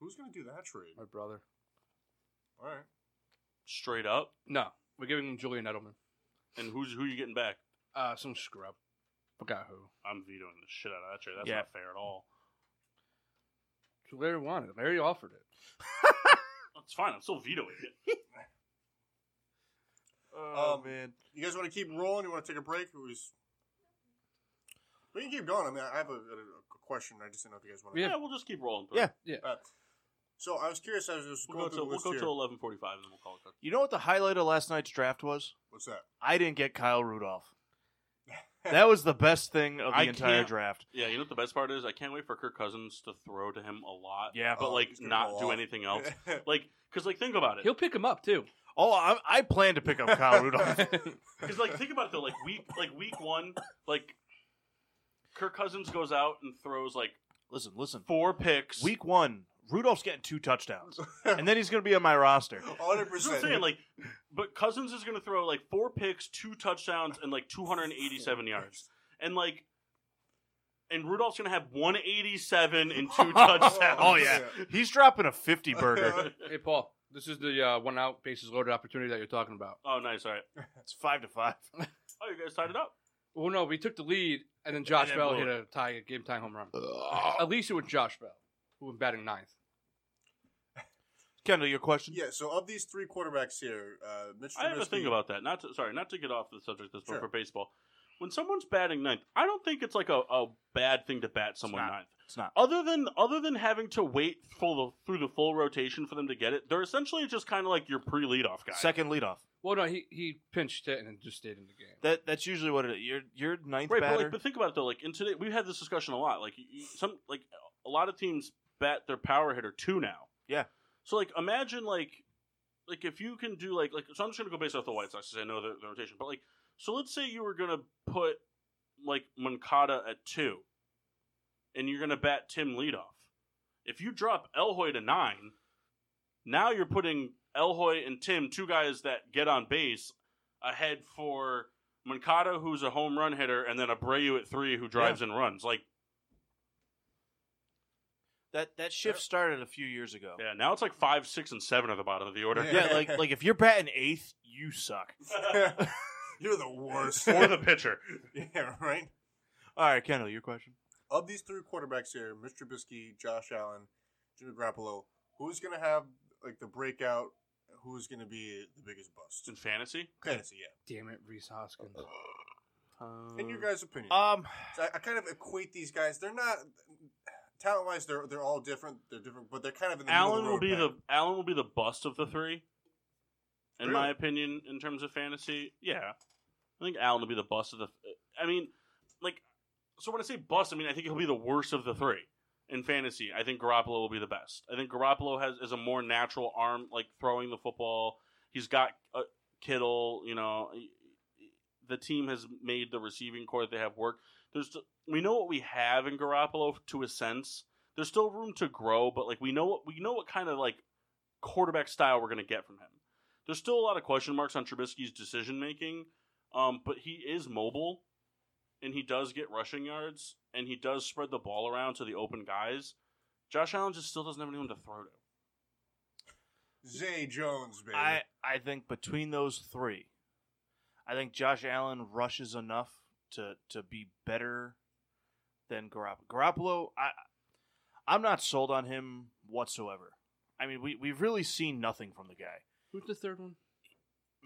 Who's going to do that trade?
my brother.
All right.
Straight up.
No, we're giving him Julian Edelman.
And who's who you getting back?
Uh, some scrub. Forgot who.
I'm vetoing the shit out of that trade. That's
Yeah.
not fair at all.
Larry wanted it. Larry offered it.
That's fine. I'm still vetoing it.
Oh
Um,
man,
You guys want to keep rolling? You want to take a break? Or is... We can keep going. I mean, I have a, a, a question. I just didn't know if you guys want to.
Yeah, we'll just keep rolling. but
Yeah.
So I was curious. I was just
We'll
going
go
through
till
the
we'll
list
go
here.
till eleven forty five and then we'll call it. good.
you know what the highlight of last night's draft was?
What's that?
I didn't get Kyle Rudolph. That was the best thing of
*laughs*
the
I
entire
can't-
draft.
Yeah, you know what the best part is? I can't wait for Kirk Cousins to throw to him a lot.
Yeah.
but
Oh,
like
he's gonna
not
go
do
off.
anything
*laughs*
else. Like, cause like think about it.
He'll pick him up too.
Oh, I, I plan to pick up
*laughs*
Kyle Rudolph.
Because like think about it though, like week like week one, like Kirk Cousins goes out and throws like
listen, listen.
four picks.
Week one, Rudolph's getting two touchdowns, and then he's going to be on my roster.
Hundred
That's what I'm
percent.
saying like, but Cousins is going to throw like four picks, two touchdowns, and like 287 yards, and like, and Rudolph's going to have 187 and
*laughs*
two touchdowns.
Oh, yeah.
*laughs*
He's dropping a fifty
*laughs*
burger.
Uh,
Hey, Paul, this is the uh, one out bases loaded opportunity that you're talking about.
Oh, nice. All right.
It's five to five.
Oh, you guys tied it up.
Well, no, we took the lead, and then Josh
then
Bell
blew
hit a tie a game tying home run. At least it was Josh Bell, who was batting ninth.
Kendall, your question?
Yeah. So of these three quarterbacks here, uh, Mitch.
I have a
Trubisky-
thing about that. Not to, sorry, not to get off the subject this
Sure.
much for baseball. When someone's batting ninth, I don't think it's like a, a bad thing to bat someone
not.
ninth.
It's not.
Other than other than having to wait full through the full rotation for them to get it, they're essentially just kind of like your pre leadoff guy.
Second leadoff.
Well, no, he, he pinched it and just stayed in the game.
That that's usually what it is. You're you're ninth
right, but,
batter.
like, but think about it though. Like in today, we've had this discussion a lot. Like you- you- some, like a lot of teams bat their power hitter two now.
Yeah.
So like imagine like like if you can do like like so I'm just gonna go based off the White Sox because I know the, the rotation. But like so let's say you were gonna put like Mancada at two, and you're gonna bat Tim leadoff. If you drop Elhoy to nine, now you're putting Elhoy and Tim, two guys that get on base, ahead for Mancada, who's a home run hitter, and then Abreu at three, who drives and runs. Like,
that that shift started a few years ago.
yeah, now it's like five, six, and seven at the bottom of the order.
Yeah, like like if you're batting eighth, you suck.
*laughs* You're the
*laughs*
worst.
for the pitcher.
*laughs* yeah, right.
All right, Kendall, your question.
Of these three quarterbacks here, Mitch Trubisky, Josh Allen, Jimmy Garoppolo, who's gonna have like the breakout? Who's gonna be the biggest bust?
In fantasy,
Fantasy, yeah.
Damn it, Reese Hoskins.
Uh,
In your guys' opinion,
Um,
So I, I kind of equate these guys. They're not talent wise. They're they're all different. They're different, but they're kind of in the middle of
Allen
the
will
road
be the
pack.
Allen will be the bust of the three, in
Really?
my opinion, in terms of fantasy. Yeah, I think Allen will be the bust of the. I mean, like, so when I say bust, I mean I think he'll be the worst of the three in fantasy. I think Garoppolo will be the best. I think Garoppolo has is a more natural arm, like throwing the football. He's got uh, Kittle. You know, the team has made the receiving core that they have work. There's we know what we have in Garoppolo to a sense. There's still room to grow, but like we know what we know what kind of like quarterback style we're going to get from him. There's still a lot of question marks on Trubisky's decision making, um, but he is mobile, and he does get rushing yards, and he does spread the ball around to the open guys. Josh Allen just still doesn't have anyone to throw to.
Zay Jones, baby.
I I think between those three, I think Josh Allen rushes enough to to be better than Garoppolo. Garoppolo, I I'm not sold on him whatsoever. I mean, we we've really seen nothing from the guy,
Who's the third one?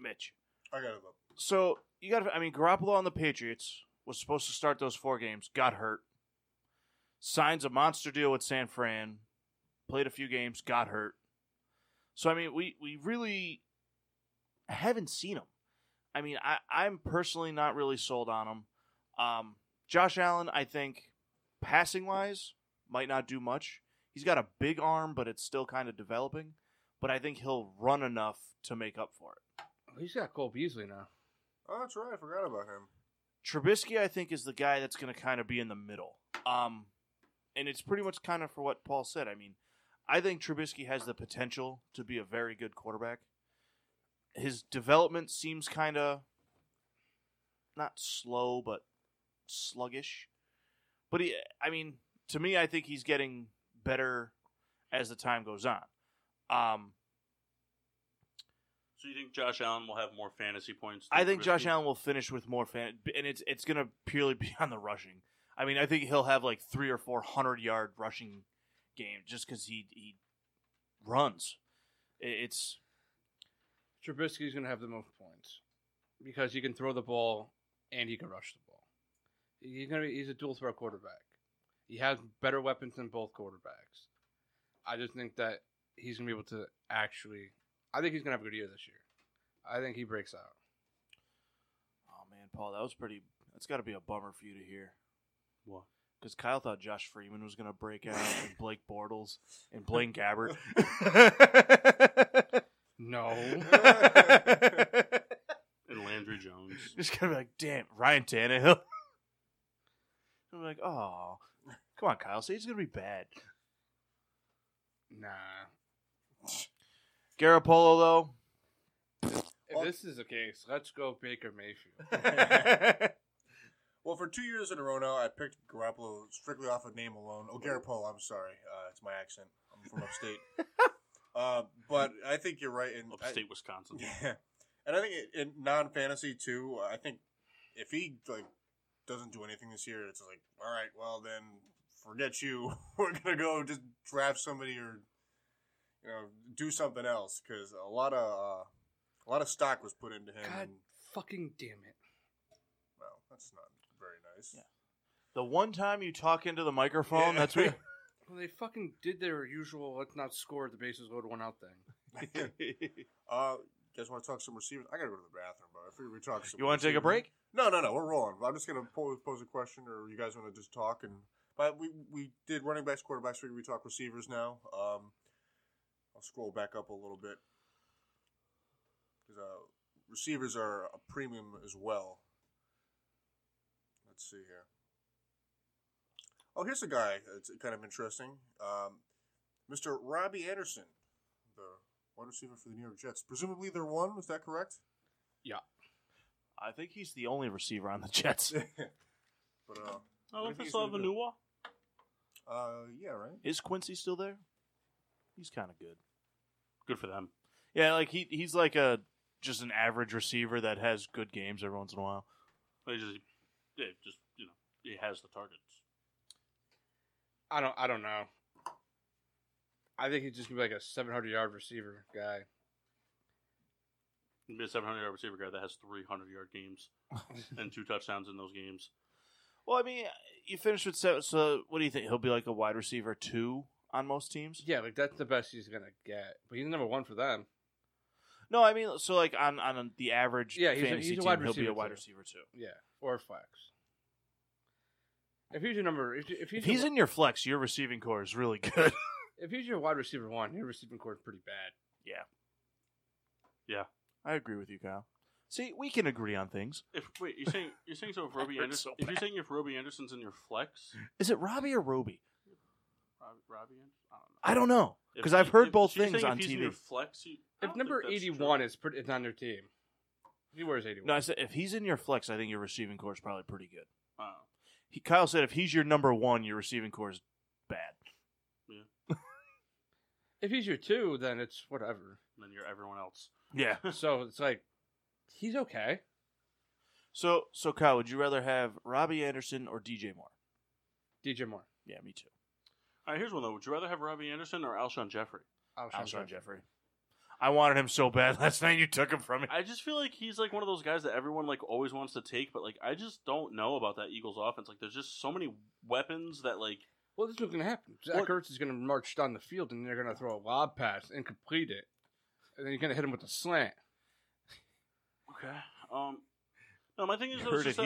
Mitch.
I gotta go.
So you got. to I mean, Garoppolo on the Patriots was supposed to start those four games. Got hurt. Signs a monster deal with San Fran. Played a few games. Got hurt. So I mean, we we really haven't seen him. I mean, I I'm personally not really sold on him. Um, Josh Allen, I think passing wise might not do much. He's got a big arm, but it's still kind of developing. But I think he'll run enough to make up for it.
Oh, he's got Cole Beasley now.
Oh, that's right. I forgot about him.
Trubisky, I think, is the guy that's going to kind of be in the middle. Um, and it's pretty much kind of for what Paul said. I mean, I think Trubisky has the potential to be a very good quarterback. His development seems kind of not slow, but sluggish. But he, I mean, to me, I think he's getting better as the time goes on. Um,
So you think Josh Allen will have more fantasy points? than
I think Josh
Trubisky?
Allen will finish with more fan, and it's it's gonna purely *laughs* be on the rushing. I mean, I think he'll have like three or four hundred yard rushing game just because he he runs. I- It's
Trubisky's going to have the most points. because he can throw the ball and he can rush the ball. He's gonna be, he's a dual threat quarterback. He has better weapons than both quarterbacks. I just think that he's gonna be able to actually. I think he's gonna have a good year this year. I think he breaks out.
Oh man, Paul, that was pretty. That's got to be a bummer for you to hear.
What?
Because Kyle thought Josh Freeman was going to break out, and Blake Bortles, and Blaine
*laughs*
Gabbert. *laughs*
*laughs* No,
And Landry
*laughs*
Jones.
Just going to be like, damn, Ryan Tannehill. *laughs* I'm like, oh, come on, Kyle. Say he's going to be bad.
nah.
Garoppolo, though.
If this is the case, let's go Baker Mayfield.
*laughs* well, for two years in a row now, I picked Garoppolo strictly off of name alone. Oh, Garoppolo, I'm sorry. Uh, it's my accent. I'm from upstate. uh, but I think you're right. And I-
Upstate
*laughs*
Wisconsin.
Yeah, and I think it, in non fantasy too. I think if he like doesn't do anything this year, it's like all right, well then forget you. *laughs* We're gonna go just draft somebody or you know do something else because a lot of uh, a lot of stock was put into him.
God
And,
fucking damn it!
well, that's not very nice.
Yeah. The one time you talk into the microphone, that's
*laughs*
what.
Well, they fucking did their usual "let's not score the bases loaded one out" thing.
*laughs* uh, you guys want to talk some receivers? I gotta go to the bathroom, but I figured we
*laughs*
talk some.
You want to take a
receivers.
break?
No, no, no. We're rolling. I'm just gonna pose, pose a question, or you guys want to just talk and. But we we did running backs, quarterbacks. We we talk receivers now. Um, I'll scroll back up a little bit because uh, receivers are a premium as well. Let's see here. Oh, here's a guy that's kind of interesting. Um, Mr. Robbie Anderson, the wide receiver for the New York Jets. Presumably, they're one. Is that correct?
I think he's the only receiver on the
*laughs*
Jets.
but uh,
I don't
What if
know if
he's
I have a
gonna
new
do-
one.
uh, yeah, right.
Is Quincy still there? He's kind of good.
Good for them.
Yeah, like he he's like a just an average receiver that has good games every once in a
*laughs*
while.
They just, yeah, just you know, he has the targets.
I don't. I don't know. I think he's just gonna be like a 700 yard receiver guy.
He'd be a 700 yard receiver guy that has 300 yard
*laughs*
games and two touchdowns in those games.
Well, I mean, you finished with seven. So, what do you think? He'll be like a wide receiver two on most teams.
Yeah, like that's the best he's gonna get. But he's number one for them.
No, I mean, so like on on the average
Yeah, he's a-
fantasy
he's a
team,
wide
he'll be a
receiver
wide
too.
receiver two.
Yeah, or flex. If he's your number, if, if he's,
If he's
your,
in your flex, your receiving core is really good. *laughs*
if he's your wide receiver one, your receiving core is pretty bad.
I agree with you, Kyle. See, we can agree on things.
If wait, you're saying you're saying
*laughs*
so if Roby
hurts
Anderson,
so
if you're saying if Roby Anderson's in your flex,
Is it Robbie or Roby?
Robbie, Robbie Anderson,
I don't know
If
because
he-
I've heard
if-
both
so you're
things
saying
on
if he's in your
TV.
flex, you- I
If
don't
number
think that's
81
true.
is pretty, it's on their team. He wears 81.
No, I said if he's in your flex, I think your receiving core is probably pretty good.
Oh.
He, Kyle said if he's your number one, your receiving core is bad.
if he's your two, then it's whatever.
then you're everyone else.
Yeah.
so it's like he's okay.
*laughs* So so Kyle, would you rather have Robbie Anderson or DJ Moore?
DJ Moore,
Yeah, me too.
All right, here's one though. Would you rather have Robbie Anderson or Alshon Jeffrey?
Alshon Jeffrey. I wanted him so bad *laughs* last night. You took him from me.
I just feel like he's like one of those guys that everyone like always wants to take, but like I just don't know about that Eagles offense. Like, there's just so many weapons that like
Well, this is what's going to happen. Zach
Well-
Ertz is going to march down the field, and they're going to throw a lob pass and complete it, and then you're going to hit him with a slant.
Okay. Um. No, my thing is,
You
though, it's
heard
just
it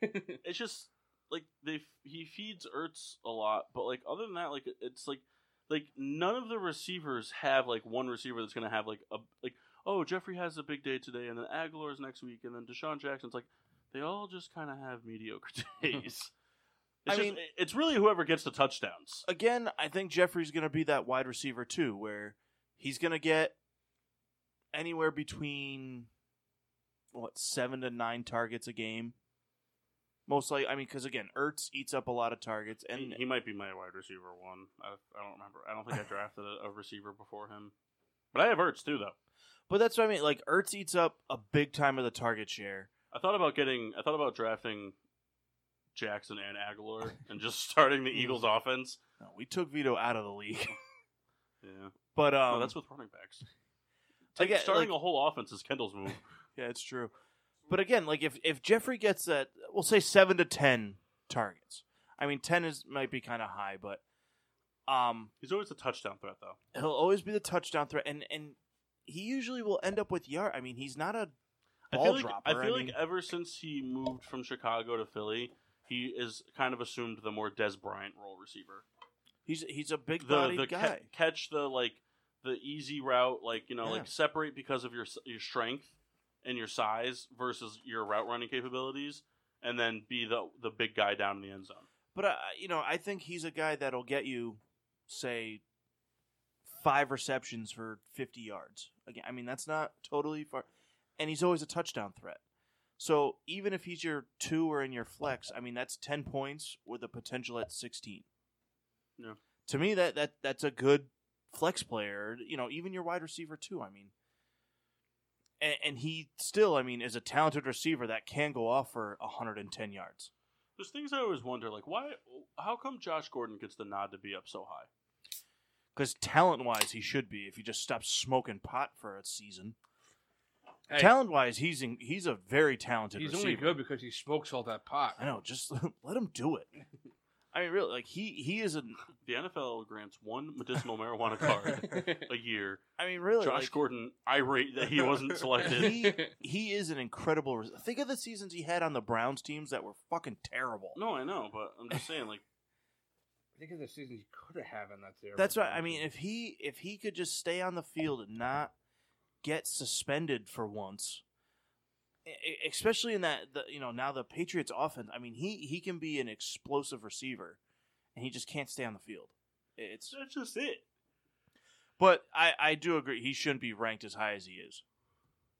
that, *laughs*
here.
like, it's just like they f- he feeds Ertz a lot, but like other than that, like it's like like none of the receivers have like one receiver that's gonna have like a like oh Jeffrey has a big day today, and then Aguilar's next week, and then Deshaun Jackson's like they all just kind of have mediocre *laughs*
*laughs*
days. It's
I
just-
mean- Uh,
it's really whoever gets the touchdowns.
Again, I think Jeffrey's going to be that wide receiver too, where he's going to get anywhere between what seven to nine targets a game. Most likely, I mean, because again, Ertz eats up a lot of targets, and
he, he might be my wide receiver one. I, I don't remember. I don't
*laughs*
think I drafted a, a receiver before him, but I have Ertz too though.
But that's what I mean. Like Ertz eats up a big time of the target share.
I thought about getting. I thought about drafting Jackson and Aguilar and just *laughs* starting
Hmm.
the Eagles offense.
No, we took Vito out of the league. *laughs*
Yeah,
but um,
no, that's with running backs.
I get,
starting
like-
a whole offense is Kendall's move.
yeah, it's true. But again, like if if Jeffrey gets that, we'll say seven to ten targets. I mean, ten is might be kind of high, but um,
He's always a touchdown threat, though.
he'll always be the touchdown threat, and and he usually will end up with yard. I mean, he's not a
I feel
ball
like,
dropper.
I feel
mean,
like ever since he moved from Chicago to Philly, he is kind of assumed the more Des Bryant role receiver.
he's he's a big
The
body
the ca-
guy.
catch the like the easy route, like you know,
Yeah.
like separate because of your s- your strength and your size versus your route running capabilities, and then be the the big guy down in the end zone.
But uh, you know, I think he's a guy that'll get you, say, five receptions for fifty yards. Again, I mean that's not totally far, and he's always a touchdown threat. So even if he's your two or in your flex, I mean that's ten points with a potential at sixteen.
Yeah.
To me, that that that's a good flex player. You know, even your wide receiver too. I mean. And, and he still, I mean, is a talented receiver that can go off for 110 yards.
There's things I always wonder, like why, how come Josh Gordon gets the nod to be up so high?
Because talent wise, he should be if he just stops smoking pot for a season.
Hey,
Talent wise, he's in, he's a very talented.
he's
receiver.
only good because he smokes all that pot.
I know. Just *laughs* let him do it. I mean, really, like he he is an.
The NFL grants one medicinal marijuana card
*laughs*
a year.
I mean, really,
Josh
like,
Gordon irate that he
*laughs*
wasn't selected.
*laughs*
he he is an incredible. res- Think of the seasons he had on the Browns teams that were fucking terrible.
No, I know, but I'm just saying, like,
think of the season he could have in that there.
That's right. I mean, if he if he could just stay on the field and not get suspended for once, e- e- especially in that the, you know now the Patriots offense. I mean, he he can be an explosive receiver, and he just can't stay on the field. It's
that's just it.
but I I do agree he shouldn't be ranked as high as he is.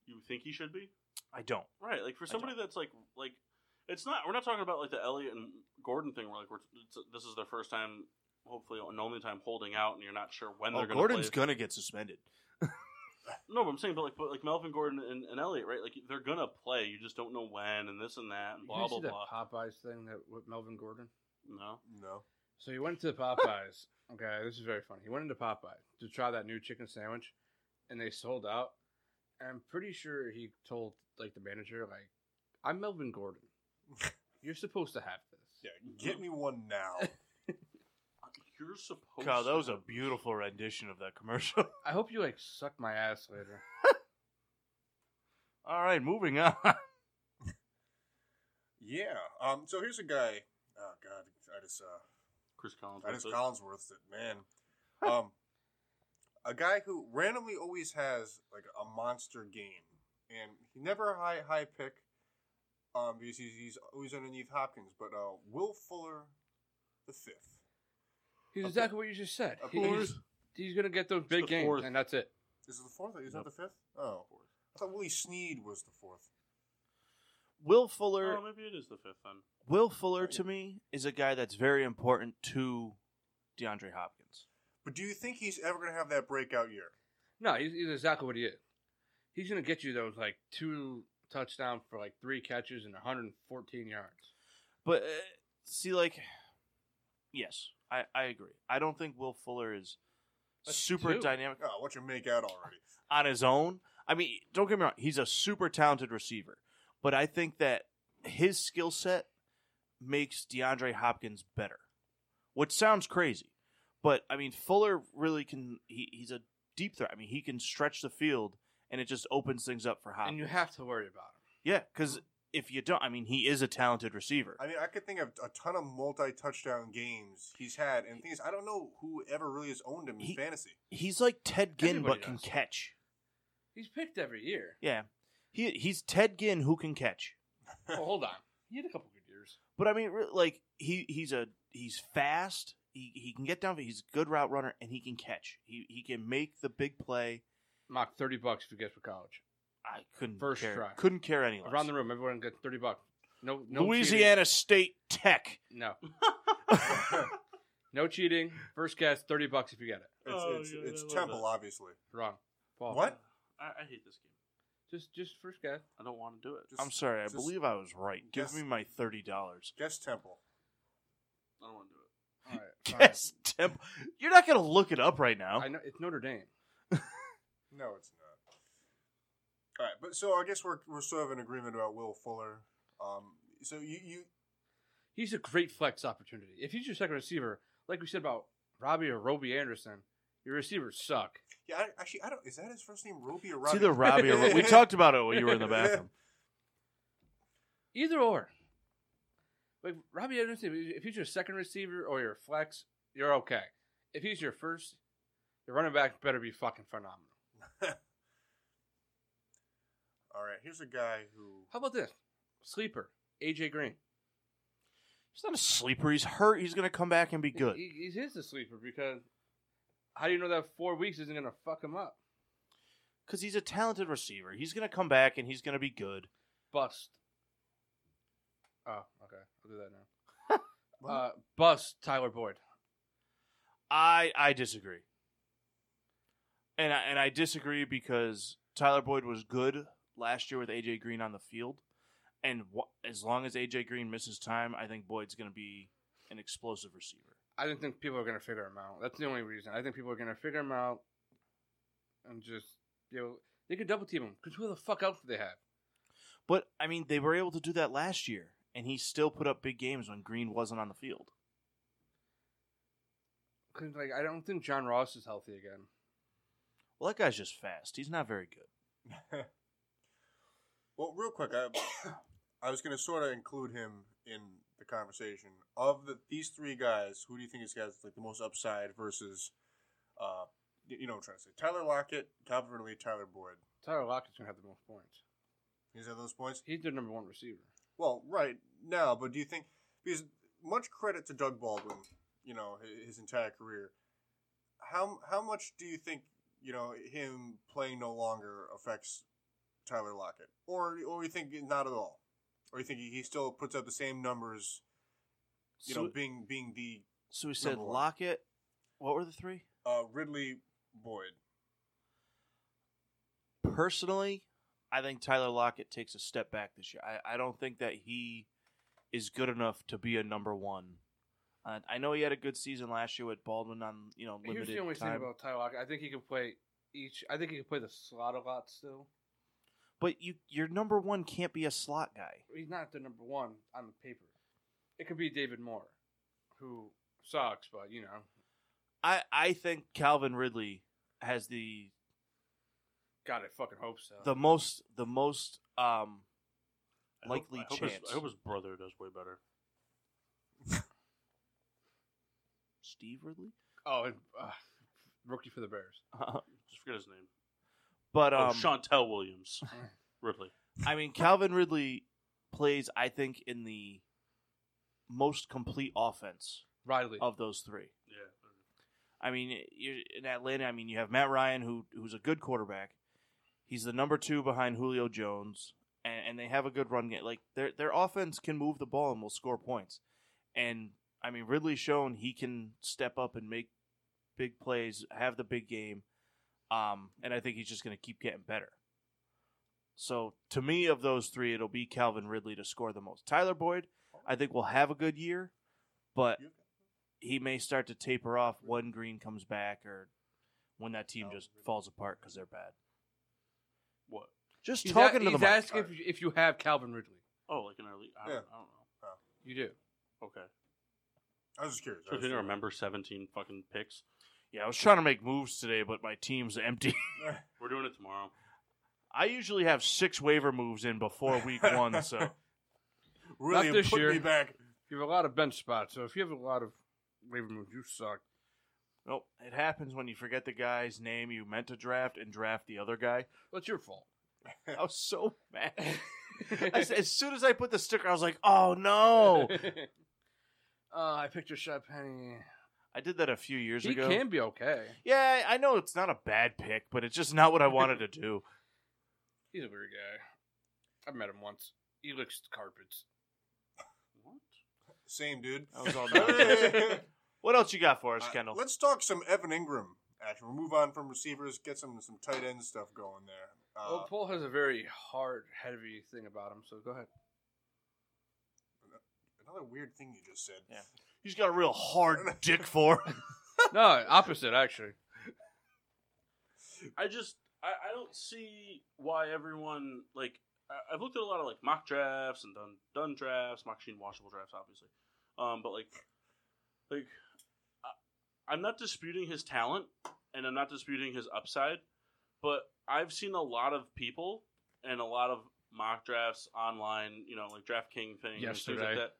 You think he should be
I don't.
right? Like for
I
somebody that's like, like, it's not. We're not talking about like the Elliott and Gordon thing. Where like we're it's, this is their first time, hopefully, and only time holding out, and you're not sure when
Oh,
they're going to
Gordon's
play.
gonna get suspended.
no, but I'm saying, but like, but like Melvin Gordon and, and Elliott, right? Like they're gonna play. You just don't know when, and this and that, and blah blah
see that
blah.
Popeyes thing that with Melvin Gordon.
No,
No.
So he went to the
*laughs*
Popeyes. okay, this is very funny. He went into Popeyes to try that new chicken sandwich, and they sold out. And I'm pretty sure he told like the manager, like, "I'm
*laughs*
Melvin Gordon. You're supposed to have this."
Yeah, get me one now.
you're supposed.
God, that
to
was a
have-
beautiful rendition of that commercial. *laughs*
I hope you like suck my ass later.
All right, moving on. *laughs*
Yeah. Um. So here's a guy. Oh God, I just uh,
Chris Collins.
I
that's
just
it.
Collinsworth it, man. Um, a guy who randomly always has like a monster game, and he never a high high pick. Um, because he's, he's always underneath Hopkins, but uh, Will Fuller, the fifth.
He's exactly what you just said.
Of
He-
course.
he's, he's gonna get those
the
big games,
fourth.
and that's it.
Is it the fourth? Is that the fifth? Oh, I thought Willie Sneed was the fourth.
Will Fuller
Oh, maybe it is the fifth then.
Will Fuller to me is a guy that's very important to DeAndre Hopkins.
But do you think he's ever going to have that breakout year?
No, he's, he's exactly what he is. He's gonna get you those like two touchdowns for like three catches and 114 yards.
But uh, see, like, yes, I, I agree. I don't think Will Fuller is
That's
super
two.
dynamic
Oh, what you make out already?
on his own. I mean, don't get me wrong, he's a super talented receiver, but I think that his skill set makes DeAndre Hopkins better, which sounds crazy, but I mean, Fuller really can. He, he's a deep threat. I mean, he can stretch the field, and it just opens things up for Hopkins.
And you have to worry about him.
Yeah, because if you don't, I mean, he is a talented receiver.
I mean, I could think of a ton of multi-touchdown games he's had, and the thing is, I don't know who ever really has owned him in
He-
fantasy.
He's like Ted Ginn,
Everybody
but can
does.
catch.
He's picked every
*laughs*
year.
Yeah, he he's Ted Ginn who can catch.
well, Oh, hold on. He had a couple good years.
But I mean, re- like he he's a he's fast. He he can get down. He's a good route runner, and he can catch. He he can make the big play.
Mock 30 bucks if you guess for college.
I couldn't
First
care,
try.
Couldn't care any less.
Around the room, everyone gets 30 bucks. No, no
Louisiana State Tech.
Cheating. No.
it's
No cheating. First guess, 30 bucks if you get it.
Oh,
it's,
yeah, I
it's
love
Temple,
that. Oh,
obviously.
Wrong. Paul.
What?
I, I hate this game.
Just just first guess.
I don't want to do it.
Just-
I'm sorry. I
just
believe I was right. Give
guess-
me my thirty dollars.
Guess Temple.
*laughs* I don't want to do it.
All right. all right.
Guess Temple. You're not Oh. gonna look it up right now.
I know it's Notre Dame.
No, it's not. All right, but so I guess we're we're sort of in agreement about Will Fuller. Um, so you you
He's a great flex opportunity. If he's your second receiver, like we said about Robbie or Roby Anderson, your receivers suck.
yeah I, actually I don't is that his first name Roby or
It's
Robbie?
either Robbie or
*laughs*
we talked about it when you were
*laughs*
in the bathroom.
Either or. Like Robbie Anderson, if he's your second receiver or your flex, you're okay. If he's your first, your running back better be fucking phenomenal.
All right, here's a guy who
How about this? Sleeper, AJ Green.
He's not a sleeper. He's hurt. He's gonna come back and be good.
He, he- he is a sleeper because how do you know that four weeks isn't going to fuck him up?
because he's a talented receiver. He's going to come back and he's going to be good.
Bust. Oh, okay. I'll do that
*laughs*
now. uh, bust Tyler Boyd.
I I disagree, and I, and I disagree because Tyler Boyd was good last year with AJ Green on the field, and wha- as long as AJ Green misses time, I think Boyd's going to be an explosive receiver.
I didn't think people are going to figure him out. That's the only reason. I think people are going to figure him out and just, you know, they could double team him because who the fuck else do they have?
But I mean, they were able to do that last year, and he still put up big games when Green wasn't on the field.
Because, like, I don't think John Ross is healthy again.
Well, that guy's just fast. He's not very good.
*laughs* well real quick I *coughs* I was going to sort of include him in the conversation of the these three guys. Who do you think is guys like the most upside versus uh y- you know what I'm trying to say Tyler Lockett, Calvin Ridley, Tyler Boyd.
Tyler Lockett's going to have the most points.
Is that those points?
He's their number one receiver.
Well, right now, but do you think because much credit to Doug Baldwin, you know, hi- his entire career. How how much do you think you know him playing no longer affects Tyler Lockett, or or you think not at all, or you think he he still puts up the same numbers, you know,
So,
being being the
so we said
number one.
Lockett. What were the three?
uh, Ridley Boyd.
personally, I think Tyler Lockett takes a step back this year. I, I don't think that he is good enough to be a number one. Uh, I know he had a good season last year with Baldwin on you know limited
Here's the only
time,
thing about Tyler Lockett. I think he can play each. I think he can play the slot a lot still.
but you your number one can't be a slot guy.
He's not the number one on the paper. It could be David Moore, who sucks, but you know.
I I think Calvin Ridley has the
God, I fucking hope so.
the most the most um
I hope-
Likely
I hope his-
chance.
I hope his brother does way better.
Steve Ridley, *laughs*
oh, and, uh, rookie for the Bears.
Just forget his name.
but um
oh, Chantel Williams. Ridley.
I mean, Calvin Ridley plays, I think, in the most complete offense
Riley.
of those three.
Yeah.
I mean, you in Atlanta, I mean, you have Matt Ryan, who who's a good quarterback. He's the number two behind Julio Jones, and, and they have a good run game. Like their their offense can move the ball and will score points. And I mean, Ridley's shown he can step up and make big plays, have the big game. Um, and I think he's just going to keep getting better. So to me, of those three, it'll be Calvin Ridley to score the most. Tyler Boyd, I think, will have a good year, but he may start to taper off when Green comes back or when that team just falls apart because they're bad.
What?
Just
He's a-
talking to the
he's
mic.
asking if you, if you have Calvin Ridley.
Oh, like in our league? I don't,
Yeah.
I don't know.
You do.
Okay.
I was just curious. I
So
was
he didn't
just-
remember 17 fucking picks.
yeah, I was trying to make moves today, but my team's empty. *laughs*
We're doing it tomorrow.
I usually have six waiver moves in before week one, so
Really
Not this
put
year.
me back.
You have a lot of bench spots, so if you have a lot of waiver moves, you suck.
nope. It happens when you forget the guy's name you meant to draft and draft the other guy.
That's your fault.
I was so mad. *laughs* I s- as soon as I put the sticker, I was like, "Oh
*laughs*
no!"
Uh, I picked Rashad Penny.
I did that a few years
He
ago.
can be okay.
Yeah, I know it's not a bad pick, but it's just not what I wanted to do.
He's a weird guy. I've met him once. He licks carpets.
What?
Same dude.
That was all
*laughs*
nonsense. What else you got for us,
Uh,
Kendall?
Let's talk some Evan Ingram. Actually, we'll move on from receivers, get some some tight end stuff going there. Uh,
Oh,
well, Paul has a very hard, heavy thing about him, so go *laughs* ahead.
another weird thing you just said.
Yeah. He's got a real hard dick for.
No, opposite, actually.
I just, I, I don't see why everyone like I, I've looked at a lot of like mock drafts and done done drafts, mock machine washable drafts, obviously. Um, but like, like I, I'm not disputing his talent, and I'm not disputing his upside, but I've seen a lot of people and a lot of mock drafts online, you know, like DraftKings things, and things
Yesterday.
like that.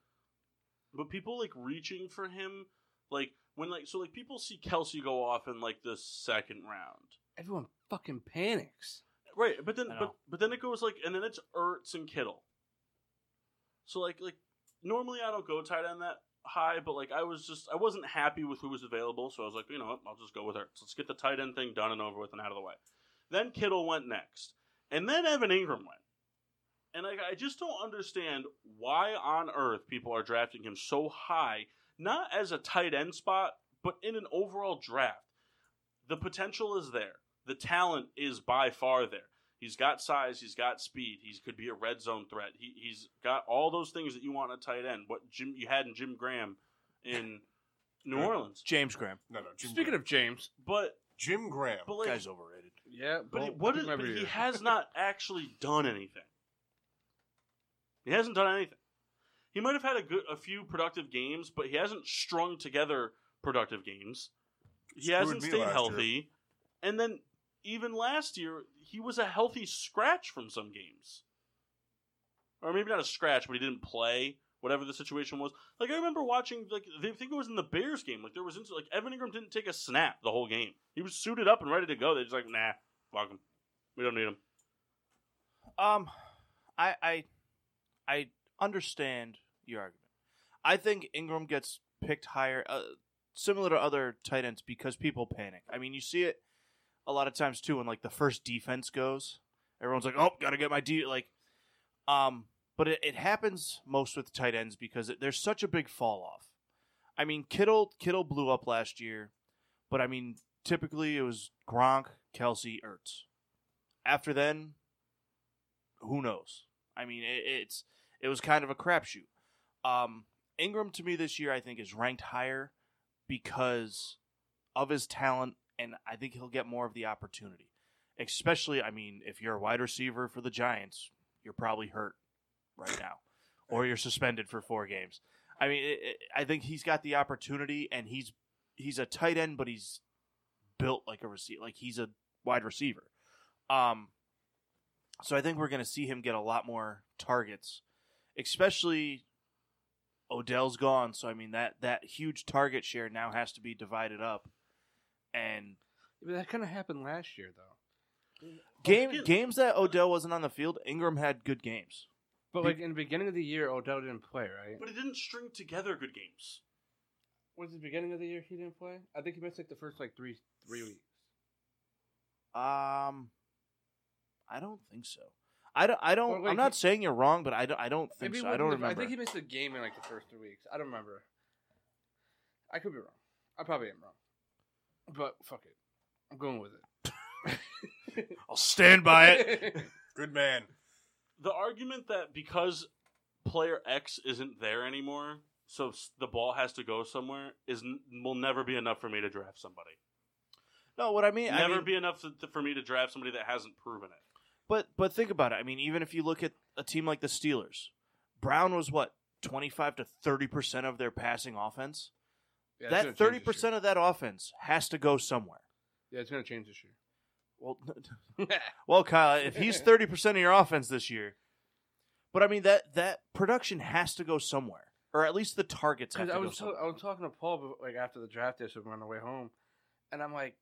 But people like reaching for him, like when like so like people see Kelsey go off in like the second round.
Everyone fucking panics.
Right, but then
I
but,
know.
but then it goes like and then it's Ertz and Kittle. So like like normally I don't go tight end that high, but like I was just I wasn't happy with who was available, so I was like, you know what, I'll just go with Ertz. Let's get the tight end thing done and over with and out of the way. Then Kittle went next. And then Evan Ingram went. And like I just don't understand why on earth people are drafting him so high, not as a tight end spot, but in an overall draft. The potential is there. The talent is by far there. He's got size. He's got speed. He could be a red zone threat. He, he's got all those things that you want in a tight end. What Jim you had in Jim Graham in New
Right.
Orleans,
James Graham.
No, no. Jim
Speaking
Graham.
of James,
but
Jim Graham.
but like
Guy's overrated.
yeah,
But he,
well,
what
I
is, but
remember
he
you.
has not actually done anything. He hasn't done anything. He might have had a good, a few productive games, but he hasn't strung together productive games. He
Screwed
hasn't
me
stayed
last year.
healthy. And then even last year, he was a healthy scratch from some games. Or maybe not a scratch, but he didn't play, whatever the situation was. Like I remember watching like they think it was in the Bears game. Like there was like Evan Ingram didn't take a snap the whole game. He was suited up and ready to go. They're just like, nah, fuck him. We don't need him.
Um, I I I understand your argument. I think Ingram gets picked higher, uh, similar to other tight ends, because people panic. I mean, you see it a lot of times too when like the first defense goes, everyone's like, "Oh, gotta get my D." Like, um, but it, it happens most with tight ends because it, there's such a big fall off. I mean, Kittle Kittle blew up last year, but I mean, typically it was Gronk, Kelsey, Ertz. After then, who knows? I mean, it, it's it was kind of a crapshoot. Um, Ingram to me this year, I think, is ranked higher because of his talent, and I think he'll get more of the opportunity. Especially, I mean, if you're a wide receiver for the Giants, you're probably hurt right now, or you're suspended for four games. I mean, it, it, I think he's got the opportunity, and he's he's a tight end, but he's built like a receiver, like he's a wide receiver. Um, so I think we're going to see him get a lot more targets, especially Odell's gone. So I mean that that huge target share now has to be divided up, and
But that kind of happened last year, though.
game
again-
games that Odell wasn't on the field, Ingram had good games.
But like in the beginning of the year, Odell didn't play, right?
But he didn't string together good games.
Was it the beginning of the year he didn't play? I think he missed like the first like three three weeks.
Um, I don't think so. I don't. I don't.
Or, like,
I'm not
he-
saying you're wrong, but I don't. I don't think
Maybe
so.
he
I don't
wouldn't
remember.
have- I think he missed a game in like the first three weeks. I don't remember. I could be wrong. I probably am wrong. But fuck it, I'm going with it. *laughs*
I'll stand by it.
Good man.
The argument that because player X isn't there anymore, so s- the ball has to go somewhere is n- will never be enough for me to draft somebody.
No, what I mean. I
Never
mean,
be enough to, for me to draft somebody that hasn't proven it.
But but think about it. I mean, even if you look at a team like the Steelers, Brown was what twenty five to thirty percent of their passing offense.
Yeah, it's gonna
that
change
thirty
this year.
percent of that offense has to go somewhere.
Yeah, it's gonna change this year. *laughs*
Well, *laughs* well, Kyle, if
*laughs*
he's thirty percent of your offense this year, but I mean that that production has to go somewhere, or at least the targets have
Because
to
I
go
was t-
somewhere.
I was talking to Paul bef- like after the draft day, so we we're on the way home, and I'm like,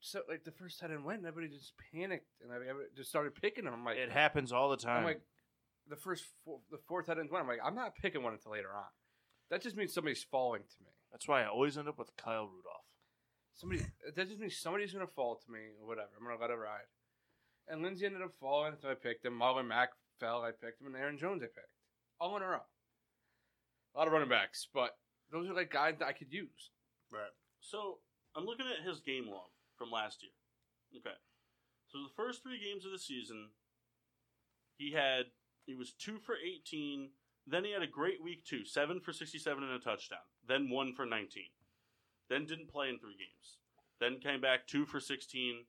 so like the first tight end went, and everybody just panicked, and everybody just started picking him. I'm like,
it happens all the time.
I'm like, the first four, the fourth tight end went. I'm like, I'm not picking one until later on. That just means somebody's falling to me.
That's why I always end up with Kyle Rudolph.
Somebody that just means somebody's gonna fall to me or whatever. I'm gonna let it ride. And Lindsay ended up falling, so I picked him. Marlon Mack fell, I picked him, and Aaron Jones I picked. All in a row. A lot of running backs, but those are like guys that I could use.
Right.
So I'm looking at his game log from last year. Okay. So the first three games of the season, he had he was two for eighteen. Then he had a great week two, seven for sixty-seven and a touchdown. Then one for nineteen. Then didn't play in three games. Then came back two for sixteen.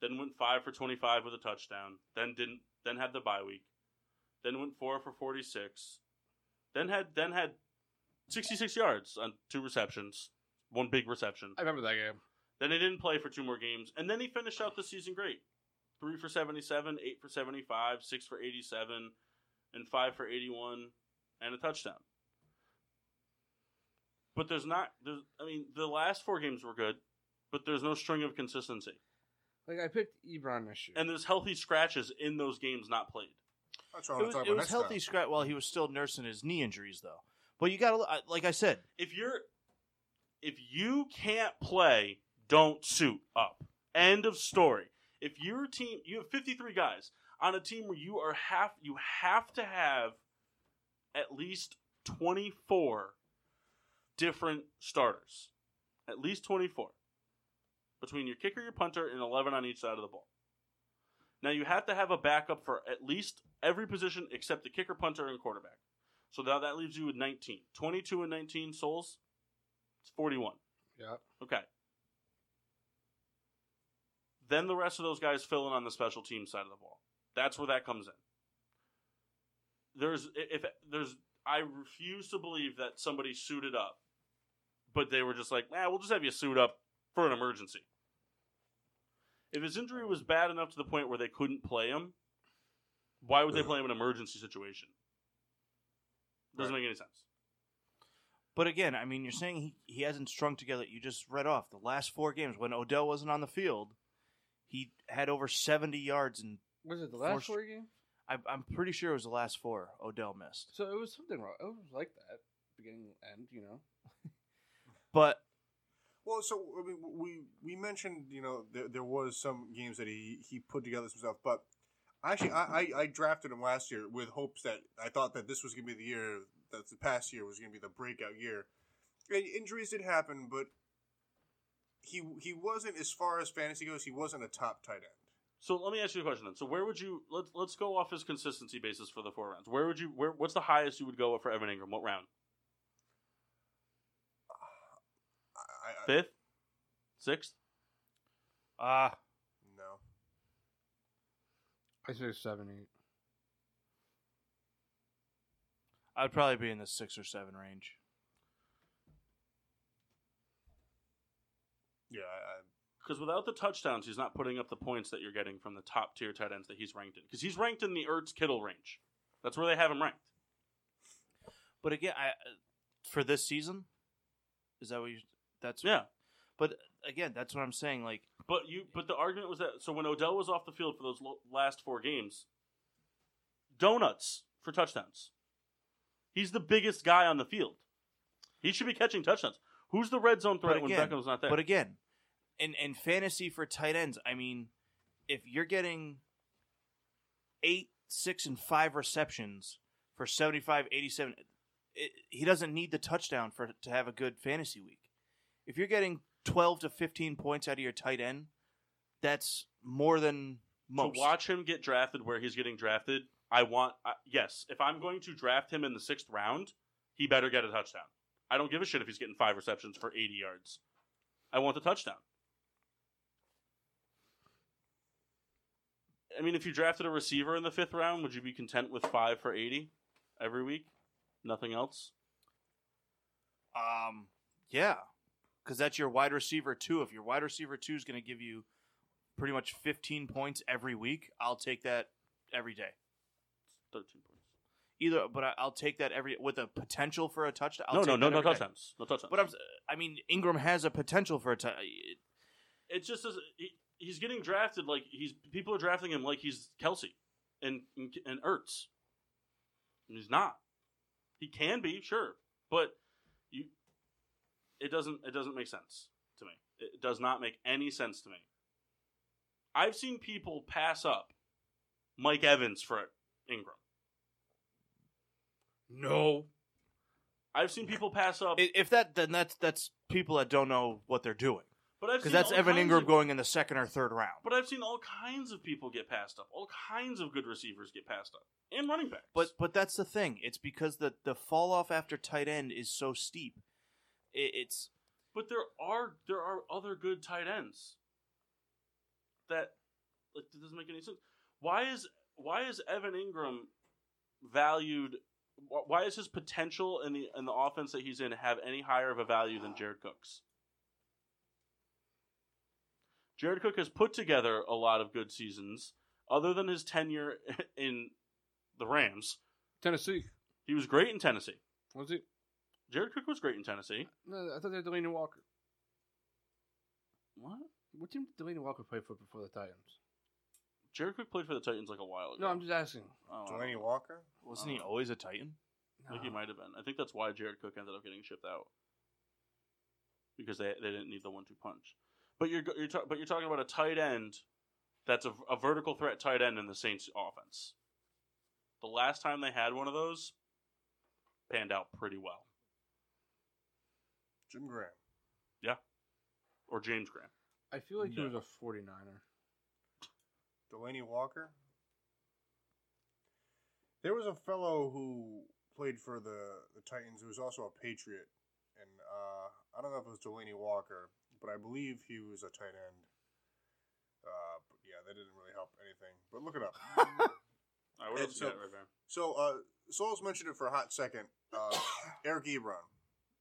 Then went five for twenty five with a touchdown. Then didn't. Then had the bye week. Then went four for forty six. Then had then had sixty six yards on two receptions, one big reception.
I remember that game.
Then he didn't play for two more games, and then he finished out the season great. Three for 77, eight for 75, six for 87, and five for 81, and a touchdown. But there's not, there's, I mean, the last four games were good, but there's no string of consistency.
Like I picked Ebron this year.
And there's healthy scratches in those games not played.
That's what I
It
want
was,
to talk
it
about
was
next time.
healthy scratch while he was still nursing his knee injuries, though. But you got to, like I said,
If you're, if you can't play, don't suit up. End of story. If your team, you have 53 guys on a team where you are half, you have to have at least 24 different starters. At least 24 between your kicker, your punter, and 11 on each side of the ball. Now you have to have a backup for at least every position except the kicker, punter, and quarterback. So now that leaves you with 19. 22 and 19 souls. It's 41.
Yeah.
Okay. Then the rest of those guys fill in on the special team side of the ball. That's where that comes in. There's i- if there's I refuse to believe that somebody suited up, but they were just like, nah, we'll just have you suit up for an emergency. If his injury was bad enough to the point where they couldn't play him, why would they play him in an emergency situation? Doesn't make any sense.
But again, I mean, you're saying he, he hasn't strung together. You just read off the last four games when Odell wasn't on the field. He had over 70 yards, and
Was it the last
Forced-
four games?
I, I'm pretty sure it was the last four Odell missed.
So it was something wrong. It was like that beginning end. You know.
But
Well, so I mean, we we mentioned you know there, there was some games that he he put together some stuff, but actually I, I I drafted him last year with hopes that I thought that this was gonna be the year that the past year was gonna be the breakout year. And injuries did happen, but he he wasn't as far as fantasy goes. He wasn't a top tight end.
So let me ask you a question then. So where would you let's let's go off his consistency basis for the four rounds. Where would you where what's the highest you would go for Evan Ingram? What round?
I, I, I
Fifth? Sixth?
uh,
no.
I said seven, eight.
I'd probably be in the six or seven range.
Yeah, I,
Because without the touchdowns, he's not putting up the points that you're getting from the top tier tight ends that he's ranked in. Because he's ranked in the Ertz Kittle range. That's where they have him ranked.
But again, I uh, for this season, is that what you? That's
Yeah.
But again, that's what I'm saying. Like,
But you but the argument was that so when Odell was off the field for those lo- last four games, donuts for touchdowns. He's the biggest guy on the field. He should be catching touchdowns. Who's the red zone threat
But
when
again-
Beckham's not there?
but again, in in fantasy for tight ends, I mean, if you're getting eight, six, and five receptions for 75, 87, it, he doesn't need the touchdown for to have a good fantasy week. If you're getting 12 to 15 points out of your tight end, that's more than most.
to watch him get drafted where he's getting drafted, I want I yes. If I'm going to draft him in the sixth round, he better get a touchdown. I don't give a shit if he's getting five receptions for 80 yards. I want the touchdown. I mean, if you drafted a receiver in the fifth round, would you be content with five for 80 every week? Nothing else.
Um, yeah, because that's your wide receiver two. If your wide receiver two is going to give you pretty much 15 points every week, I'll take that every day.
13 points.
Either, but I, I'll take that every with a potential for a touchdown.
No,
I'll take
no,
that
no, no
every day.
touchdowns. No touchdowns.
But I'm, s- I mean, Ingram has a potential for a touchdown.
it's just as he, he's getting drafted like he's people are drafting him like he's Kelsey and and, and Ertz. And he's not. He can be sure, but you it doesn't it doesn't make sense to me. It does not make any sense to me. I've seen people pass up Mike Evans for Ingram.
No.
I've seen people pass up,
If that, then that's that's people that don't know what they're doing
but I've
because
seen
that's
all
Evan
kinds
Ingram
of-
going in the second or third round.
But I've seen all kinds of people get passed up. All kinds of good receivers get passed up, and running backs.
But but that's the thing. It's because the the fall off after tight end is so steep. It, it's
But there are there are other good tight ends that Like, this doesn't make any sense. Why is why is Evan Ingram valued? wh- Why is his potential in the in the offense that he's in have any higher of a value than Jared Cook's? Jared Cook has put together a lot of good seasons, other than his tenure *laughs* in the Rams.
Tennessee.
He was great in Tennessee.
Was it?
Jared Cook was great in Tennessee.
No, I thought they had Delaney Walker.
What?
What team did Delaney Walker play for before the Titans?
Jared Cook played for the Titans like a while ago.
No, I'm just asking.
Oh, I don't
Delaney
know.
Walker.
Wasn't
Uh.
he always a Titan?
I
Um,
think he might have been. I think that's why Jared Cook ended up getting shipped out because they they didn't need the one-two punch. But you're go- you're ta- but you're talking about a tight end that's a, a vertical threat tight end in the Saints offense. The last time they had one of those panned out pretty well,
Jim Graham.
or James Graham.
I feel like
No.
he was a 49er.
Delaney Walker. There was a fellow who played for the, the Titans who was also a Patriot, and uh, I don't know if it was Delaney Walker, but I believe he was a tight end. Uh, but yeah, that didn't really help anything. But look it up.
I would
And
have
so-
that right there.
so uh, Souls mentioned it for a hot second. Uh, Eric Ebron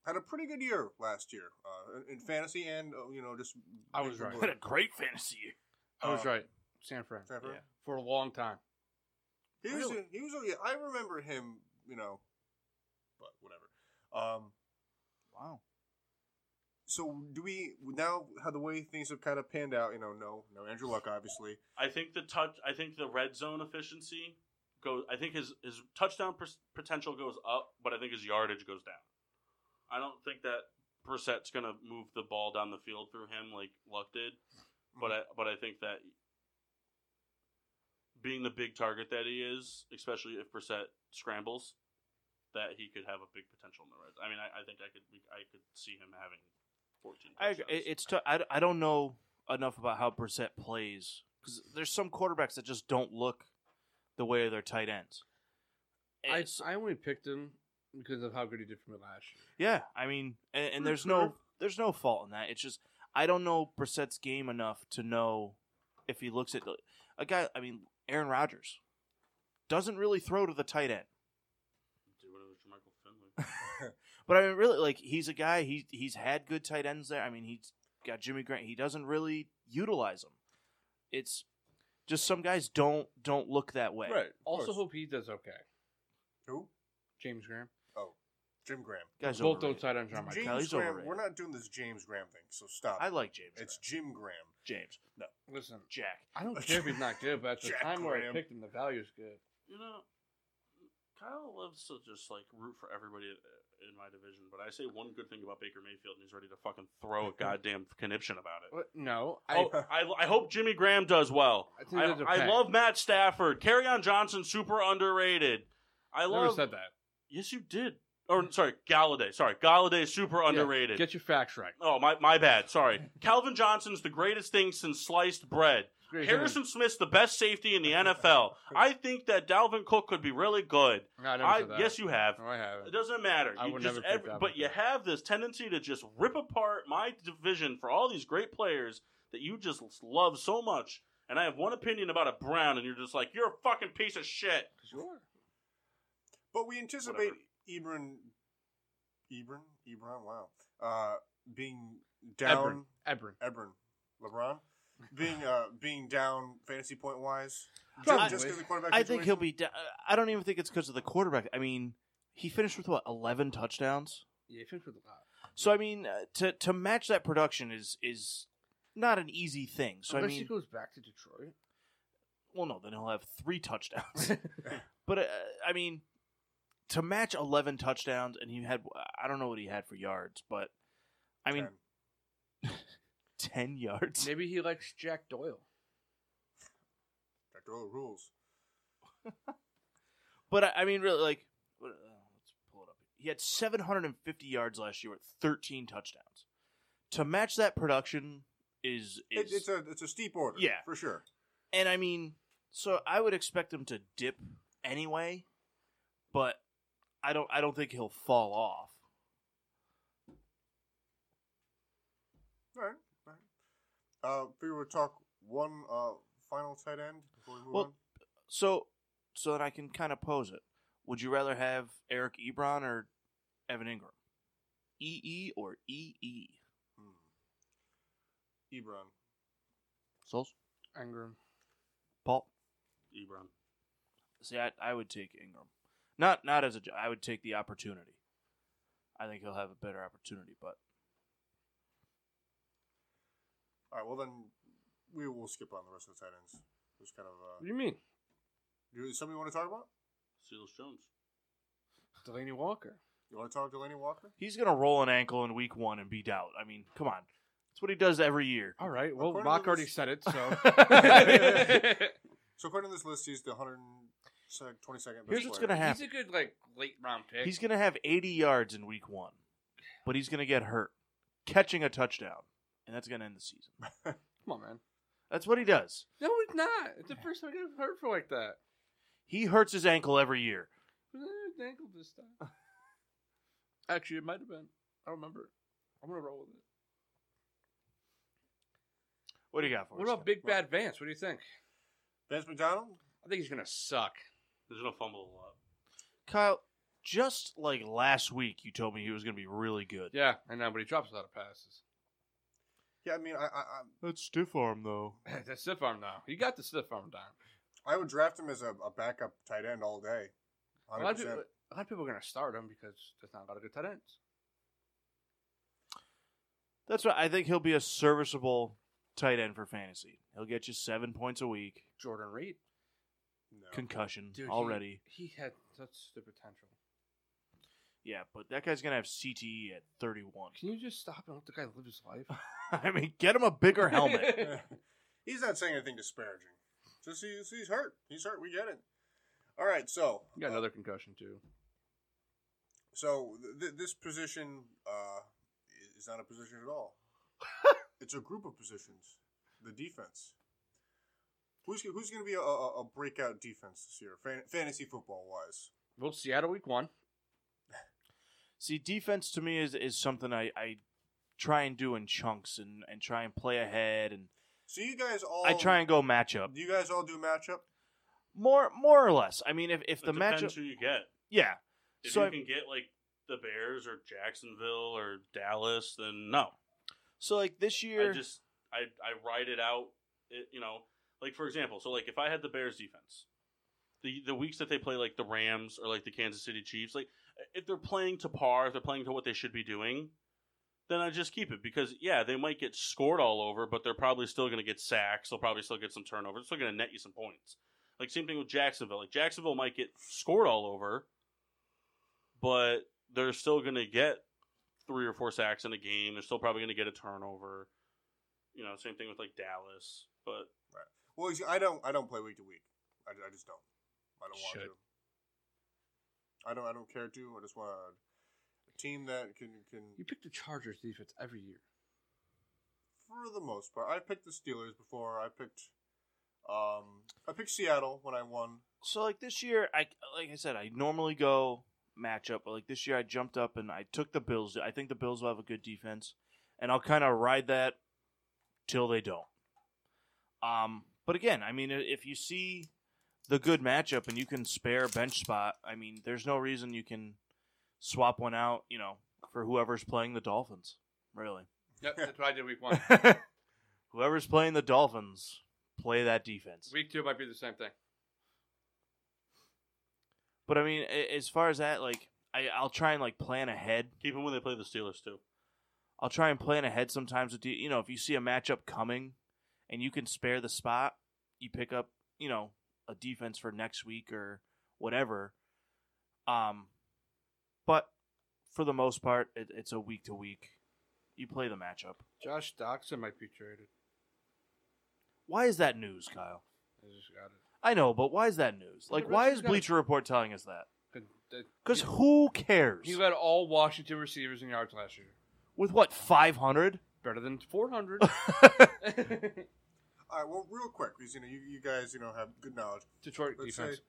had a pretty good year last year uh, in- in fantasy and uh, you know just
I was right.
What a great fantasy year.
I was
Uh,
right. San Fran. *laughs*
Trevor?
Yeah.
For a long time.
He was,
Really?
he was, yeah, I remember him, you know, but whatever. Um,
Wow.
so do we now how the way things have kind of panned out? You know, no, no Andrew Luck, obviously.
I think the touch. I think the red zone efficiency goes. I think his his touchdown per- potential goes up, but I think his yardage goes down. I don't think that Brissett's gonna move the ball down the field through him like Luck did, but uh, I but I think that being the big target that he is, especially if Brissett scrambles, that he could have a big potential in the red. I mean, I, I think I could I could see him having fourteen.
I agree.
touchdowns.
It- It's t- I, I don't know enough about how Brissett plays because there's some quarterbacks that just don't look the way of their tight ends.
I,
It's-
I only picked him because of how good he did for me last year.
yeah, I mean, and, and there's no there's no fault in that. It's just I don't know Brissett's game enough to know if he looks at the, a guy. I mean, Aaron Rodgers doesn't really throw to the tight end.
Dude, what is Jermichael Finley?
But I mean, really, like he's a guy. He he's had good tight ends there. I mean, he's got Jimmy Grant. He doesn't really utilize them. It's just some guys don't don't look that way.
Also hope he does okay.
who?
James Graham.
Oh, Jim Graham.
Guys,
Both those
overrated.
tight ends are on my
James
team.
Kelly's
Graham.
overrated.
We're not doing this James Graham thing, so stop.
I like James.
it's Jim Graham.
Graham. James. No,
Listen,
Jack.
I don't care if he's not good, but at the
Jack
time where I
Graham.
picked him, the value's good.
you know, Kyle loves to just like root for everybody in my division, but I say one good thing about Baker Mayfield, and he's ready to fucking
*laughs*
throw a goddamn conniption about it.
What? No, I,
Oh, I, I hope Jimmy Graham does well.
I think
I,
there's a
I
pack.
love Matt Stafford. Carry on Johnson, super underrated. I
never
love.
said that.
Yes, you did. Or sorry, Galladay. Sorry, Galladay, super
Yeah,
underrated.
Get your facts right.
oh my, my bad. Sorry. Calvin Johnson's the greatest thing since sliced bread.
It's great
Harrison Smith's the best safety
*laughs*
in the NFL. I think that Dalvin Cook could be really good.
hitting. No, I never
I,
said that.
yes, you have.
No, I haven't.
It doesn't matter.
I
You
would
just
never pick
every-
that
but
one.
you have this tendency to just rip apart my division for all these great players that you just love so much. And I have one opinion about a Brown, and you're just like, you're a fucking piece of shit.
Sure.
But we anticipate Ebron, Ebron, Ebron. Wow, uh, being down.
Ebron. Ebron.
Ebron, LeBron, being uh, being down fantasy point wise.
Probably.
Just 'cause the quarterback.
I think he'll
situation?
be. Da- I don't even think it's because of the quarterback. I mean, he finished with what eleven touchdowns.
Yeah, he finished with a lot.
So I mean, uh, to to match that production is is not an easy thing. So
Unless
I mean,
he goes back to *laughs* Detroit.
well, no, then he'll have three
*laughs*
touchdowns. but uh, I mean, to match eleven touchdowns, and he had I don't know what he had for yards, but I mean,
Ten.
ten, *laughs* yards.
Maybe he likes Jack Doyle.
Dr. Oil rules.
But I, I mean, really, like what, uh, let's pull it up. He had seven hundred and fifty yards last year with thirteen touchdowns. To match that production is
It,
is
it's a it's a steep order.
Yeah.
for sure.
And I mean, so I would expect him to dip anyway, but I don't I don't think he'll fall off.
All right. All right. Uh, figure we'll talk one uh final tight end before we move
Well,
on?
So, so that I can kind of pose it. Would you rather have Eric Ebron or Evan Ingram? E E or E E?
Hmm. Ebron.
Souls?
Ingram.
Paul?
Ebron.
See, I, I would take Ingram. Not not as a. jo- I would take the opportunity. I think he'll have a better opportunity, but
All right. Well, then we will skip on the rest of the tight ends. There's kind
What
of
do
uh,
you mean?
do something you want to talk about.
Seals Jones.
Delaney Walker.
You want to talk Delaney Walker?
he's gonna roll an ankle in week one and be out. I mean, come on, that's what he does every year.
All right. Well,
According to
Rock
this-
already said
*laughs*
it, so. *laughs*
So according to this list, he's the 122nd.
Here's
best
what's
player.
gonna happen.
He's a good, like, late round pick.
He's going to have 80 yards in week one, but he's going to get hurt catching a touchdown, and that's going to end the season.
Come on, man.
That's what he does.
No, it's not. It's the first time I got hurt for like that.
He hurts his ankle every year.
Was it his ankle this
*laughs*
time? Actually, it might have been. I don't remember. I'm going to roll with it.
What do you got for
What
us?
about Big Bad Vance? What do you think?
Vance McDonald.
I think he's going to suck.
There's no fumble a lot.
Kyle? Just like last week, you told me he was going to be really good.
Yeah, I know, but he drops a lot of passes. *laughs*
Yeah, I mean, I, I
That's stiff arm though.
That's stiff arm now. You got the stiff arm down.
I I would draft him as a, a backup tight end all day.
A
100%.
lot, of people, a lot of people are going to start him because there's not a lot of good tight ends.
That's why I think he'll be a serviceable tight end for fantasy. He'll get you seven points a week.
Jordan Reed.
uh,
No.
Concussion
Dude, he-
already.
He, had such the potential.
Yeah, but that guy's going to have CTE at 31.
Can you just stop and let the guy live his life?
*laughs* I mean, get him a bigger helmet.
*laughs* he's not saying anything disparaging. Just he's, he's hurt. He's hurt. We get it. All right. So
*laughs*
uh,
You got another concussion, too.
so th- th- this position uh, is not a position at
*laughs*
all. it's a group of positions. The defense. Who's who's going to be a, a, a breakout defense this year, fan- fantasy football wise?
Well, Seattle week one.
*laughs* See, defense to me is, is something I, I try and do in chunks and, and try and play ahead and
So you guys all
I try and go matchup
Do you guys all do matchup?
more more or less. I mean, if, if the
it depends
matchup,
who you get.
yeah,
If
So
you
I-
can get like the Bears or Jacksonville or Dallas, then no.
so like this year,
I just I I ride it out. It, you know, like for example, so like if I had the Bears defense, the the weeks that they play like the Rams or like the Kansas City Chiefs, like if they're playing to par, if they're playing to what they should be doing, then I just keep it because yeah, they might get scored all over, but they're probably still going to get sacks. They'll probably still get some turnovers. Still going to net you some points. Like same thing with Jacksonville. Like Jacksonville might get scored all over, but they're still going to get three or four sacks in a game. They're still probably going to get a turnover. You know, same thing with like Dallas. But
Well, you see, I don't. I don't play week to week. I, I just don't. I don't want
Should.
to. I don't. I don't care to. I just want a team that can can
You pick the Chargers defense every year.
for the most part. I picked the Steelers before. I picked. Um, I picked Seattle when I won.
so like this year, I like I said, I normally go matchup, but like this year, I jumped up and I took the Bills. I think the Bills will have a good defense, and I'll kind of ride that till they don't. Um, but again, I mean, i- if you see the good matchup and you can spare a bench spot, I mean, there's no reason you can swap one out, you know, for whoever's playing the Dolphins. Really,
Yep, that's what I did
*laughs*
week one.
whoever's playing the Dolphins, play that defense.
week two might be the same thing.
But I mean, a- as far as that, like, I, I'll try and like plan ahead.
keep them when they play the Steelers too.
I'll try and plan ahead sometimes. With the, you know, if you see a matchup coming, and you can spare the spot, you pick up you know a defense for next week or whatever. Um, but for the most part, it, it's a week to week. You play the matchup.
Josh Doxson might be traded.
Why is that news, Kyle?
I just got it.
I know, but why is that news? Like, why is
Richard's got-
Bleacher Report telling us that?
'Cause that-
Because
he-
who cares?
he led all Washington receivers in yards last year.
With what five hundred?
Better than
*laughs*
400.
All right. Well, real quick, because you know you, you guys you know have good knowledge.
*laughs* Detroit
Let's
defense.
say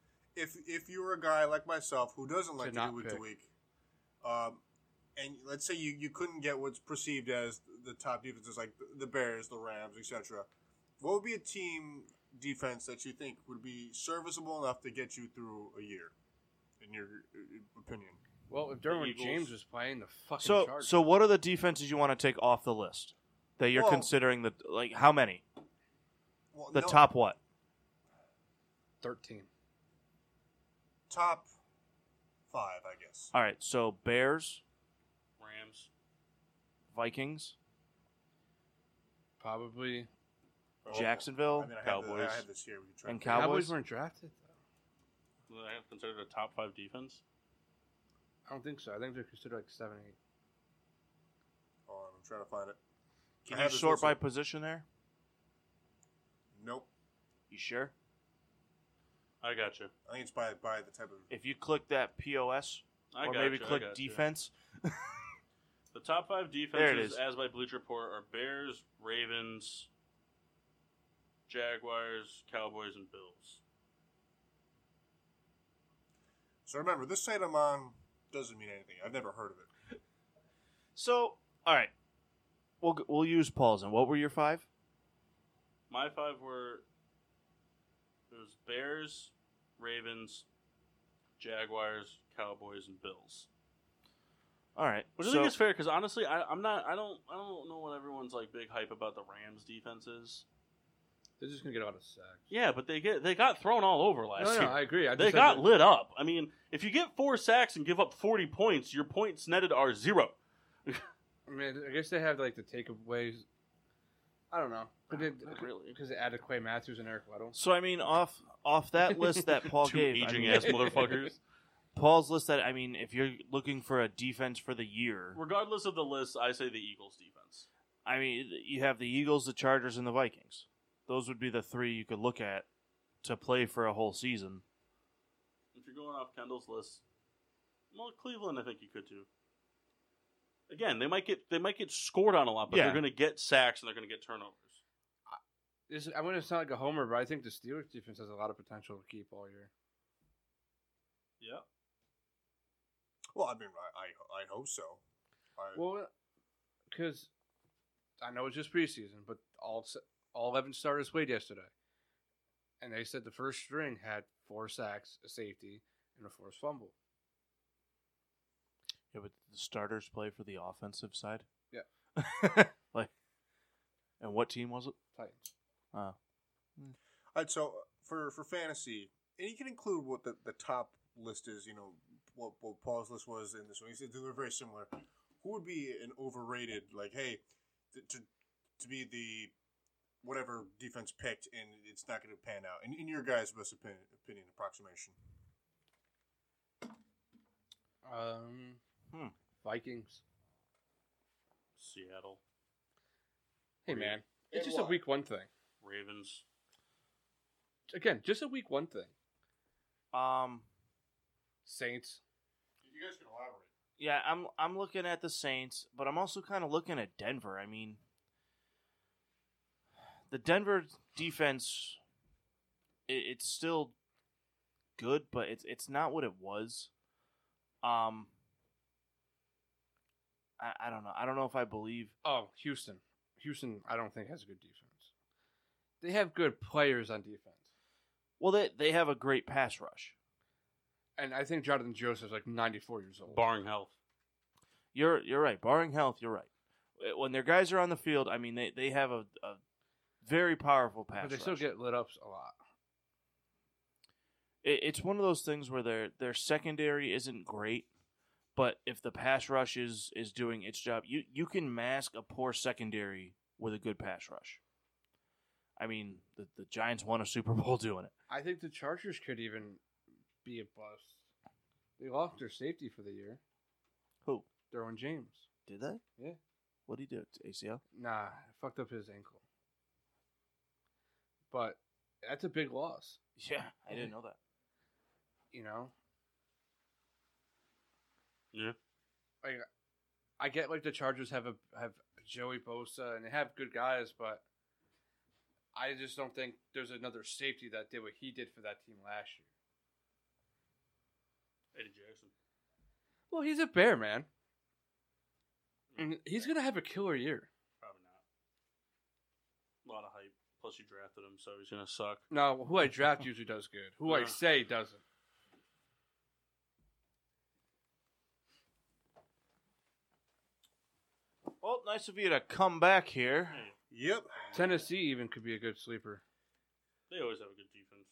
if if you were a guy like myself who doesn't like
To
to
not
do week
pick.
to week, um, and let's say you, you couldn't get what's perceived as the top defenses like the Bears, the Rams, etc. What would be a team defense that you think would be serviceable enough to get you through a year, in your uh, opinion?
Well, if Derwin
Eagles.
James was playing, the fucking
So,
Chargers.
so what are the defenses you want to take off the list that you're
Well-
considering? The like, how many?
Well,
The
no-
top what?
thirteen.
top five, I guess.
All right, so Bears,
Rams.
Vikings,
Probably.
Jacksonville,
I mean, I Had
Cowboys.
the, I had this here. We could try
And
to-
Cow- Cowboys?
weren't drafted. Though.
Do they have considered a top five defense?
I don't think so. I think they're considered like seven, eight.
Hold on, I'm trying to find it.
Can
I
you
had this
sort by
listed.
position there?
Nope.
You sure?
I got you.
I think it's by by the type of.
If you click that POS
I
or
got
maybe
you, I
click
got you.
defense,
The top five
There it
defenses,
is.
as by Bleach Report, are Bears, Ravens, Jaguars, Cowboys, and Bills.
So remember, this site I'm on doesn't mean anything. I've never heard of it.
so all right, we'll g- we'll use Paul's. And what were your five?
My five were it was Bears, Ravens, Jaguars, Cowboys, and Bills.
All right,
Which I
so
think is fair because honestly, I, I'm not. I don't. I don't know what everyone's like big hype about the Rams defenses.
They're just gonna get a lot of sacks.
Yeah, but they get they got thrown all over last
No, no,
year.
I agree. I
they
just said
got
that-
lit up. I mean, if you get four sacks and give up 40 points, your points netted are zero.
I mean, I guess they have like the takeaways. I don't know. But they,
Not really.
Because they added Quay Matthews and Eric Weddle.
so I mean off off
*laughs*
that list that Paul
Two
gave, I
aging
mean,
*laughs*
ass motherfuckers.
Paul's list that I mean, if you're looking for a defense for the year,
Regardless of the list, I say the Eagles defense.
I mean, you have the Eagles, the Chargers, and the Vikings. Those would be the three you could look at to play for a whole season.
If you're going off Kendall's list, well, Cleveland, I think you could too. Again, they might get they might get scored on a lot, but
Yeah.
they're going to get sacks and they're going to get turnovers.
This, I'm gonna sound like a homer, but I think the Steelers defense has a lot of potential to keep all year.
Yeah,
Well, I mean, I I, I hope so. I,
Well, because I know it's just preseason, but all s- all eleven starters played yesterday, and they said the first string had four sacks, a safety, and a forced fumble.
Yeah, but the starters play for the offensive side.
Yeah.
Yeah. *laughs* like, and what team was it?
Titans.
Uh,
All right, so uh, for for fantasy, and you can include what the, the top list is. You know what, what Paul's list was in this one. He said they were very similar. Who would be an overrated? Like, hey, to to, to be the whatever defense picked, and it's not going to pan out. In, in your guys' best opinion, opinion approximation,
Um,
Hmm.
Vikings.
Seattle
Hey
Really?
man, it's
In
just a
what?
week one thing.
Ravens.
Again, just a week one thing.
um,
Saints.
you guys can elaborate.
yeah, I'm I'm looking at the Saints, but I'm also kind of looking at Denver. I mean, the Denver defense, it, it's still good, but it's it's not what it was. Um, I, I don't know. I don't know if I believe.
Oh, Houston. Houston, I don't think has a good defense. They have good players on defense,
Well, they they have a great pass rush.
and I think Jonathan Joseph's like 94 years old.
Barring health.
You're you're right. Barring health, you're right. Uh, When their guys are on the field, I mean they, they have a, a very powerful pass.
but they
rush.
still get lit up a lot.
it, it's one of those things where their their secondary isn't great, but if the pass rush is is doing its job, you you can mask a poor secondary with a good pass rush. I mean, the, the Giants won a Super Bowl *laughs* doing it.
I think the Chargers could even be a bust. They lost their safety for the year,
Who
Derwin James.
did they?
Yeah.
What did he do? ACL.
Nah, fucked up his ankle. But that's a big loss,
Yeah, I didn't know that.
you know.
Yeah.
I get like the Chargers have a have Joey Bosa and they have good guys, but I just don't think there's another safety that did what he did for that team last year.
Eddie Jackson.
Well, he's a bear man. And he's gonna have a killer year.
Probably not. A lot of hype. Plus, you drafted him, so he's gonna suck.
No, who I draft usually does good. Who I
Yeah.
say doesn't.
Well, nice of you to come back here.
Yep.
Tennessee even could be a good sleeper.
They always have a good defense.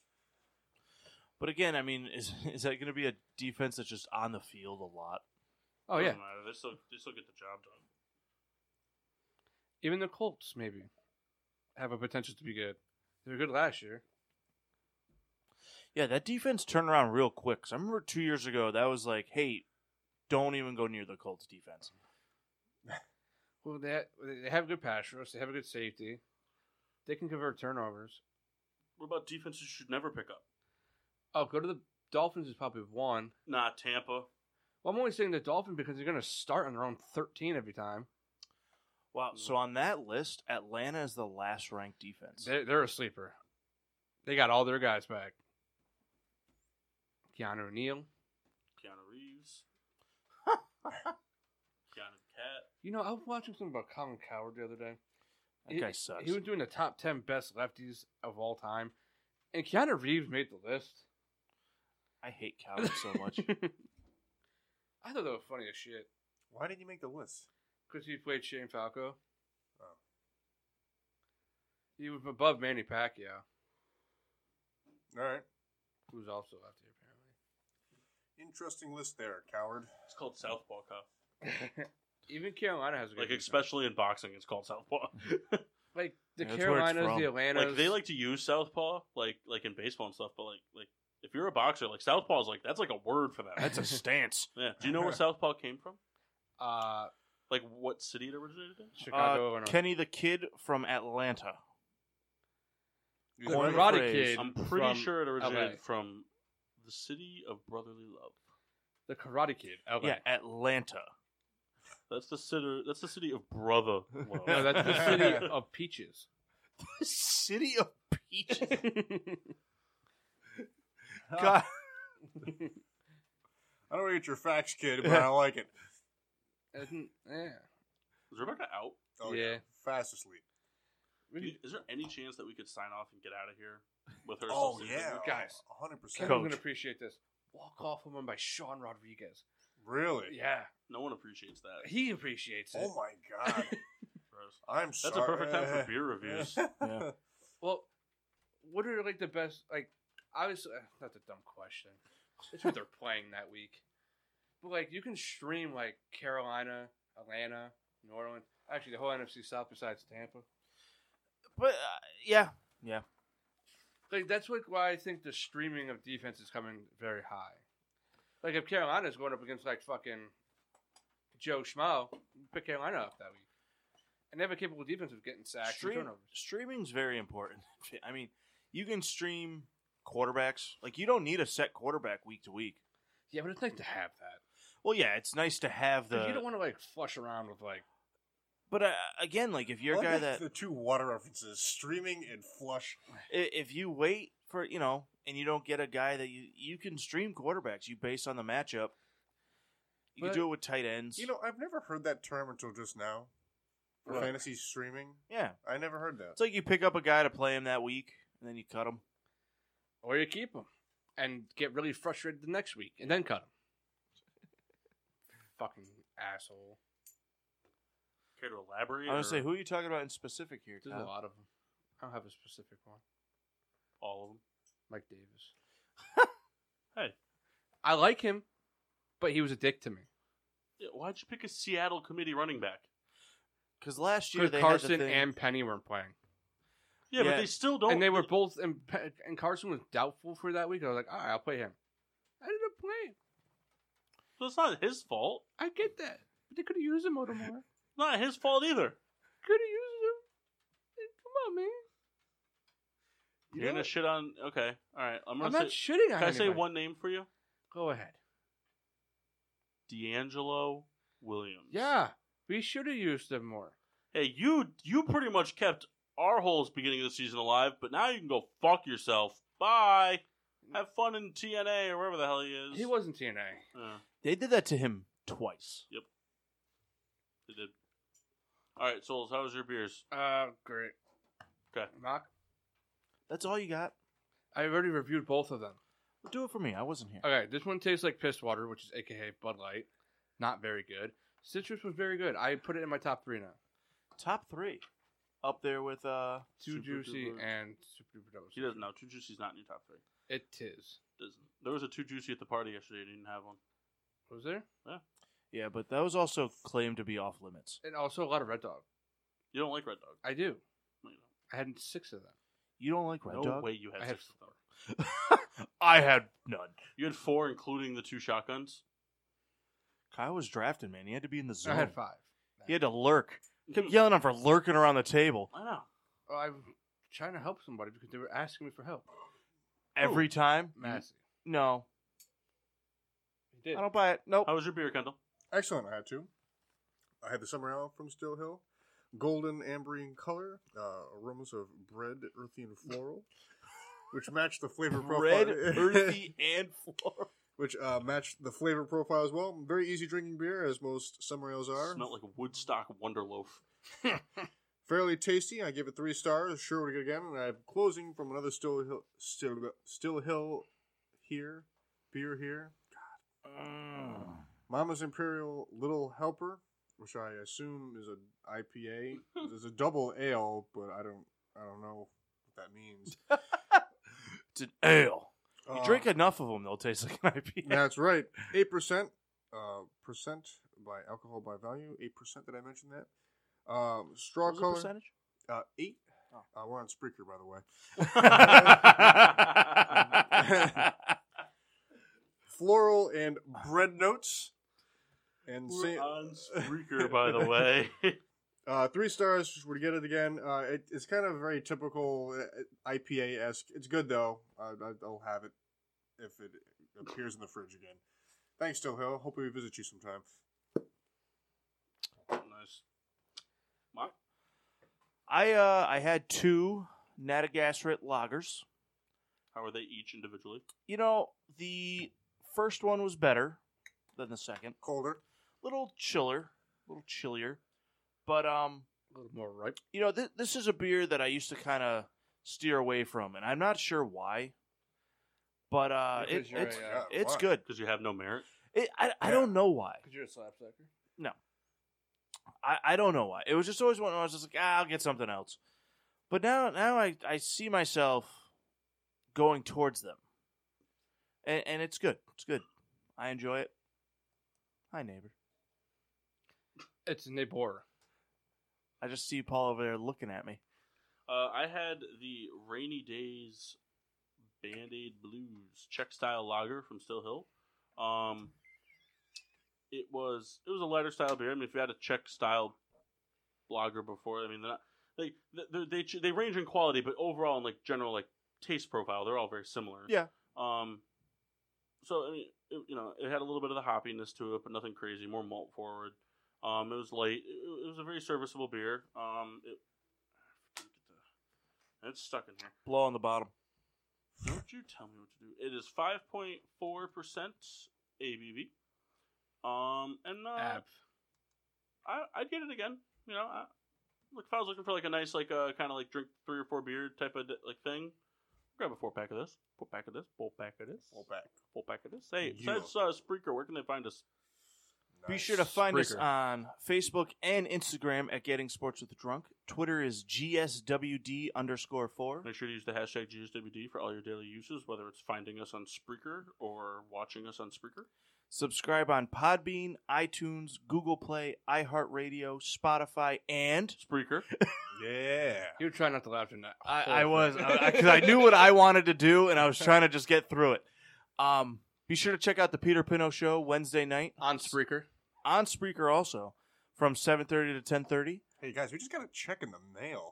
But again, I mean, is *laughs* is that going to be a defense that's just on the field a lot?
Oh yeah,
Doesn't matter. They still they still get the job done.
even the Colts maybe have a potential to be good. They were good last year.
Yeah, that defense turned around real quick. 'Cause I remember two years ago that was like, hey, don't even go near the Colts defense.
Well, they ha- they have good pass rush. They have a good safety. They can convert turnovers.
What about defenses you should never pick up?
Oh, go to the Dolphins is probably one.
Nah, Tampa.
Well, I'm only saying the Dolphins because they're going to start on their own 13 every time.
Wow.
Mm,
So on that list, Atlanta is the last ranked defense.
They're, they're a sleeper. They got all their guys back. Keanu Neal.
Keanu Reeves. Keanu Cat.
You know, I was watching something about Colin Coward the other day.
That guy sucks.
He was doing the top 10 best lefties of all time, and Keanu Reeves made the list.
I hate Coward so much.
*laughs* I thought that was funny as shit
Why did you make the list?
because he played Shane Falco.
Oh.
He was above Manny Pacquiao,
All right.
who's also lefty apparently.
Interesting list there, coward.
It's called Southpaw Cup.
Even Carolina has a good
Like
defense.
especially in boxing, it's called Southpaw. *laughs*
like the
Yeah, that's where it's
Carolinas, the
from.
Atlantas.
like they like to use Southpaw, like like in baseball and stuff. But like like if you're a boxer, like Southpaw is like that's like a word for that.
That's a
*laughs*
stance.
yeah. Do you know where Southpaw came from?
uh,
Like what city it originated in?
Chicago, Illinois.
Kenny the Kid from Atlanta.
You
the
know,
Corn-
Karate
phrase.
Kid.
I'm pretty
from
sure it originated
LA.
from the city of brotherly love.
the Karate Kid. Okay.
Yeah, Atlanta. *laughs*
That's the city. That's the city of brother love. *laughs*
No, that's
*laughs*
the city of peaches.
City
*laughs*
of Peaches. *laughs* God.
*laughs*
I don't get your facts, kid, but I like it.
Isn't- yeah.
Is Rebecca out?
Oh yeah.
Yeah.
Fast asleep.
We could-
Is there any chance that we could sign off and get out of here with her?
Oh
substitute?
yeah,
Guys.
hundred
Kevin's
percent.
Coach.
going to appreciate this. Walk off woman by Sean Rodriguez.
Really?
Yeah.
No one appreciates that.
He appreciates it.
Oh my god.
Gross.
I'm
That's
sorry.
a perfect time for beer
*laughs*
reviews.
Yeah.
Well, what are like the best? Like, obviously, uh, that's a dumb question. It's what they're playing that week. But like, you can stream like Carolina, Atlanta, New Orleans. Actually, the whole NFC South besides Tampa.
But uh, yeah,
Like that's like why I think the streaming of defense is coming very high. Like if Carolina's going up against like fucking Joe Schmo, pick Carolina up that week. And they have a capable defense of getting sacks and
stream,
turnovers.
streaming's very important. *laughs* I mean, you can stream quarterbacks. Like you don't need a set quarterback week to week.
Yeah, but it's nice to have that.
Well, yeah, it's nice to have
'Cause
the.
you don't want to like flush around with like
but uh, again, like if you're a
Love
guy
the-
that
the two water references, streaming and flush.
i- if you wait for you know and you don't get a guy that you you can stream quarterbacks. You base on the matchup. You
But-
can do it with tight ends.
You know, I've never heard that term until just now. For
What?
fantasy streaming,
yeah,
I never heard that.
it's like you pick up a guy to play him that week, and then you cut him.
or you keep them and get really frustrated the next week and then cut them. Fucking asshole.
Care to elaborate?
I was
or
gonna say, who are you talking about in specific here?
There's
Kyle?
a lot of them. I don't have a specific one.
all of them.
Mike Davis.
Hey.
I like him, but he was a dick to me.
Yeah, why'd you pick a Seattle committee running back?
Because last year
Because
they had
Carson
the thing,
and Penny weren't playing,
Yeah, but
Yeah.
they still don't.
and they were both. And, Pe- and Carson was doubtful for that week. I was like, all right, I'll play him. I ended up playing.
So it's not his fault.
I get that, but they could have used him a little more.
Not his fault either.
Could have used him. Like, Come on, man.
You're gonna shit on. Okay, all right. I'm
I'm
gonna
not
say.
shitting on
Can I say
anybody.
one name for you?
Go ahead.
D'Angelo Williams.
Yeah, we should have used him more.
Hey, you you pretty much kept our whole beginning of the season alive, but now you can go fuck yourself. Bye. Have fun in TNA or wherever the hell he is.
He wasn't TNA.
Yeah,
they did that to him twice.
he did. All right, Souls. How was your beers?
Uh, great.
Okay.
Knock.
That's all you got.
I've already reviewed both of them.
Do it for me. I wasn't here.
Okay, this one tastes like piss water, which is AKA Bud Light. Not very good. Citrus was very good. I put it in my top three now.
Top three, up there with uh.
Too
Super
juicy
Duper.
and super duper double.
He doesn't know. Too juicy's not in your top three.
It is.
Doesn't. There was a too juicy at the party yesterday. You didn't have one.
Was there?
Yeah, but that was also claimed to be off limits.
And also a lot of Red Dog.
You don't like Red Dog.
I do.
No, you don't.
I had six of them.
You don't like Red
no
Dog?
way you had
I had
six of them.
I had none.
You had four, including the two shotguns.
Kyle was drafted, man. He had to be in the zone.
I had five.
He had to lurk. Kept
Hmm.
yelling at him for lurking around the table
I know.
Oh, I'm trying to help somebody because they were asking me for help.
every time.
Mm-hmm.
Massey.
No,
He did.
I don't buy it. Nope.
How was your beer, Kendall?
Excellent. I had two. I had the summer ale from Still Hill, golden ambery in color, uh, aromas of bread, earthy and floral, which matched the flavor profile.
Red, *laughs* earthy, and floral.
which uh, matched the flavor profile as well. Very easy drinking beer, as most summer ales are.
Smelled like a Woodstock Wonderloaf.
Fairly tasty. I give it three stars. Sure would again. And I'm closing from another Still Hill, Still, Still Hill here, beer here.
Mm.
Mama's Imperial Little Helper, which I assume is a IPA. It's a double ale, but I don't I don't know what that means.
It's an ale. You
Uh,
drink enough of them, they'll taste like an IPA.
That's right. Eight percent, uh, percent by alcohol by value. Eight percent. Did I mention that? Um, straw
What was the
color.
percentage?
Uh, eight. Uh, we're on Spreaker, by the way. Floral and bread notes. And
We're
sa-
on Spreaker, by *laughs* the way.
Uh, three stars. just Would get it again. Uh, it, it's kind of very typical uh, IPA esque. It's good though. I, I, I'll have it if it appears in the fridge again. Thanks, Still Hill. Hope we visit you sometime.
nice. Mark?
I uh, I had two Natagansett lagers.
How are they each individually?
You know, the first one was better than the second.
Colder.
little chiller, little chillier, but um,
A little more ripe.
you know, th- this is a beer that I used to kind of steer away from, and I'm not sure why. But uh,
Yeah, 'cause
it,
you're
it's
a, uh,
it's
why?
good.
Because you have no merit.
It, I, I don't know why.
Because you're a slap sucker.
I, I don't know why. It was just always one. I was just like, ah, I'll get something else. But now now I, I see myself going towards them, and and it's good. It's good. I enjoy it. Hi neighbor.
It's Nabor.
I just see Paul over there looking at me.
Uh, I had the Rainy Days Band Aid Blues Czech style lager from Still Hill. Um, it was it was a lighter style beer. I mean, if you had a Czech style lager before, I mean, they're not, they they they ch- they range in quality, but overall in like general like taste profile, they're all very similar.
Yeah.
Um, so I mean, it, you know, it had a little bit of the hoppiness to it, but nothing crazy. More malt forward. Um, it was light. It, it was a very serviceable beer. Um, it, it's stuck in here.
Blow on the bottom.
Don't you tell me what to do. It is five point four percent ABV. Um, and uh,
Ab.
I I'd get it again. You know, I, like if I was looking for like a nice like uh kind of like drink three or four beer type of like thing, grab a four pack of this, four pack of this, four pack of this,
Well back.
four pack of this. Hey,
Yeah.
besides uh, Spreaker, where can they find us?
Be
Nice.
sure to find us
Spreaker.
on Facebook and Instagram at Getting Sports with Drunk. Twitter is GSWD underscore four.
Make sure to use the hashtag GSWD for all your daily uses, whether it's finding us on Spreaker or watching us on Spreaker.
Subscribe on Podbean, iTunes, Google Play, iHeartRadio, Spotify, and
*laughs* Spreaker.
Yeah.
You were trying not to laugh in that.
I,
whole
I
thing.
was because
*laughs*
I, knew what I wanted to do, and I was trying to just get through it. Um, be sure to check out the Peter Pino Show Wednesday night *laughs*
on Spreaker.
on Spreaker also from seven thirty to ten thirty.
Hey guys, we just got a check in
*laughs*
the mail.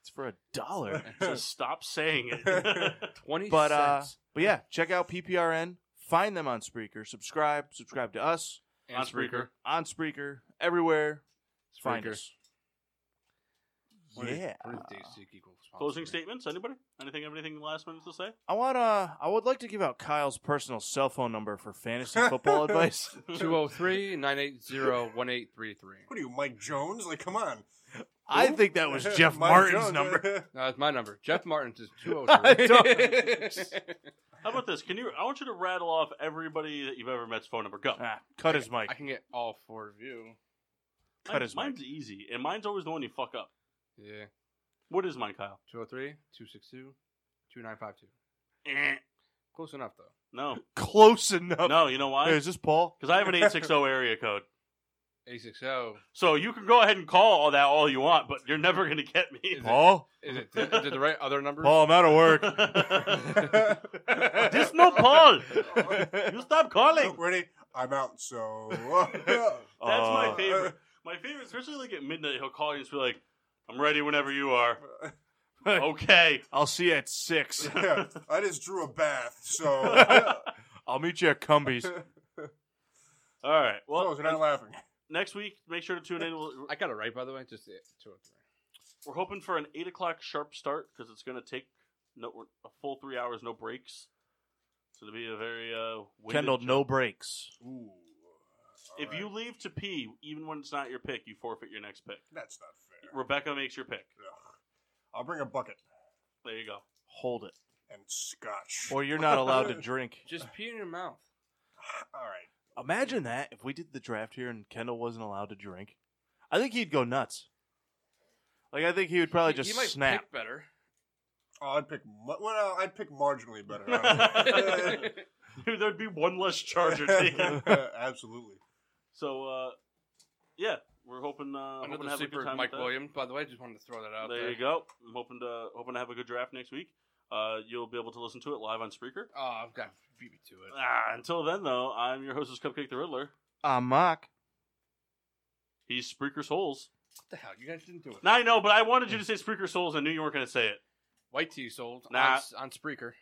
It's for a dollar.
So stop saying *laughs* it.
Twenty
But uh,
cents
but yeah, check out PPRN. Find them on Spreaker. Subscribe. Subscribe to us
and
on Spreaker.
on Spreaker everywhere. Find
Spreaker.
us.
What is-
Yeah.
what is Dave's Geek Equal sponsor?
Closing statements. Anybody? Anything? have Anything last minute to say?
I want to. I would like to give out Kyle's personal cell phone number for fantasy *laughs* football advice.
203 980 1833.
What are you, Mike Jones? Like, come on.
I
Who?
think that *laughs*
*laughs*
was Jeff
Mike
Martin's
Jones.
number.
No, that's my number. Jeff Martin's is
*laughs* Don't-
203.
How about this? Can you? I want you to rattle off everybody that you've ever met's phone number. Go.
Ah, cut his mic.
*laughs* I can get all four of you.
cut
Mine-
his mic.
mine's easy, and mine's always the one you fuck up.
Yeah.
What is mine, Kyle?
203, 262, 2952.
Eh,
Close enough, though.
No,
Close enough.
no. You know
Hey,
why?
is this Paul?
Because I have an eight six
*laughs*
zero area code.
860.
So you can go ahead and call all that all you want, but you're never gonna get me.
Is
Paul?
Is it, is it the right other number? *laughs*
Paul, I'm out of work.
*laughs*
*laughs*
this no Paul. You stop calling.
*laughs* Ready? I'm out. So
*laughs* That's my
Uh,
favorite. My favorite, especially like at midnight, he'll call you and just be like, "I'm ready whenever you are."
*laughs*
okay. *laughs*
I'll see you at *laughs* six.
*laughs* yeah, I just drew a bath.
*laughs*
So
all
I'll meet you at
*laughs*
Cumbies.
right. Well,
Close, you're not laughing.
next week, make sure to tune in. We'll-
I got it right, by the oh way. Just the 203.
We're hoping for an eight o'clock sharp start because it's going to take no a full three hours, no breaks. So it'll be a very uh, winded
Kendall,
show.
no breaks.
Ooh.
If you leave to pee, even when it's not your pick, you forfeit your next pick.
That's not fair.
Rebecca makes your pick.
Ugh. I'll bring a bucket
There you go. *laughs*
Hold it.
and scotch.
Or you're not allowed *laughs* to drink.
Just pee in your mouth.
All right.
Imagine that if we did the draft here and Kendall wasn't allowed to drink. I think he'd go nuts. Like, I think he would probably
He-
just
he might
snap.
*laughs*
pick better.
Oh, I'd pick. Mu- well, I'd pick
*laughs*
marginally better. *laughs*
*laughs*
honestly.
Dude, there'd be one less charger
*laughs*
taken.
*laughs* Absolutely.
so, uh, yeah, we're hoping, uh, hoping to
Another
have a
sleeper
good
is
time.
Mike
with that.
Williams. By the way, I just wanted to throw that out there.
There you go. I'm hoping to hoping to have a good draft next week. Uh, you'll be able to listen to it live on Spreaker.
Oh, I've got beat me to it.
Ah, until then, though, I'm your hostess, Cupcake the Riddler.
I'm mock.
He's Spreaker Souls.
What the hell? You guys didn't do it.
Now I know, but I wanted you to say Spreaker Souls. I knew you weren't going to say
White tea sold
Nah.
on, on Spreaker.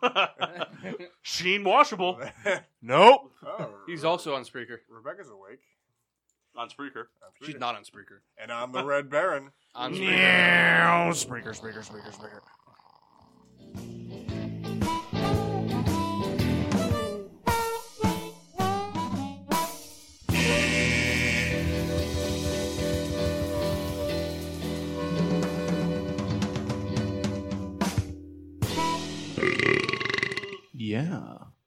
*laughs*
it. *laughs* Sheen Washable
Nope.
He's also on Spreaker.
Rebecca's awake.
on Spreaker.
I'm
She's
Peter.
not on Spreaker.
And I'm the Red Baron.
On Spreaker.
Meow. Spreaker, Spreaker, Spreaker, Spreaker. Yeah.